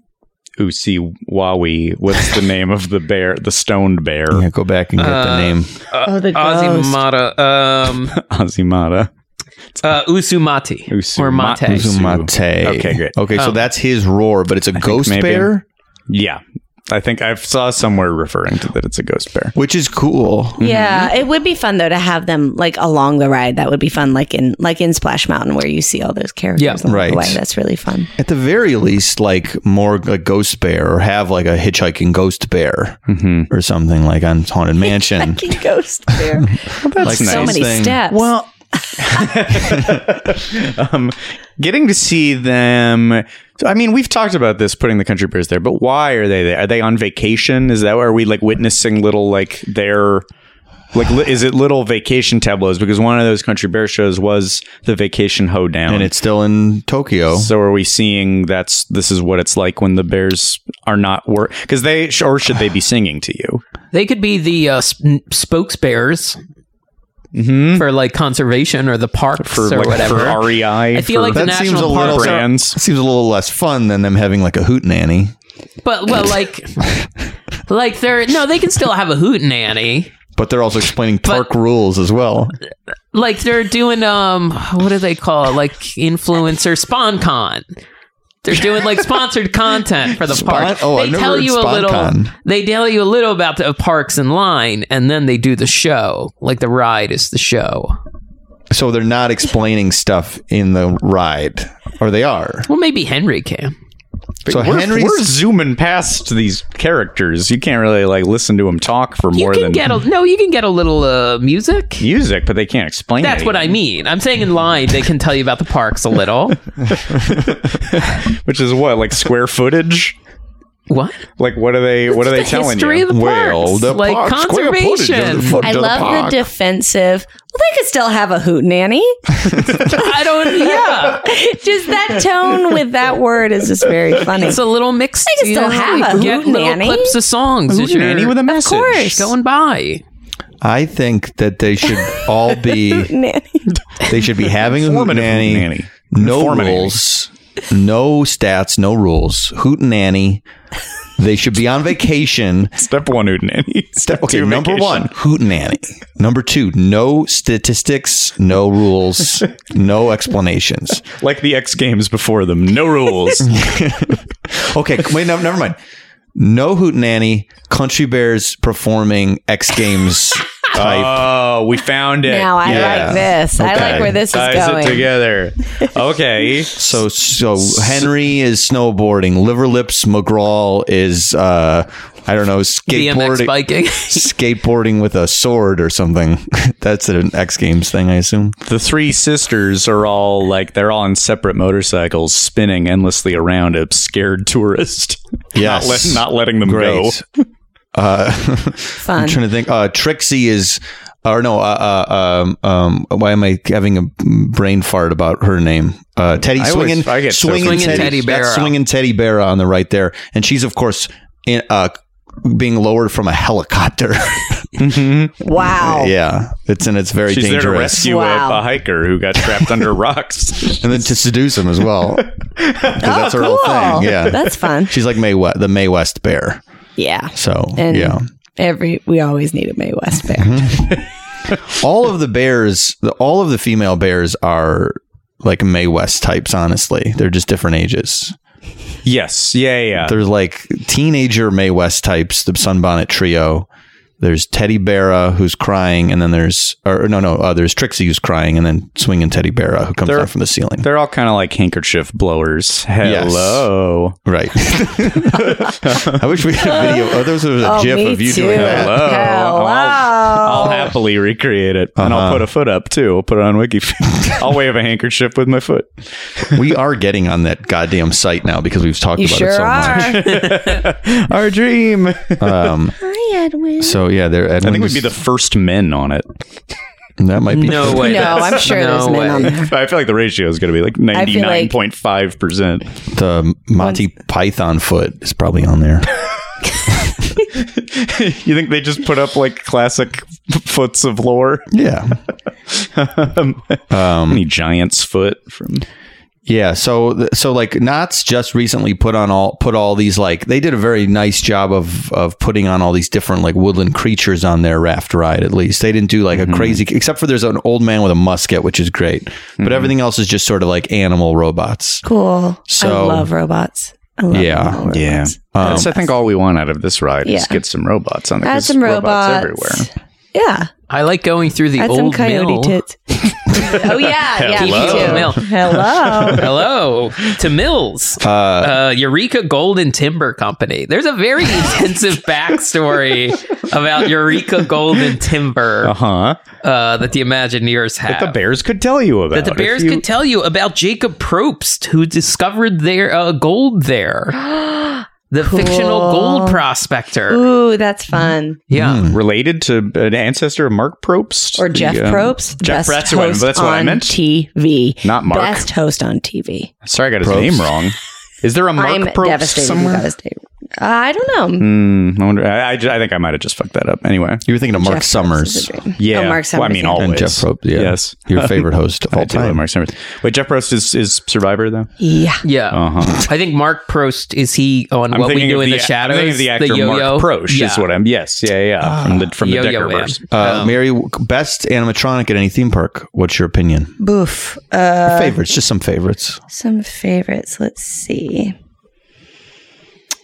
E: Usi Wawi. What's the name of the bear? The stoned bear,
C: Yeah, go back and get the
E: Uh,
C: name.
F: oh, the
D: Azimata, um,
E: Azimata.
D: uh, Usumati
E: Usu-
D: or
E: Ma-
D: Mate.
C: Uzumate.
E: Okay, great. Um,
C: Okay, so that's his roar, but it's a ghost
E: maybe-
C: bear,
E: Yeah, I think I saw somewhere referring to that it's a ghost bear.
C: which is cool.
F: Yeah, it would be fun though to have them like along the ride. That would be fun, like in like in Splash Mountain where you see all those characters
D: Yeah,
F: along
C: right.
F: the way. That's really fun.
C: At the very least, like more a ghost bear, or have like a hitchhiking ghost bear
D: Hmm.
C: or something like on Haunted Mansion.
F: Fucking ghost bear.
C: Mm-hmm. That's
E: nice.
F: so many steps.
E: Well, um, getting to see them. so, I mean, we've talked about this putting the country bears there, but why are they there? Are they on vacation? Is that where we like witnessing little like their like li- is it little vacation tableaus? Because one of those country bear shows was the Vacation Hoedown,
C: And it's still in Tokyo.
E: so are we seeing that's this is what it's like when the bears are not work because they or should they be singing to you?
D: They could be the uh, sp- spokesbears for like conservation or the parks
E: Mm-hmm. For
D: or
E: like
D: whatever.
E: for REI,
D: I feel
E: for-
D: like the
C: that seems a
D: national
C: little
D: parks are
E: brands.
C: seems a little less fun than them having like a hoot nanny.
D: But well, like, like they're no, they can still have a hootenanny.
C: but they're also explaining park rules as well.
D: Like they're doing um, what do they call it? Like influencer spawn con. They're doing like sponsored content for the park.
C: oh,
D: they
C: I've never
D: tell
C: heard
D: you a
C: spawn
D: little.
C: con.
D: They tell you a little about the parks in line, and then they do the show. Like the ride is the show.
C: So they're not explaining stuff in the ride, or they are.
D: Well, maybe Henry can.
C: So
E: we're,
C: Henry's
E: we're zooming past these characters. You can't really like listen to them talk for
D: You
E: more
D: can
E: than
D: get a no. You can get a little uh, music.
E: music, but they can't explain.
D: That's what I mean. I'm saying in line they can tell you about the parks a little.
E: I. Which is what like square footage.
D: What?
E: Like what are they? what are they
D: the
E: telling
D: history
E: you?
D: of the
C: well,
D: parks,
C: the
D: like
C: park, square footage of
D: conservation.
C: the fu-
F: I
C: to the
F: love the,
C: park.
F: defensive. Well, they could still have a hoot nanny.
D: I don't. Yeah,
F: just that tone with that word is just very funny.
D: it's a little mixed.
F: They can
D: you
F: still
D: know,
F: have
D: you
F: a
D: can get little
F: hootenanny.
D: clips of songs. as
E: Nanny
D: you're
E: with a message.
F: course.
D: going by.
C: I think that they should all be.
F: nanny.
C: they should be having a hoot
E: Formative
C: nanny.
E: nanny.
C: No
E: Formative.
C: rules. No stats. No rules. Hoot nanny. They should be on vacation.
E: Step one, Udinanny. Step
C: Okay,
E: two,
C: number
E: vacation.
C: one, hoot nanny. Number two, no statistics, no rules, no explanations.
E: Like the X Games before them, no rules.
C: Okay, wait, no, never mind. No hoot nanny, country bears performing X Games type.
E: oh, we found it.
F: Now I
C: Yeah.
F: like this. I like where this
E: Ties
F: is going.
E: it together. Okay.
C: So so Henry is snowboarding. Liverlips McGraw is uh I don't know
D: BMX
C: skateboarding
D: biking.
C: skateboarding with a sword or something. That's an X Games thing, I assume.
E: the three sisters are all like they're all on separate motorcycles spinning endlessly around a scared tourist
C: Yes.
E: not, let- not letting them
C: Great. Uh,
F: Fun.
C: I'm trying to think. Uh, Trixie is, or no, uh, uh, um, um, why am I having a brain fart about her name? Uh, Teddy
E: I
C: swinging,
E: always- I get so
C: swinging,
D: confused.
C: Teddy,
D: Swinging Teddy
C: that's
D: Bear.
C: swinging Teddy Bear on the right there, and she's of course in, uh, being lowered from a helicopter.
F: Wow.
C: yeah, it's and it's very
E: Oh. She's
C: dangerous.
E: there to rescue
F: Wow.
E: a, a hiker who got trapped under rocks.
C: and then to seduce him as well. 'Cause that's her whole
F: Oh, cool.
C: thing. Yeah.
F: That's fun.
C: She's like May we- the May West bear.
F: Yeah.
C: So
F: And
C: yeah,
F: every we always need a May West bear.
C: Mm-hmm. all of the bears, the, all of the female bears are like May West types. Honestly, they're just different ages.
E: yes. Yeah. Yeah.
C: There's like teenager May West types, the Sunbonnet Trio. There's Teddy Bear who's crying, and then there's or no no uh, there's Trixie who's crying, and then swinging Teddy Bear who comes
E: They're-
C: down from the ceiling.
E: They're all kind of like handkerchief blowers. Hello.
C: Right. I wish we had a video. Oh, there was a
F: Oh,
C: GIF
F: me
C: of you
F: too.
C: doing that.
E: Hello.
F: Hello.
E: I'll happily recreate it, and I'll put a foot up too. I'll put it on Wiki. I'll wave a handkerchief with my foot.
C: we are getting on that goddamn site now because we've talked
F: You
C: about
F: sure
C: it so much.
F: are.
E: Our dream. I
C: Um,
F: Hi, Edwin.
C: so yeah, there. I
E: think we'd be the first men on it.
C: That might be.
D: No way.
F: no,
D: that's-
F: I'm sure there's
D: no
F: men on
D: way.
F: there.
E: I feel like the ratio is going to be like
F: feel like-
E: 99.5%.
C: The Monty Python foot is probably on there.
E: you think they just put up like classic foots of lore?
C: Yeah.
E: Any giant's foot from
C: Yeah, so th- so like Knots just recently put on all put all these like they did a very nice job of of putting on all these different like woodland creatures on their raft ride. At least they didn't do like
E: Mm-hmm.
C: a crazy except for there's an old man with a musket, which is great,
E: Mm-hmm.
C: but everything else is just sort of like animal robots.
F: Cool. I
C: So-
F: love robots. I love
C: Yeah.
F: animal
E: Yeah.
F: robots.
E: That's, I think, all we want out of this ride
F: Yeah.
E: is get some robots on the
F: Add
E: 'cause
F: some robots.
E: everywhere.
F: Yeah.
D: I like going through the
F: Add some
D: old
F: coyote
D: mill.
F: tits. oh yeah, yeah, me
D: Hello.
F: too.
D: Mill.
F: Hello.
D: Hello to Mills, uh, Eureka Gold and Timber Company. There's a very intensive backstory about Eureka Gold and Timber
E: Uh huh.
D: uh, that the Imagineers have.
E: The bears could tell you about
D: that the
E: if
D: Bears
E: you-
D: could tell you about Jacob Probst, who discovered their uh, gold there. The fictional gold prospector.
F: Ooh, that's fun.
D: Yeah.
E: Hmm. related to an ancestor of Mark Probst
F: Or
E: The,
F: Jeff
E: um,
F: Probst,
E: Jeff-
F: best
E: that's what I-
F: host
E: that's what I
F: on
E: meant.
F: TV.
E: Not Mark.
F: Best host on TV.
E: Sorry, I got his
C: Probst.
E: name wrong. Is there a Mark
F: I'm
E: Probst
F: devastated.
E: somewhere?
F: You guys did. Uh, I don't know.
E: Hmm, I wonder. I, I, ju- I think I might have just fucked that up. Anyway,
C: You were thinking of Mark
F: Jeff
C: Summers.
F: Probst is a dream.
E: Mm. yeah.
F: Oh, Mark Summers.
E: Well, I mean,
F: yeah.
E: always.
C: And Jeff Probst, yeah.
E: Yes.
C: Your favorite host of
E: I
C: all
E: do love
C: time.
E: Mark Summers. Wait, Jeff Probst is, is Survivor though.
F: Yeah.
D: Yeah.
E: Uh-huh.
D: I think Mark Prost, is he on What We Do in the,
E: I'm thinking
D: Shadows?
E: of the actor
D: yo-yo?
E: Mark Prosh
D: Yeah.
E: is what I'm. Yes, yeah, yeah. from the from the
D: Yo-Yo Man.
E: Deckerverse.
C: Uh, Mary, best animatronic at any theme park. What's your opinion?
F: Boof. Uh,
C: favorites, just some favorites.
F: some favorites. Let's see.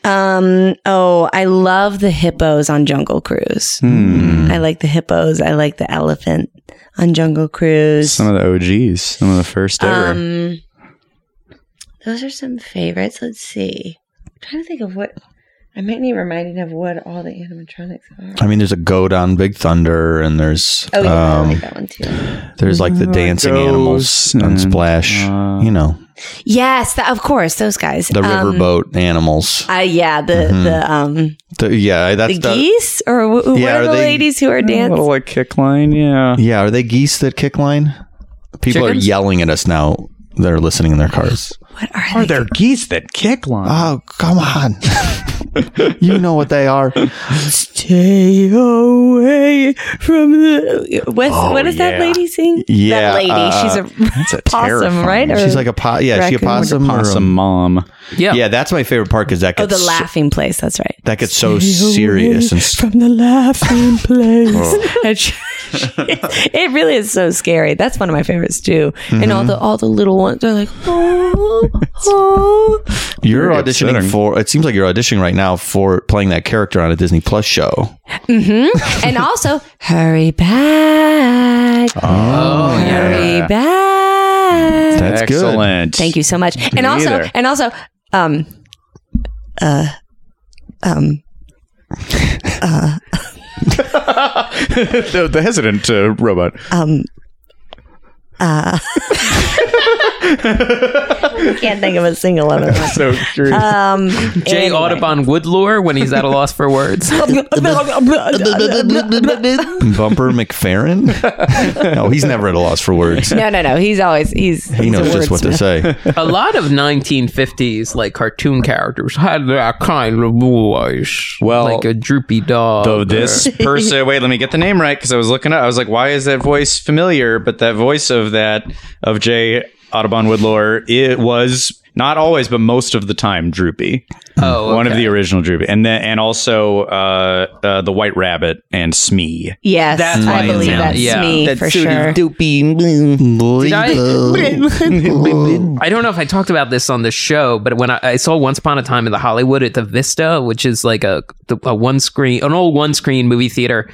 F: Um. Oh, I love the hippos on Jungle Cruise.
C: Hmm.
F: I like the hippos. I like the elephant on Jungle Cruise.
E: Some of the OGs, some of the first ever.
F: Um, those are some favorites. Let's see. I'm trying to think of what I might need reminding of what all the animatronics are.
C: I mean, there's a goat on Big Thunder, and there's
F: Oh yeah,
C: um,
F: I like that one too.
C: there's like the dancing
E: Goes
C: animals on
E: and,
C: Splash.
E: uh,
C: you know,
F: Yes, th- of course, those guys.
C: the Mm-hmm.
F: Um,
C: riverboat animals.
F: Uh, yeah, the the um
C: The- yeah, that's
F: the
C: the,
F: geese or wh- wh-
C: Yeah,
F: what
C: are
F: are the
C: they-
F: ladies who are
E: a Mm, little
F: dancing?
E: like kick line, yeah.
C: yeah. Are they geese that kick line? People
D: Chickens?
C: are yelling at us now. that are listening in their cars.
F: What are, they?
E: there geese that kick line?
C: Oh come on! you know what they are.
F: Stay away from the what's,
E: Oh,
F: Uh, what does that
E: yeah.
F: lady sing?
C: Yeah,
F: that lady.
C: uh,
F: she's a,
E: a
F: possum,
E: terrifying-
F: right? Or-
C: She's like a po- yeah, she a
F: Raccoon.
C: possum. or a-
E: Awesome mom.
D: Yeah.
C: Yeah, that's my favorite part because that
F: oh,
C: gets
F: the
C: so-
F: laughing place. That's right.
C: that gets so serious and s-
F: from the laughing place. And she- Oh. it really is so scary. That's one of my favorites too. And all the all the little ones are like, oh, oh.
C: You're
E: Very
C: auditioning
E: upsetting.
C: for. It seems like you're auditioning right now for playing that character on a Disney Plus show.
F: Mm-hmm. and also hurry back,
D: Oh, yeah.
F: hurry back.
C: That's
E: Excellent.
F: Thank you so much. And also,
E: either.
F: and also, um,
E: the, the hesitant uh, robot.
F: can't think of a single other one.
E: so true.
D: uh,
F: Um,
D: Jay
F: anyway.
D: Audubon Woodlore when he's at a loss for words.
C: Bumper McFerrin? no, he's never at a loss for words.
F: No, no, no. He's always he's
C: He knows just what to say.
D: a lot of 1950s like cartoon characters had that kind of voice.
E: Well,
D: like a droopy dog.
E: Though this person, wait, let me get the name right because I was looking up. I was like, why is that voice familiar? But that voice of that of Jay Audubon Woodlore, it was not always, but most of the time droopy.
D: Oh,
E: One of
D: okay.
E: the original droopy, and then and also uh, uh, the White Rabbit and Smee.
F: Yes,
D: That's
F: I
D: why
F: believe
D: it's-
F: that's
D: yeah.
F: me for sure.
D: Did
C: Bleep.
D: I, I don't know if I talked about this on the show, but when I, I saw Once Upon a Time in the Hollywood at the Vista, which is like a the- a one screen, an old one screen movie theater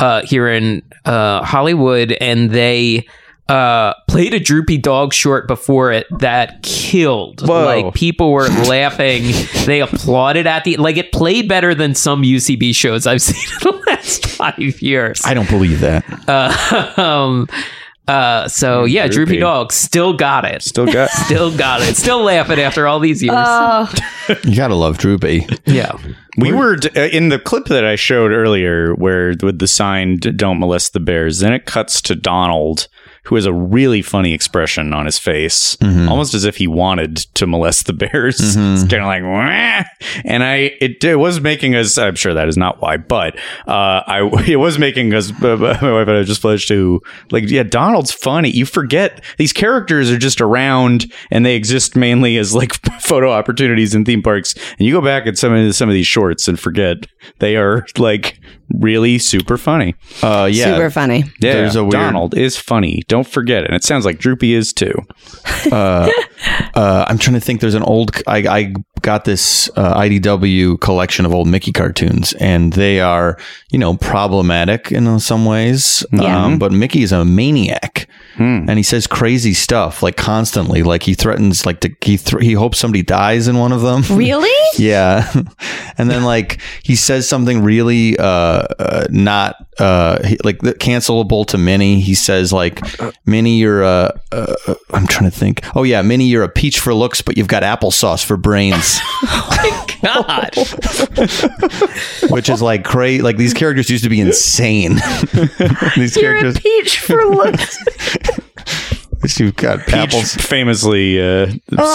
D: uh, here in uh, Hollywood, and they uh, played a droopy dog short before it that killed.
E: Whoa.
D: Like people were laughing, they applauded at the like it played better than some UCB shows I've seen in the last five years.
C: I don't believe that.
D: Uh, um, uh, so yeah,
E: Droopy.
D: Droopy. Dog still got it.
E: Still got
D: Still got it. Still laughing after all these years.
F: Uh, Oh,
C: You gotta love Droopy.
D: yeah.
E: We were d- uh, in the clip that I showed earlier, where with the sign d- "Don't molest the bears." Then it cuts to Donald, who has a really funny expression on his face, almost as if he wanted to molest the bears. It's kind of like, "Wah." and I it, it was making us. I'm sure that is not why, but uh, I it was making us. My wife and I just pledged to like, yeah, Donald's funny. You forget these characters are just around and they exist mainly as like photo opportunities in theme parks. And you go back at some of some of these shorts and forget they are like really super funny.
C: Uh, yeah.
F: Super funny.
C: There's a weird-
E: Donald is funny. Don't forget it. And it sounds like Droopy is too.
C: Uh, I'm trying to think. There's an old. I, I got this uh, IDW collection of old Mickey cartoons, and they are, you know, problematic in some ways.
F: Yeah.
C: Um, but Mickey is a maniac, and he says crazy stuff like constantly. Like he threatens, like to, he thr he hopes somebody dies in one of them.
F: Really?
C: Yeah. and then like he says something really uh, uh not uh he- like the- cancelable to Minnie. He says like Minnie you're a uh, uh, I'm trying to think. Oh yeah, Minnie you're a peach for looks but you've got applesauce for brains,
D: God.
C: which is like crazy. Like these characters used to be insane. these characters
F: peach for looks.
C: you've got
E: Apples
C: apples.
E: famously uh,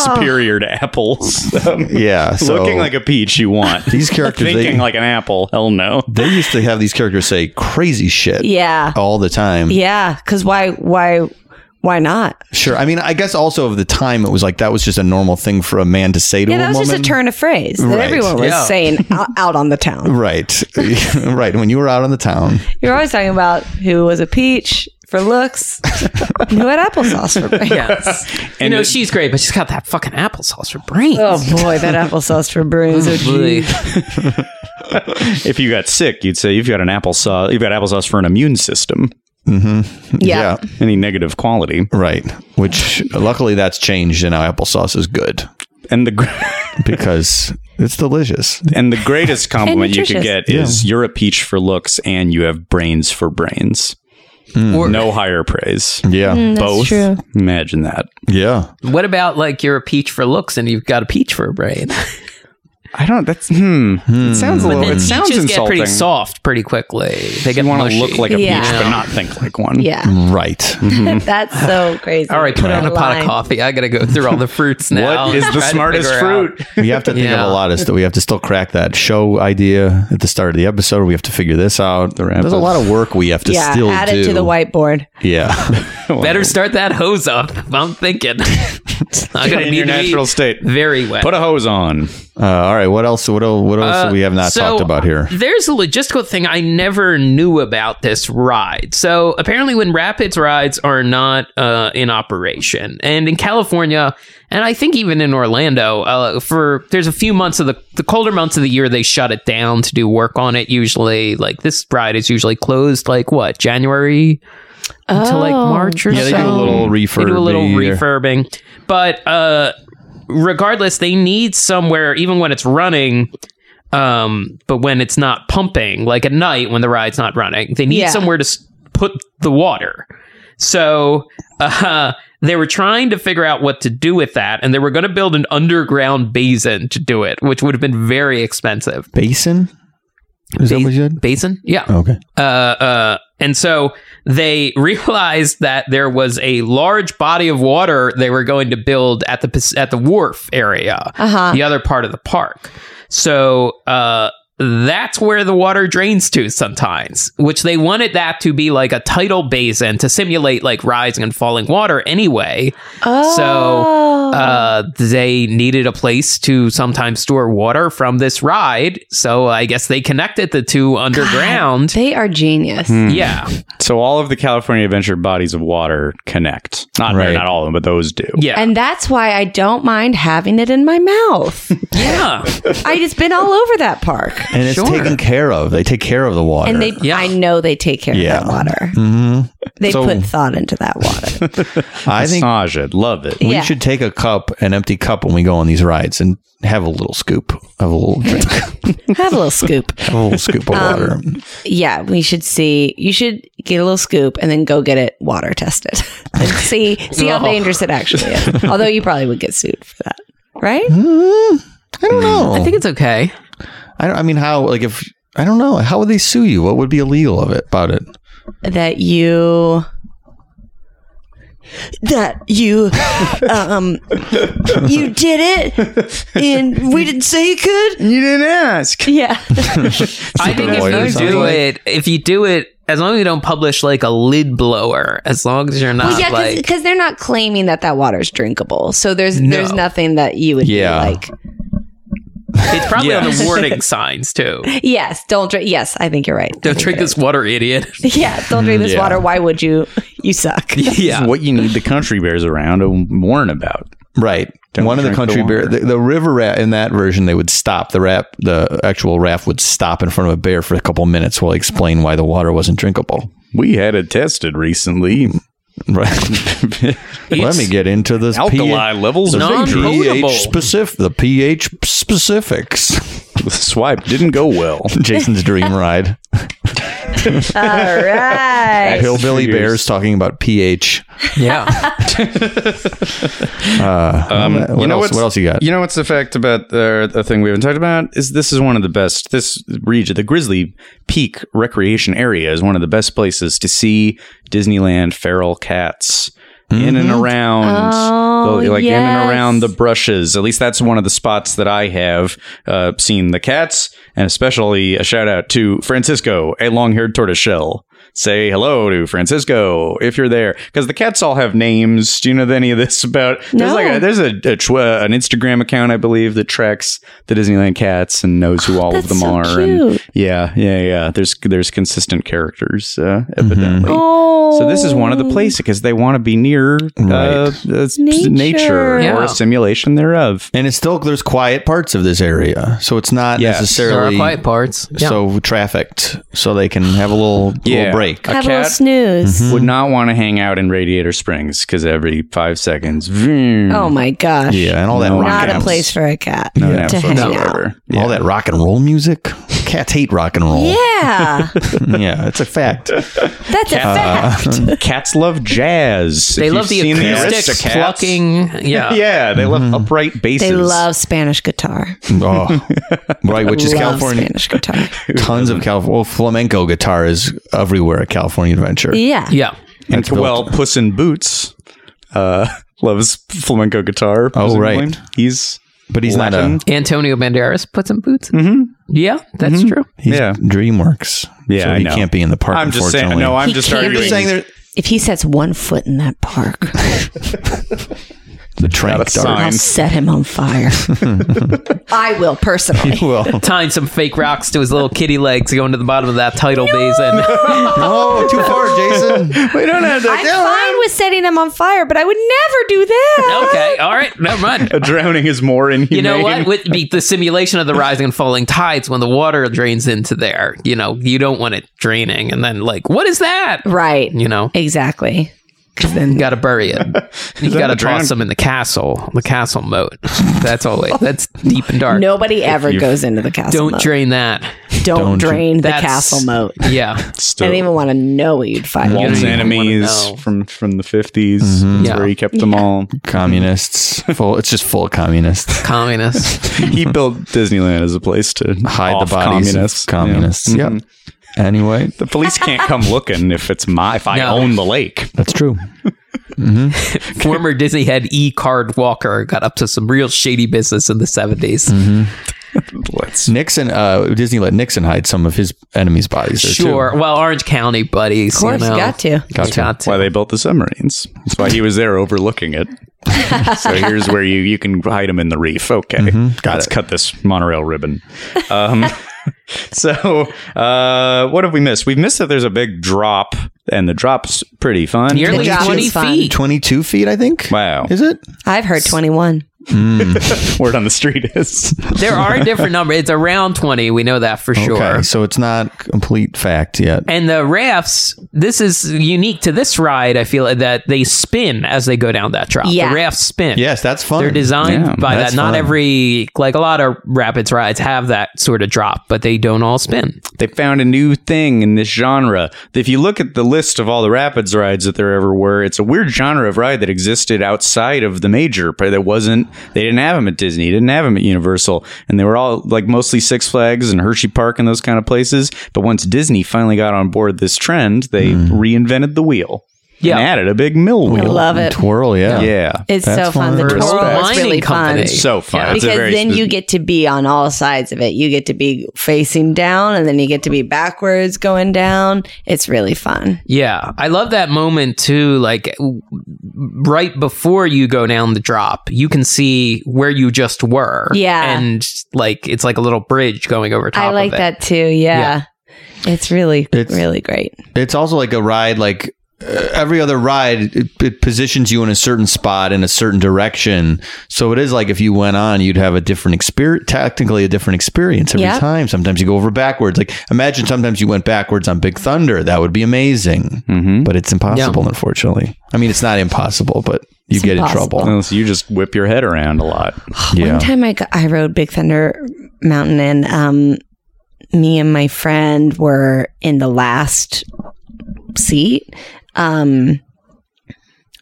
E: superior to apples.
C: Yeah, so
E: Looking like a peach, you want.
C: these characters
E: Thinking
C: they,
E: like an apple. Hell no.
C: they used to have these characters say crazy shit
F: yeah,
C: all the time.
F: yeah. Because why, why, why not?
C: Sure. I mean, I guess also of the time, it was like that was just a normal thing for a man to say to
F: Yeah,
C: a
F: that was
C: woman.
F: just a turn of phrase that
C: Right.
F: everyone was
D: Yeah.
F: saying out, out on the town.
C: Right. right. When you were out on the town.
F: You're always talking about who was a peach for looks, and who had applesauce for brains.
D: Yes. you
E: And
D: know,
E: it-
D: she's great, but she's got that fucking applesauce for brains.
F: Oh boy, that applesauce for brains. Oh,
D: Really.
F: gee.
E: If you got sick, you'd say you've got an applesauce. You've got applesauce for an immune system.
F: yeah.
E: Any negative quality.
C: Right. Which luckily that's changed and now applesauce is good
E: And the gr-
C: because it's delicious.
E: and the greatest compliment you could
F: nutritious.
E: get is you're a peach for looks and you have brains for brains.
D: Or-
E: No higher praise.
C: Yeah.
F: Mm.
E: Both.
F: true.
E: Imagine that.
C: Yeah.
D: What about like you're a peach for looks and you've got a peach for a brain?
E: I don't. That's hmm. It sounds a little. It sounds
D: Peaches get
E: insulting.
D: pretty soft pretty quickly. They get
E: you want to
D: mushy.
E: look like a
F: Yeah.
E: peach, but not think like one.
F: Yeah,
C: Right.
E: Mm-hmm.
F: that's so crazy.
D: all right, put on a pot of
F: Line.
D: coffee. I got to go through all the fruits now.
E: What is
D: and
E: the
D: try to
E: smartest
D: figure out.
E: fruit?
C: We have to think
D: Yeah.
C: of a lot of stuff. We have to still crack that show idea at the start of the episode. We have to figure this out. There's a lot of work we have to
F: Yeah,
C: still
F: add
C: do.
F: it to the whiteboard.
C: Yeah.
D: Better start that hose up. I'm thinking. I'm
E: in your natural state.
D: Very wet.
E: Put a hose on. Uh,
C: Uh, all right. What else? What, el- what else do we have not
D: so,
C: talked about here?
D: There's a logistical thing I never knew about this ride. So apparently, when Rapids rides are not uh, in operation, and in California, and I think even in Orlando, uh, for there's a few months of the the colder months of the year they shut it down to do work on it. Usually, like this ride is usually closed. Like what January. Until like
F: Oh.
D: March or
C: Yeah, they
D: so.
C: do a little
D: They do a little
C: refurby or-
D: refurbing, but uh, regardless, they need somewhere, even when it's running, um, but when it's not pumping, like at night when the ride's not running, they need
F: Yeah.
D: somewhere to s- put the water. So uh, they were trying to figure out what to do with that, and they were going to build an underground basin to do it, which would have been very expensive.
C: Basin? Is that
D: Ba-
C: what you said?
D: Basin? Yeah.
C: Okay.
D: Uh, uh, and so they realized that there was a large body of water they were going to build at the Pas- at the wharf area,
F: Uh-huh.
D: the other part of the park. So uh, that's where the water drains to sometimes, which they wanted that to be like a tidal basin to simulate like rising and falling water anyway.
F: Oh.
D: So, Uh, they needed a place to sometimes store water from this ride, so I guess they connected the two underground.
F: they are genius.
D: yeah.
E: So all of the California Adventure bodies of water connect. Not
C: Right.
E: not all of them, but those do.
D: Yeah.
F: And that's why I don't mind having it in my mouth.
D: yeah.
F: I just been all over that park.
C: And it's
D: Sure.
C: taken care of. They take care of the water.
F: And they
D: Yeah. Mm-hmm.
F: I know they take care
C: Yeah.
F: of that water.
C: hmm
F: They
E: So-
F: put thought into that water.
C: I think
E: Massage it. Love it.
C: we
F: Yeah.
C: should take a cup, an empty cup, when we go on these rides and have a little scoop, have a little drink,
F: Have a little scoop.
C: have a little scoop of water.
F: Yeah, we should see. You should get a little scoop and then go get it water tested and see see how
D: No.
F: dangerous it actually is. Although you probably would get sued for that, right?
C: Mm, I don't know.
D: I think it's okay.
C: I, don't- I mean, how? Like, if I don't know, how would they sue you? What would be illegal of it about it?
F: That you that you um you did it and we didn't say you could.
E: You didn't ask.
F: Yeah.
D: I think if you do it, if you do it, as long as you don't publish like a lid blower, as long as you're not
F: Well, yeah,
D: like,
F: because they're not claiming that that water is drinkable, so there's
D: No.
F: there's nothing that you would be
C: Yeah.
F: like.
D: it's probably on
E: Yes.
D: the warning signs too.
F: Yes, don't drink. Yes, I think you're right. I
D: Don't
F: think
D: drink
F: you're
D: this water, idiot.
F: right. Mm, Yeah, don't drink this
C: Yeah.
F: water. Why would you? You suck.
D: yeah.
E: What you need the country bears around to warn about.
C: Right.
E: Don't
C: One of the
E: drink
C: country
E: the
C: bear,
E: water.
C: the, the river rat in that version, they would stop the rap, the actual raft would stop in front of a bear for a couple minutes while I explain why the water wasn't drinkable.
E: We had it tested recently.
C: Right. Let me get into this P-
E: Alkali levels are dangerous.
D: potable.
C: pH specific, the pH specifics.
E: The swipe didn't go well.
C: Jason's dream ride.
F: All right.
C: Hillbilly
E: Figures.
C: bears talking about pH.
D: yeah.
E: Um,
C: what, else, what else you got?
E: You know what's the fact about uh, the thing we haven't talked about is this is one of the best. This region, the Grizzly Peak Recreation Area, is one of the best places to see Disneyland feral cats. In and around,
F: Oh,
E: the- like in
F: yes.
E: and around the brushes. At least that's one of the spots that I have uh, seen the cats, and especially a shout out to Francisco, a long-haired tortoiseshell. Say hello to Francisco if you're there, because the cats all have names. Do you know any of this about? There's
F: No.
E: like a, there's a, a tw- uh, an Instagram account I believe that tracks the Disneyland cats and knows who all
F: that's
E: of them
F: so
E: are. And
F: cute.
E: yeah, yeah, yeah. There's there's consistent characters uh, evidently.
F: Mm-hmm. Oh.
E: So this is one of the places because they want to be near uh, uh, s- nature,
F: Nature.
E: or
D: Yeah.
E: a simulation thereof.
C: and it's still there's quiet parts of this area, so it's not
E: Yes.
D: There are
C: necessarily
D: quiet parts. Yeah.
C: so trafficked, so they can have a little,
E: Yeah.
C: little break.
E: A
F: Have a Mm-hmm. little
E: cat?
F: snooze.
C: Mm.
E: Would not want to hang out in Radiator Springs because every five seconds, vroom,
F: Oh my gosh.
C: Yeah, and all that
E: No,
C: rock
F: Not
C: and
F: a
E: Rockhouse.
F: place for a cat
E: no, no,
F: to
E: so
F: hang
E: it's
F: out.
E: whatever.
C: all that rock and roll music. Cats hate rock and roll.
F: Yeah,
C: yeah it's a fact.
F: that's a fact.
C: Uh,
E: Cats love jazz.
D: they
E: If
D: love
E: you've seen
D: the acoustics,
E: Aristocats-
D: plucking. Yeah.
E: Yeah, they
C: Mm-hmm.
E: love upright basses.
F: They love Spanish guitar.
C: Oh, right, which is
F: love
C: California.
F: Spanish guitar.
C: Tons of California. Well, flamenco guitar is everywhere at California Adventure.
F: Yeah.
D: Yeah.
E: And
C: That's
E: well, Puss in Boots uh, loves flamenco guitar. presumably.
C: Oh, right.
E: he's
C: But he's
E: Latin.
C: not
D: Antonio Banderas put some boots. In. Yeah, that's true.
C: a. He's
E: Yeah.
C: DreamWorks.
E: Yeah,
C: so
E: I
C: he
E: know.
C: can't be in the park.
E: I'm just saying.
C: unfortunately.
E: No, I'm
F: He
E: just
F: can't
E: arguing.
F: be. I'm just saying
C: there-
F: If he sets one foot in that park,
C: the trank
E: Not a
C: dart.
F: I'll
E: sign.
F: set him on fire. I will personally.
C: Well,
D: Tying some fake rocks to his little kitty legs going to the bottom of that tidal basin.
C: oh, too far, Jason.
E: We don't have to
F: I'm fine with setting them on fire, but I would never do that.
D: okay. All right. Never mind.
E: A drowning is more inhumane.
D: You know what? With be the simulation of the rising and falling tides when the water drains into there, you know, you don't want it draining and then like, what is that?
F: Right.
D: You know,
F: Exactly. because then
D: You gotta bury it. You
E: that
D: gotta
E: a drown-
D: toss them in the castle, the castle moat. That's always that's deep and dark.
F: nobody ever
E: you-
F: goes into the castle.
D: don't
F: moat.
D: drain that.
F: Don't,
C: don't dr-
F: drain the
D: That's-
F: castle moat. I
D: Yeah,
E: Still,
F: didn't even want to know what you'd find.
D: You don't
E: Walt's
D: even
E: enemies
D: wanna know.
E: from from the 50s That's
C: Mm-hmm.
D: Yeah.
E: where he kept them all.
C: communists. Full. It's just full of communists.
D: communist.
E: he built Disneyland as a place to
C: Hide
E: off
C: the bodies. of
E: Communists. Yeah.
C: Communists.
E: Mhm.
C: Yep. Anyway,
E: The police can't come looking if it's my if I
D: No.
E: own the lake.
C: that's true.
D: Former Disney head E. Card Walker got up to some real shady business in the 70s.
E: Let's
C: Nixon. Uh, Disney let Nixon hide some of his enemies' bodies. there, too.
D: Sure. Well, Orange County buddies.
F: Of course,
D: you know.
F: got to.
C: Got
D: You
C: to.
D: got to.
E: why they built the submarines. That's why he was there overlooking it. so here's where you you can hide them in the reef. Okay,
C: Mm-hmm.
E: let's cut this monorail ribbon. Um, so uh, what have we missed? We've missed that there's a big drop, and the drop's pretty fun.
D: Nearly
F: The job
D: 20
F: is fun.
D: feet.
C: Twenty-two feet, I think.
E: Wow.
C: Is it?
F: I've heard twenty-one.
E: Word on the street is
D: There are different numbers. It's around 20. We know that for sure.
C: Okay, so it's not complete fact yet.
D: And the rafts, this is unique to this ride, I feel, that they spin as they go down that drop.
F: Yeah.
D: The rafts spin.
C: Yes, that's fun.
D: They're designed
E: Yeah,
D: by
C: that's
D: that. Not
C: fun.
D: every, like a lot of rapids rides have that sort of drop, but they don't all spin.
E: they found a new thing in this genre. If you look at the list of all the rapids rides that there ever were, it's a weird genre of ride that existed outside of the major, but that wasn't. They didn't have them at Disney, didn't have them at Universal, and they were all like mostly Six Flags and Hershey Park and those kind of places. But once Disney finally got on board this trend, they
F: Mm.
E: reinvented the wheel
D: Yeah.
E: and added a big mill
F: I
E: wheel.
F: love it.
C: Twirl, yeah.
E: yeah.
F: It's so
C: That's
F: fun. The
C: fun.
F: twirl
D: Respect.
F: is really
D: Mining
F: fun.
D: company.
E: It's so fun.
D: Yeah.
E: It's a
F: because
E: very
F: then
E: spe-
F: you get to be on all sides of it. You get to be facing down and then you get to be backwards going down. It's really fun.
D: Yeah, I love that moment too. Like w- right before you go down the drop, you can see where you just were.
F: Yeah.
D: and like it's like a little bridge going over top.
F: I like
D: of it.
F: that too. Yeah. It's really,
C: It's-
F: really great.
C: It's also like a ride, like uh, every other ride, it, it positions you in a certain spot in a certain direction. So it is like if you went on, you'd have a different experience, technically a different experience every
F: Yeah.
C: time. Sometimes you go over backwards. Like imagine sometimes you went backwards on Big Thunder. That would be amazing,
E: Mhm.
C: but it's impossible, unfortunately. I mean, it's not impossible, but you
F: It's
C: get
F: impossible.
C: in trouble.
E: Unless you just whip your head around a lot.
F: One time I, got, I rode Big Thunder Mountain and um, me and my friend were in the last seat. Um,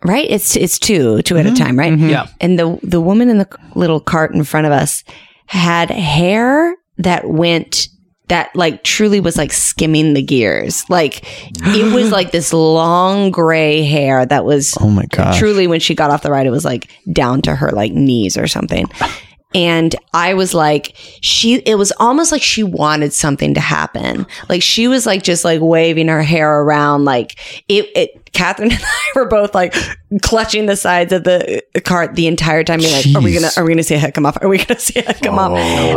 F: right? It's it's two, two at a time, right?
D: Yeah.
F: And the the woman in the c- little cart in front of us had hair that went that like truly was like skimming the gears. Like it was like this long gray hair that was
C: Oh my gosh.
F: truly when she got off the ride it was like down to her like knees or something and i was like she it was almost like she wanted something to happen like she was like just like waving her hair around like it, it catherine and i were both like clutching the sides of the uh, cart the entire time being like are we gonna
C: Jeez. Oh.
F: are we gonna see a head come off are we gonna see a head come off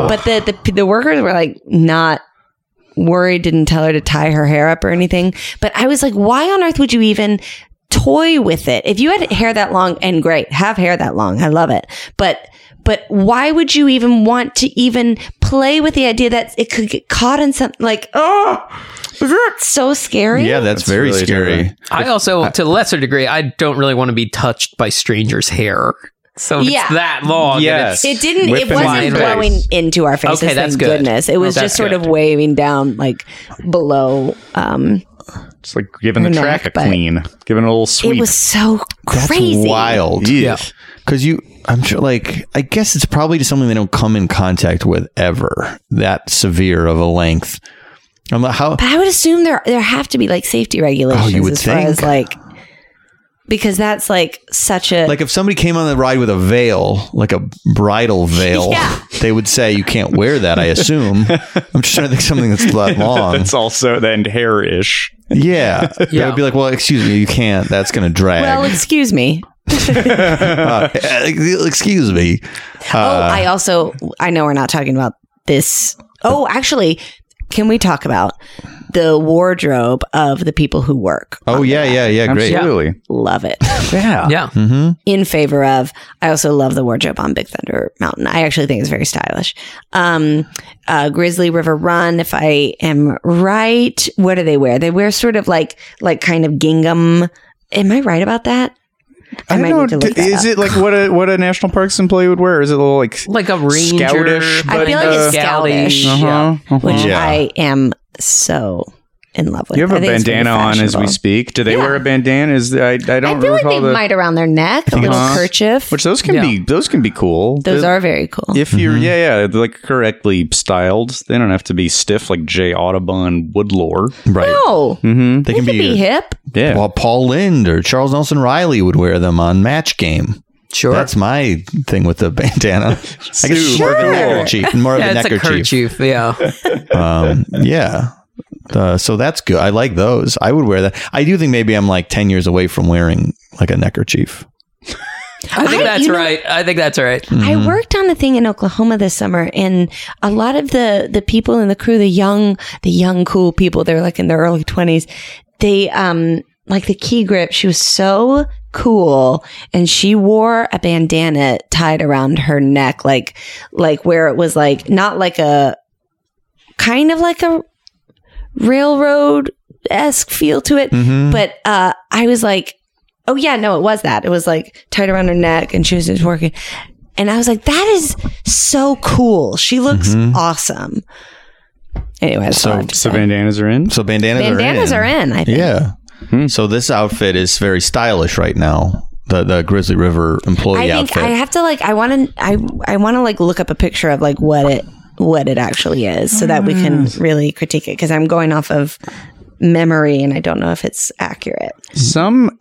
F: but the, the the workers were like not worried, didn't tell her to tie her hair up or anything. But I was like, why on earth would you even toy with it? If you had hair that long and great, have hair that long. I love it. But, but why would you even want to even play with the idea that it could get caught in something like, oh, isn't that so scary?
C: Yeah, that's,
E: That's
C: very
E: really
C: scary.
E: terrifying.
D: I also, to a lesser degree, I don't really want to be touched by strangers' hair. So if
F: Yeah.
D: it's that long.
E: Yes.
F: It didn't,
E: Whip
F: it
E: in my
F: wasn't
E: face.
F: blowing into our faces.
D: Okay, that's
F: thank
D: good.
F: goodness. It was
D: That's
F: just sort
D: good.
F: of waving down like below, um,
E: It's like giving the
F: Her
E: track a
F: neck, but-
E: clean, giving it a little sweep.
F: it was so crazy.
C: That's wild.
E: Yeah.
C: Cause you, I'm sure, like, I guess it's probably just something they don't come in contact with ever. That severe of a length. I'm like, how?
F: But I would assume there there have to be like safety regulations
C: Oh, would
F: as far as
C: think.
F: like because that's like such a
C: Like, if somebody came on the ride with a veil, like a bridal veil,
F: Yeah.
C: they would say you can't wear that. I assume. I'm just trying to think of something that's that long.
E: That's also then hair ish.
C: yeah. yeah.
D: Yeah.
C: I'd be like, well, excuse me, you can't. That's gonna drag.
F: well, excuse me.
C: Uh, excuse me.
F: oh, I also I know we're not talking about this. Oh, actually, can we talk about the wardrobe of the people who work?
C: Oh yeah, yeah, yeah. Great.
E: Absolutely.
F: Love it.
E: Yeah.
D: Yeah.
F: in favor of. I also love the wardrobe on Big Thunder Mountain. I actually think it's very stylish. Um, uh, Grizzly River Run, if I am right, what do they wear? They wear sort of like like kind of gingham Am I right about that? I, might need to look that
E: Is
F: up.
E: it like what a what a national parks employee would wear? Is it a little like
D: Like a ranger.
E: Scoutish,
F: I
E: but,
F: feel like it's
D: uh,
F: scoutish,
D: Scouty,
E: uh-huh, uh-huh.
F: which
C: Yeah.
F: I am so in love with.
E: You have
F: a
E: a bandana on as we speak. Do they
F: Yeah.
E: wear a bandana? Is I I don't
F: I feel like
E: recall
F: they
E: the
F: might around their neck, a
E: think
F: little
E: it's-
F: kerchief.
E: which those can
D: Yeah.
E: be those can be cool.
F: Those
E: They're-
F: are very cool.
E: if you're yeah yeah like correctly styled. They don't have to be stiff like Jay Audubon Woodlore.
C: Right.
F: No,
E: Mm-hmm.
C: They can
F: could
C: be, uh,
F: be hip.
E: Yeah.
C: Well, Paul Lind or Charles Nelson Riley would wear them on Match Game.
D: Sure.
C: That's my thing with the bandana. I guess it's more of a
F: Sure.
C: neckerchief, more of
D: yeah,
C: a
D: it's a
C: neckerchief.
D: kerchief. Yeah.
C: um, yeah. Uh, so that's good. I like those. I would wear that. I do think maybe I'm like 10 years away from wearing like a neckerchief.
D: I think
F: I-
D: that's
F: you know-
D: right. I think that's right.
F: I worked on a thing in Oklahoma this summer, and a lot of the the people in the crew, the young, the young cool people, they're like in their early twenties. They um like the key grip. She was so cool, and she wore a bandana tied around her neck, like like where it was like not like a kind of like a railroad esque feel to it. But uh, I was like, oh yeah, no, it was that. It was like tied around her neck and she was just working. And I was like, that is so cool. She looks
C: Mm-hmm.
F: awesome. Anyway, that's all I have to
E: So
F: say.
E: bandanas are in.
C: So bandanas,
F: bandanas
C: are in.
F: are in. I think.
C: Yeah. So this outfit is very stylish right now. The the Grizzly River
F: I
C: employee
F: think
C: outfit.
F: I have to like I want to I I want to like look up a picture of like what it what it actually is so that we can
D: Mm.
F: really critique it because I'm going off of memory and I don't know if it's accurate.
E: Some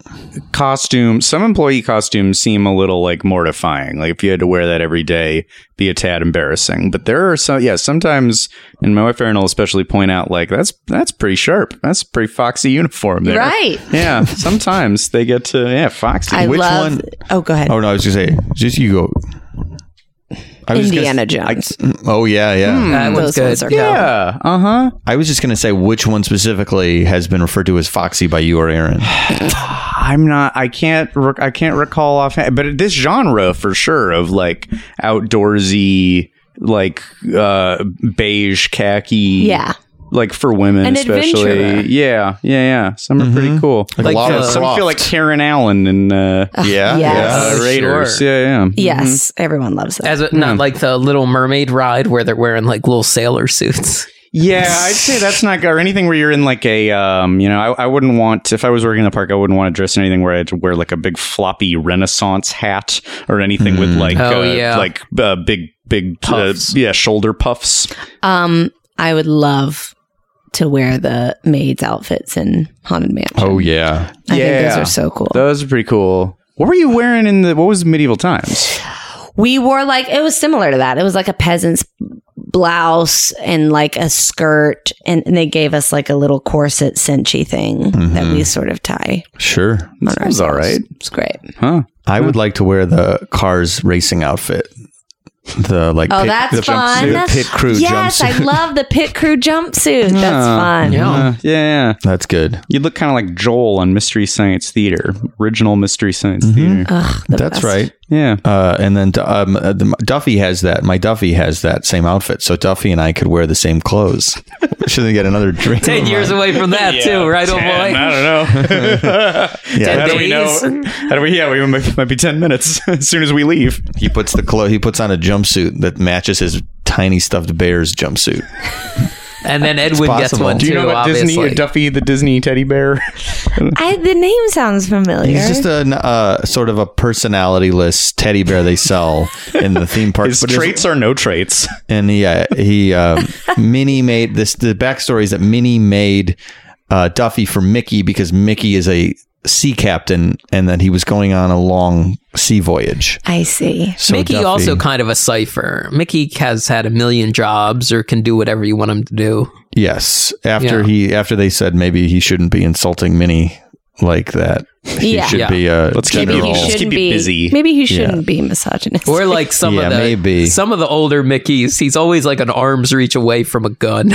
E: costume, some employee costumes seem a little like mortifying. Like if you had to wear that every day, be a tad embarrassing. But there are some, yeah, sometimes, and my wife Erin will especially point out, like that's that's pretty sharp. That's a pretty foxy uniform there,
F: Right.
E: Yeah. Sometimes they get to yeah, foxy.
F: I
C: Which
F: love.
C: one-
F: Oh, go ahead.
C: oh no, I was gonna say just you go. I was just gonna-
F: Indiana Hmm. Jones.
C: oh yeah, yeah.
D: That one's
F: Those
D: good.
F: ones are
E: yeah. Uh huh.
C: I was just gonna say which one specifically has been referred to as Foxy by you or Aaron.
E: I'm not. I can't. Rec- I can't recall offhand. But this genre for sure of like outdoorsy, like uh beige khaki.
F: Yeah.
E: like for women
F: An
E: especially.
F: adventurer.
E: Yeah, yeah, yeah. Some are pretty cool.
D: Like,
C: Lara
D: uh,
E: Some feel like
C: Croft.
E: Karen Allen and uh,
C: yeah,
F: yes.
E: uh,
D: sure.
E: Raiders. Yeah, yeah.
F: Yes,
C: Mm-hmm.
F: everyone loves that.
D: As a, not
E: Hmm.
D: like the Little Mermaid ride where they're wearing like little sailor suits.
E: Yeah, I'd say that's not or anything where you're in like a um, you know, I, I wouldn't want if I was working in the park, I wouldn't want to dress in anything where I had to wear like a big floppy Renaissance hat or anything with like
D: Oh,
E: uh,
D: yeah.
E: like uh, big big
D: Puffs.
E: Uh, yeah shoulder puffs.
F: Um, I would love to wear the maid's outfits in Haunted Mansion.
C: Oh yeah.
F: I think
E: yeah.
F: those are so cool.
E: Those are pretty cool. What were you wearing in the what was medieval times?
F: we wore like it was similar to that. It was like a peasant's blouse and like a skirt, and, and they gave us like a little corset cinchy thing that
C: Mm-hmm.
F: we sort of tie.
C: Sure.
F: On
E: sounds all
F: ourselves.
E: right.
F: It's great.
E: Huh.
C: I would like to wear the cars racing outfit. The like
F: Oh,
C: pit,
F: that's
C: the
F: fun.
C: jumpsuit, the pit crew
F: yes,
C: jumpsuit. Ah,
F: I love the pit crew jumpsuit. That's
E: Yeah.
F: fun.
D: Yeah.
E: Uh, yeah, yeah.
C: that's good.
E: You look kind of like Joel on Mystery Science Theater, original Mystery Science Theater.
D: Uh,
F: Ugh, the
C: That's
F: best.
C: right.
E: Yeah.
C: Uh, and then um, uh, the- Duffy has that. My Duffy has that same outfit. So Duffy and I could wear the same clothes. Shouldn't get another drink.
D: Ten years away from that too, right, old boy?
E: Hmm. I don't know.
C: Yeah.
E: How do we know?
D: Days.
E: How do we? Yeah, we might, might be ten minutes as soon as we leave.
C: He puts the clo- He puts on a jumpsuit that matches his tiny stuffed bear's jumpsuit.
D: And then Edwin gets
C: possible.
D: one
C: Do
E: Do you
D: too.
E: know about
D: obviously.
E: Disney? uh, Duffy the Disney teddy bear.
F: I, the name sounds familiar.
C: He's just a uh, sort of a personalityless teddy bear they sell in the theme parks.
E: His
C: but his-
E: traits are no traits.
C: and he uh, he um, Minnie made this. The backstory is that Minnie made uh, Duffy for Mickey because Mickey is a sea captain and that he was going on a long sea voyage.
F: I see.
C: So
D: Mickey
C: Duffy-
D: also kind of a cipher. Mickey has had a million jobs or can do whatever you want him to do.
C: yes after
D: Yeah.
C: he after they said maybe he shouldn't be insulting Minnie like that. He
F: Yeah.
C: should
D: Yeah.
C: be uh, a
E: Let's keep it-
C: general.
E: Maybe he should- keep you busy.
F: Maybe he shouldn't be misogynist.
D: Or like some
C: Yeah,
D: of the
C: maybe.
D: some of the older Mickeys, he's always like an arm's reach away from a gun.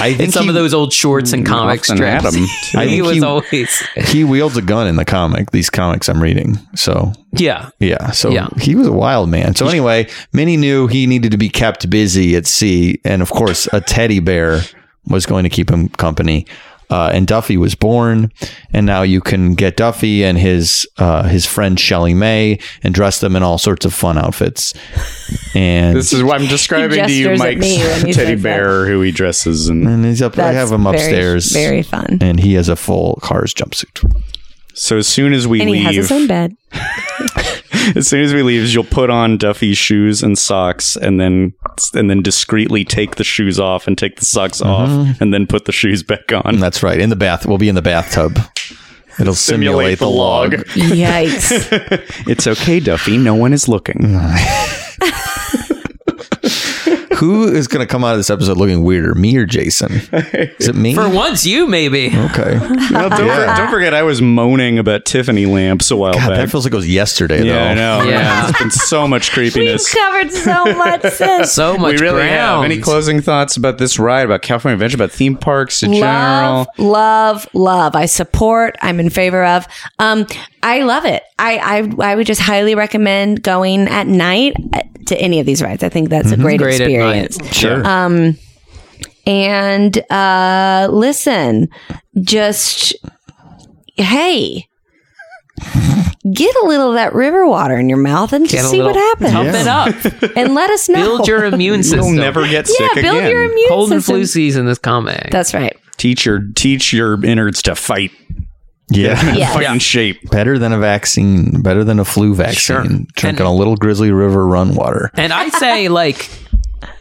C: I
D: in
C: think
D: some
C: he, Mm,
D: of those old shorts and comic
E: Often
D: strips.
E: Adam.
C: I
D: he
C: think
D: was
C: he-
D: always
C: he wields a gun in the comic. These comics I'm reading. So
D: yeah.
C: Yeah. So
D: Yeah.
C: he was a wild man. So anyway, Minnie knew he needed to be kept busy at sea. And of course, a teddy bear was going to keep him company. uh, and Duffy was born. And now you can get Duffy and his uh, his friend Shelly May and dress them in all sorts of fun outfits. And
E: This is what I'm describing to you,
F: gestures at
E: Mike's
F: me when he
E: teddy
F: says that.
E: bear, who he dresses, and
C: and he's up. I have him
F: very-
C: upstairs,
F: Very, fun.
C: and he has a full Cars jumpsuit.
E: so as soon as we
F: And he
E: leave,
F: has his own bed.
E: as soon as we leave, you'll put on Duffy's shoes and socks, and then and then discreetly take the shoes off and take the socks off, and then put the shoes back on.
C: That's right. In the bath, we'll be in the bathtub. It'll simulate, the, log.
F: Yikes.
E: It's okay, Duffy. No one is looking.
C: Who is going to come out of this episode looking weirder, me or Jason? Is it me?
D: For once, you maybe.
C: okay.
E: Well, don't, for- don't forget, I was moaning about Tiffany lamps a while
C: God,
E: back.
C: that feels like it was yesterday.
E: yeah, I
C: though.
E: know.
D: Yeah.
E: There's been so much
F: We've
E: creepiness.
F: covered so much since.
D: So much
E: we really
D: ground.
E: have. Any closing thoughts about this ride, about California Adventure, about theme parks in general?
F: love, love, love. I support. I'm in favor of. Um, I love it. I, I I would just highly recommend going at night uh, to any of these rides. I think that's a great,
D: Great at night.
F: experience. Sure. Um, and uh, listen, just hey. Get a little of that river water in your mouth and
D: Get a
F: just see
D: little-
F: what happens.
D: Pump it up.
F: And let us know.
D: Build your immune system.
E: You'll never get
F: yeah,
E: sick
F: build
E: again.
F: your immune
D: Cold and
F: system.
D: flu season is coming.
F: That's right.
E: teach your teach your innards to fight.
C: Yeah.
F: Yes.
E: Fight in shape.
C: Better than a vaccine, better than a flu vaccine.
D: Sure.
C: Drinking a little Grizzly River run water.
D: and I say, like,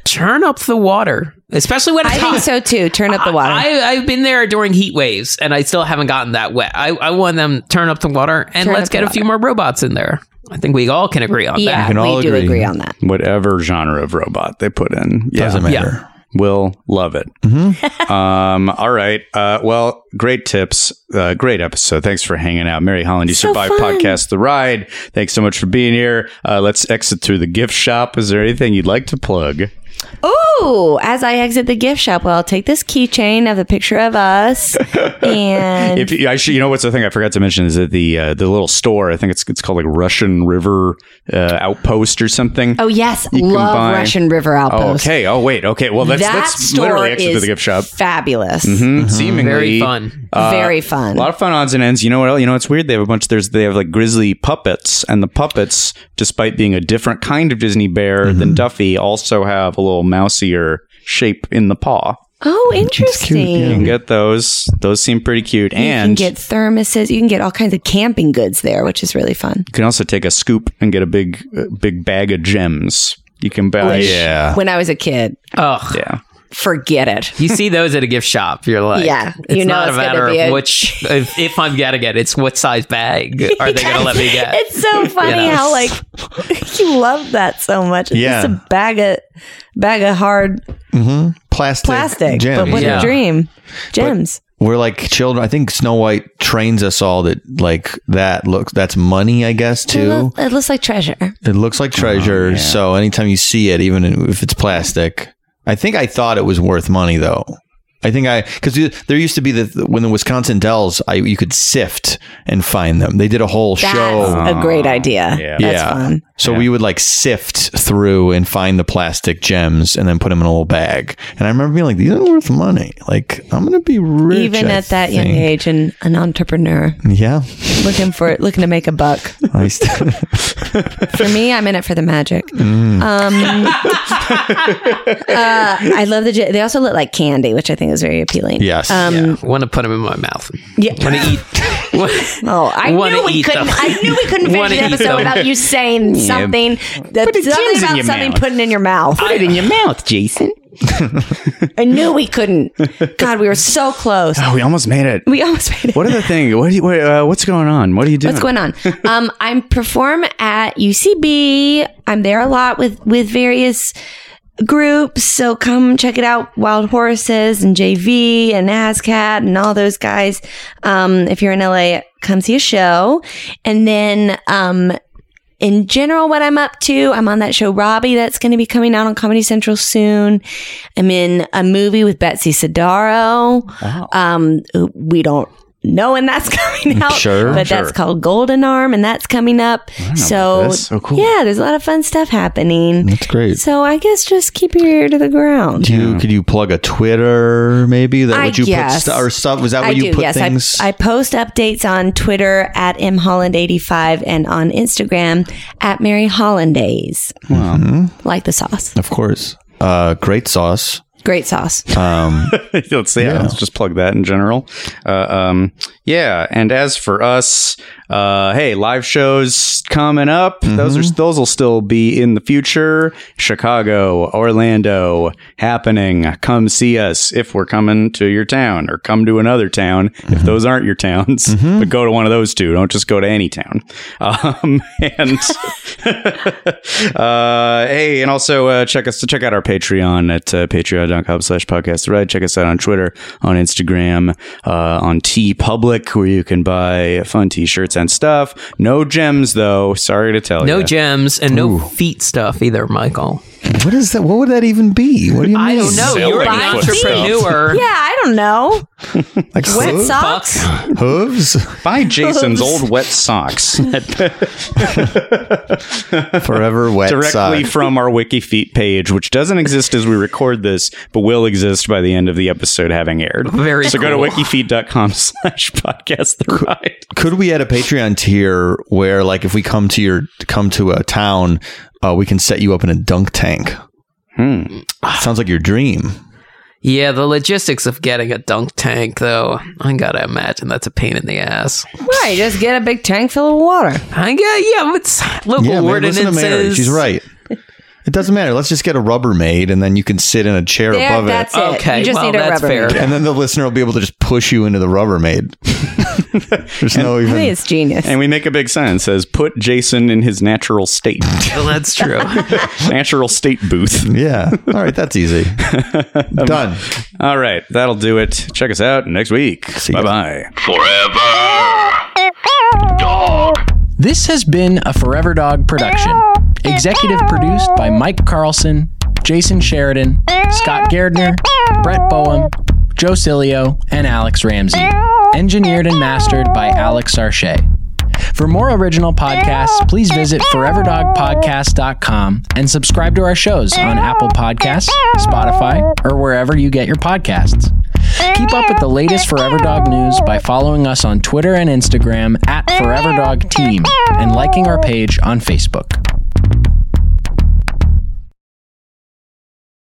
D: turn up the water, especially when it's
F: I
D: hot.
F: think so too. Turn up the water.
D: I, I've been there during heat waves, and I still haven't gotten that wet. I, I want them turn up the water, and
F: Turn
D: let's
F: up the
D: get a few more robots in there. I think we all can agree on
F: yeah,
D: that.
C: can
F: we
C: all
F: do
C: agree.
F: agree on that.
E: Whatever genre of robot they put in. Yeah.
C: Doesn't
D: Yeah.
C: matter.
E: Will love it. um, all right. Uh, well, great tips. Uh, great episode. Thanks for hanging out. Mary Holland, you
F: So
E: survived
F: fun.
E: podcast The Ride. Thanks so much for being here. Uh, let's exit through the gift shop. Is there anything you'd like to plug?
F: Oh, as I exit the gift shop, well, I'll take this keychain of the picture of us. and
E: If you, I should, you know what's the thing I forgot to mention is that the uh, the little store. I think it's it's called like Russian River uh, Outpost or something.
F: oh, yes,
E: can
F: love
E: buy-
F: Russian River
E: Oh,
F: Outpost.
E: okay. Oh, wait. Okay. Well, that's
F: that
E: that's
F: store
E: literally exit to
F: is
E: the gift shop.
F: fabulous.
E: Mhm, Seemingly
D: Mm-hmm. Very fun.
F: Very fun.
E: A lot of fun odds and ends. You know what? else- You know it's weird. They have a bunch. There's they have like grizzly puppets, and the puppets, despite being a different kind of Disney bear
D: Mm-hmm.
E: than Duffy, also have a little mousier shape in the paw.
F: oh, interesting.
E: You
D: Mm-hmm.
E: can get those. Those seem pretty cute,
F: You can
E: and
F: get thermoses. You can get all kinds of camping goods there, which is really fun.
E: you can also take a scoop and get a big, uh, big bag of gems. You can buy.
C: Yeah.
F: When I was a kid,
D: Ugh.
E: Yeah.
F: forget it.
D: You see those at a gift shop. You're like,
F: Yeah,
D: it's
F: you know
D: not
F: it's
D: a
F: gonna
D: matter
F: be
D: of
F: a-
D: which, if, if I'm getting it, it's what size bag are they going to let me get?
F: It's so funny
D: know.
F: how like you love that so much. It's
C: Yeah.
F: just a bag of bag of hard
C: Plastic.
F: plastic.
C: gems.
F: But what
D: Yeah.
F: a dream. Gems.
C: We're like children. I think Snow White trains us all that like that looks that's money, I guess,
F: It,
C: too.
F: loo- it looks like treasure.
C: It looks like treasure. So anytime you see it, even if it's plastic, I think I thought it was worth money though. I think I because there used to be the when the Wisconsin Dells, I you could sift and find them. They did a whole
F: That's Oh,
C: show.
F: a great idea.
E: Yeah.
F: That's fun.
C: So we would like sift through and find the plastic gems and then put them in a little bag. And I remember being like, these are worth money. Like I'm gonna be rich.
F: Even
C: I
F: at that young
C: think."
F: age and an entrepreneur
C: Yeah.
F: looking for it, looking to make a buck.
C: I st-
F: For me, I'm in it for the magic.
E: Mm.
F: Um, uh, I love the. ge- They also look like candy, which I think is very appealing.
C: Yes.
F: Um,
D: want to put them in my mouth.
F: Yeah.
D: Want to eat.
F: Oh, I
D: Wanna
F: knew we
D: eat
F: couldn't.
D: them.
F: I knew we couldn't finish
D: Wanna
F: an
D: eat
F: episode
D: them.
F: without you saying something. That something
E: in
F: about
E: your
F: something
E: mouth.
F: putting in your mouth.
D: it in your mouth, Jason.
F: I knew we couldn't. God, we were so close.
E: Oh, we almost made it.
F: We almost made it.
E: What are the thing? What, do you, what uh, what's going on? What are you doing?
F: What's going on? Um, I perform at UCB. I'm there a lot with with various groups. So come check it out. Wild Horses and JV and ASCAT and all those guys. Um, if you're in LA, come see a show. And then, um, in general, what I'm up to, I'm on that show Robbie that's going to be coming out on Comedy Central soon. I'm in a movie with Betsy Sidaro. Um, we don't knowing that's coming out.
C: Sure,
F: But
E: sure.
F: that's called Golden Arm and that's coming up. So,
E: this. Oh, cool.
F: yeah, there's a lot of fun stuff happening.
C: That's great.
F: So I guess just keep your ear to the ground.
C: Do you, could you plug a Twitter maybe? That
F: I
C: would you
F: guess.
C: put stu- or stuff? Was that where
F: I
C: you
F: do,
C: put
F: yes. I-
C: things?
F: I, post updates on Twitter at mholland85 and on Instagram at Mary Hollandaise.
C: Mm-hmm.
F: Like the sauce.
C: of course. Uh, great sauce.
F: Great sauce.
E: let's yeah, let's just plug that in general. Uh, um, yeah, and as for us, uh, hey, live shows coming up. Those are those will still be in the future. Chicago, Orlando, happening. Come see us if we're coming to your town, or come to another town if those aren't your towns. But go to one of those two. Don't just go to any town. Um, and uh, hey, and also uh, check us check out our Patreon at uh, patreon.com slash podcast the ride. Check us out on Twitter, on Instagram, uh, on T Public, where you can buy fun t shirts and stuff. No gems, though. Sorry to tell
D: No
E: you.
D: gems and no feet stuff either, Michael.
C: What is that? What would that even be? What do you mean?
D: I don't know.
E: Selling
D: You're an
E: foot
D: entrepreneur.
F: yeah, I don't know.
C: Like
F: Wet
C: hooves?
F: socks?
C: hooves?
E: Buy Jason's old wet socks
C: Forever wet
E: directly
C: sock.
E: from our WikiFeet page, which doesn't exist as we record this, but will exist by the end of the episode having aired.
D: Very
E: so go
D: cool.
E: to wikifeet.com slash podcast the ride.
C: Could we add a Patreon tier where, like, if we come to your come to a town, uh, we can set you up in a dunk tank? Sounds like your dream.
D: Yeah, the logistics of getting a dunk tank, though, I gotta imagine that's a pain in the ass.
F: Right, just get a big tank full of water.
D: I get, yeah, it's local
C: yeah, man,
D: ordinances.
C: listen to Mary. She's right. It doesn't matter. Let's just get a rubber made, and then you can sit in a chair
F: There,
C: above
F: that's
C: it.
F: it.
D: Okay,
F: you just
D: well,
F: need a
D: that's
F: rubber.
D: fair.
F: band.
C: And then the listener will be able to just push you into the Rubbermaid. There's no
F: I think
C: even.
F: it's genius.
E: And we make a big sign that says, put Jason in his natural state.
D: Well, that's true.
E: natural state booth.
C: Yeah. All right. That's easy. Done.
E: All right. That'll do it. Check us out next week.
C: ya.
E: Bye bye.
A: Forever. Dog.
J: This has been a Forever Dog production. Executive produced by Mike Carlson, Jason Sheridan, Scott Gardner, Brett Boehm, Joe Cilio, and Alex Ramsey. Engineered and mastered by Alex Sarche. For more original podcasts, please visit foreverdogpodcast.com and subscribe to our shows on Apple Podcasts, Spotify, or wherever you get your podcasts. Keep up with the latest Forever Dog news by following us on Twitter and Instagram at Forever Dog Team and liking our page on Facebook.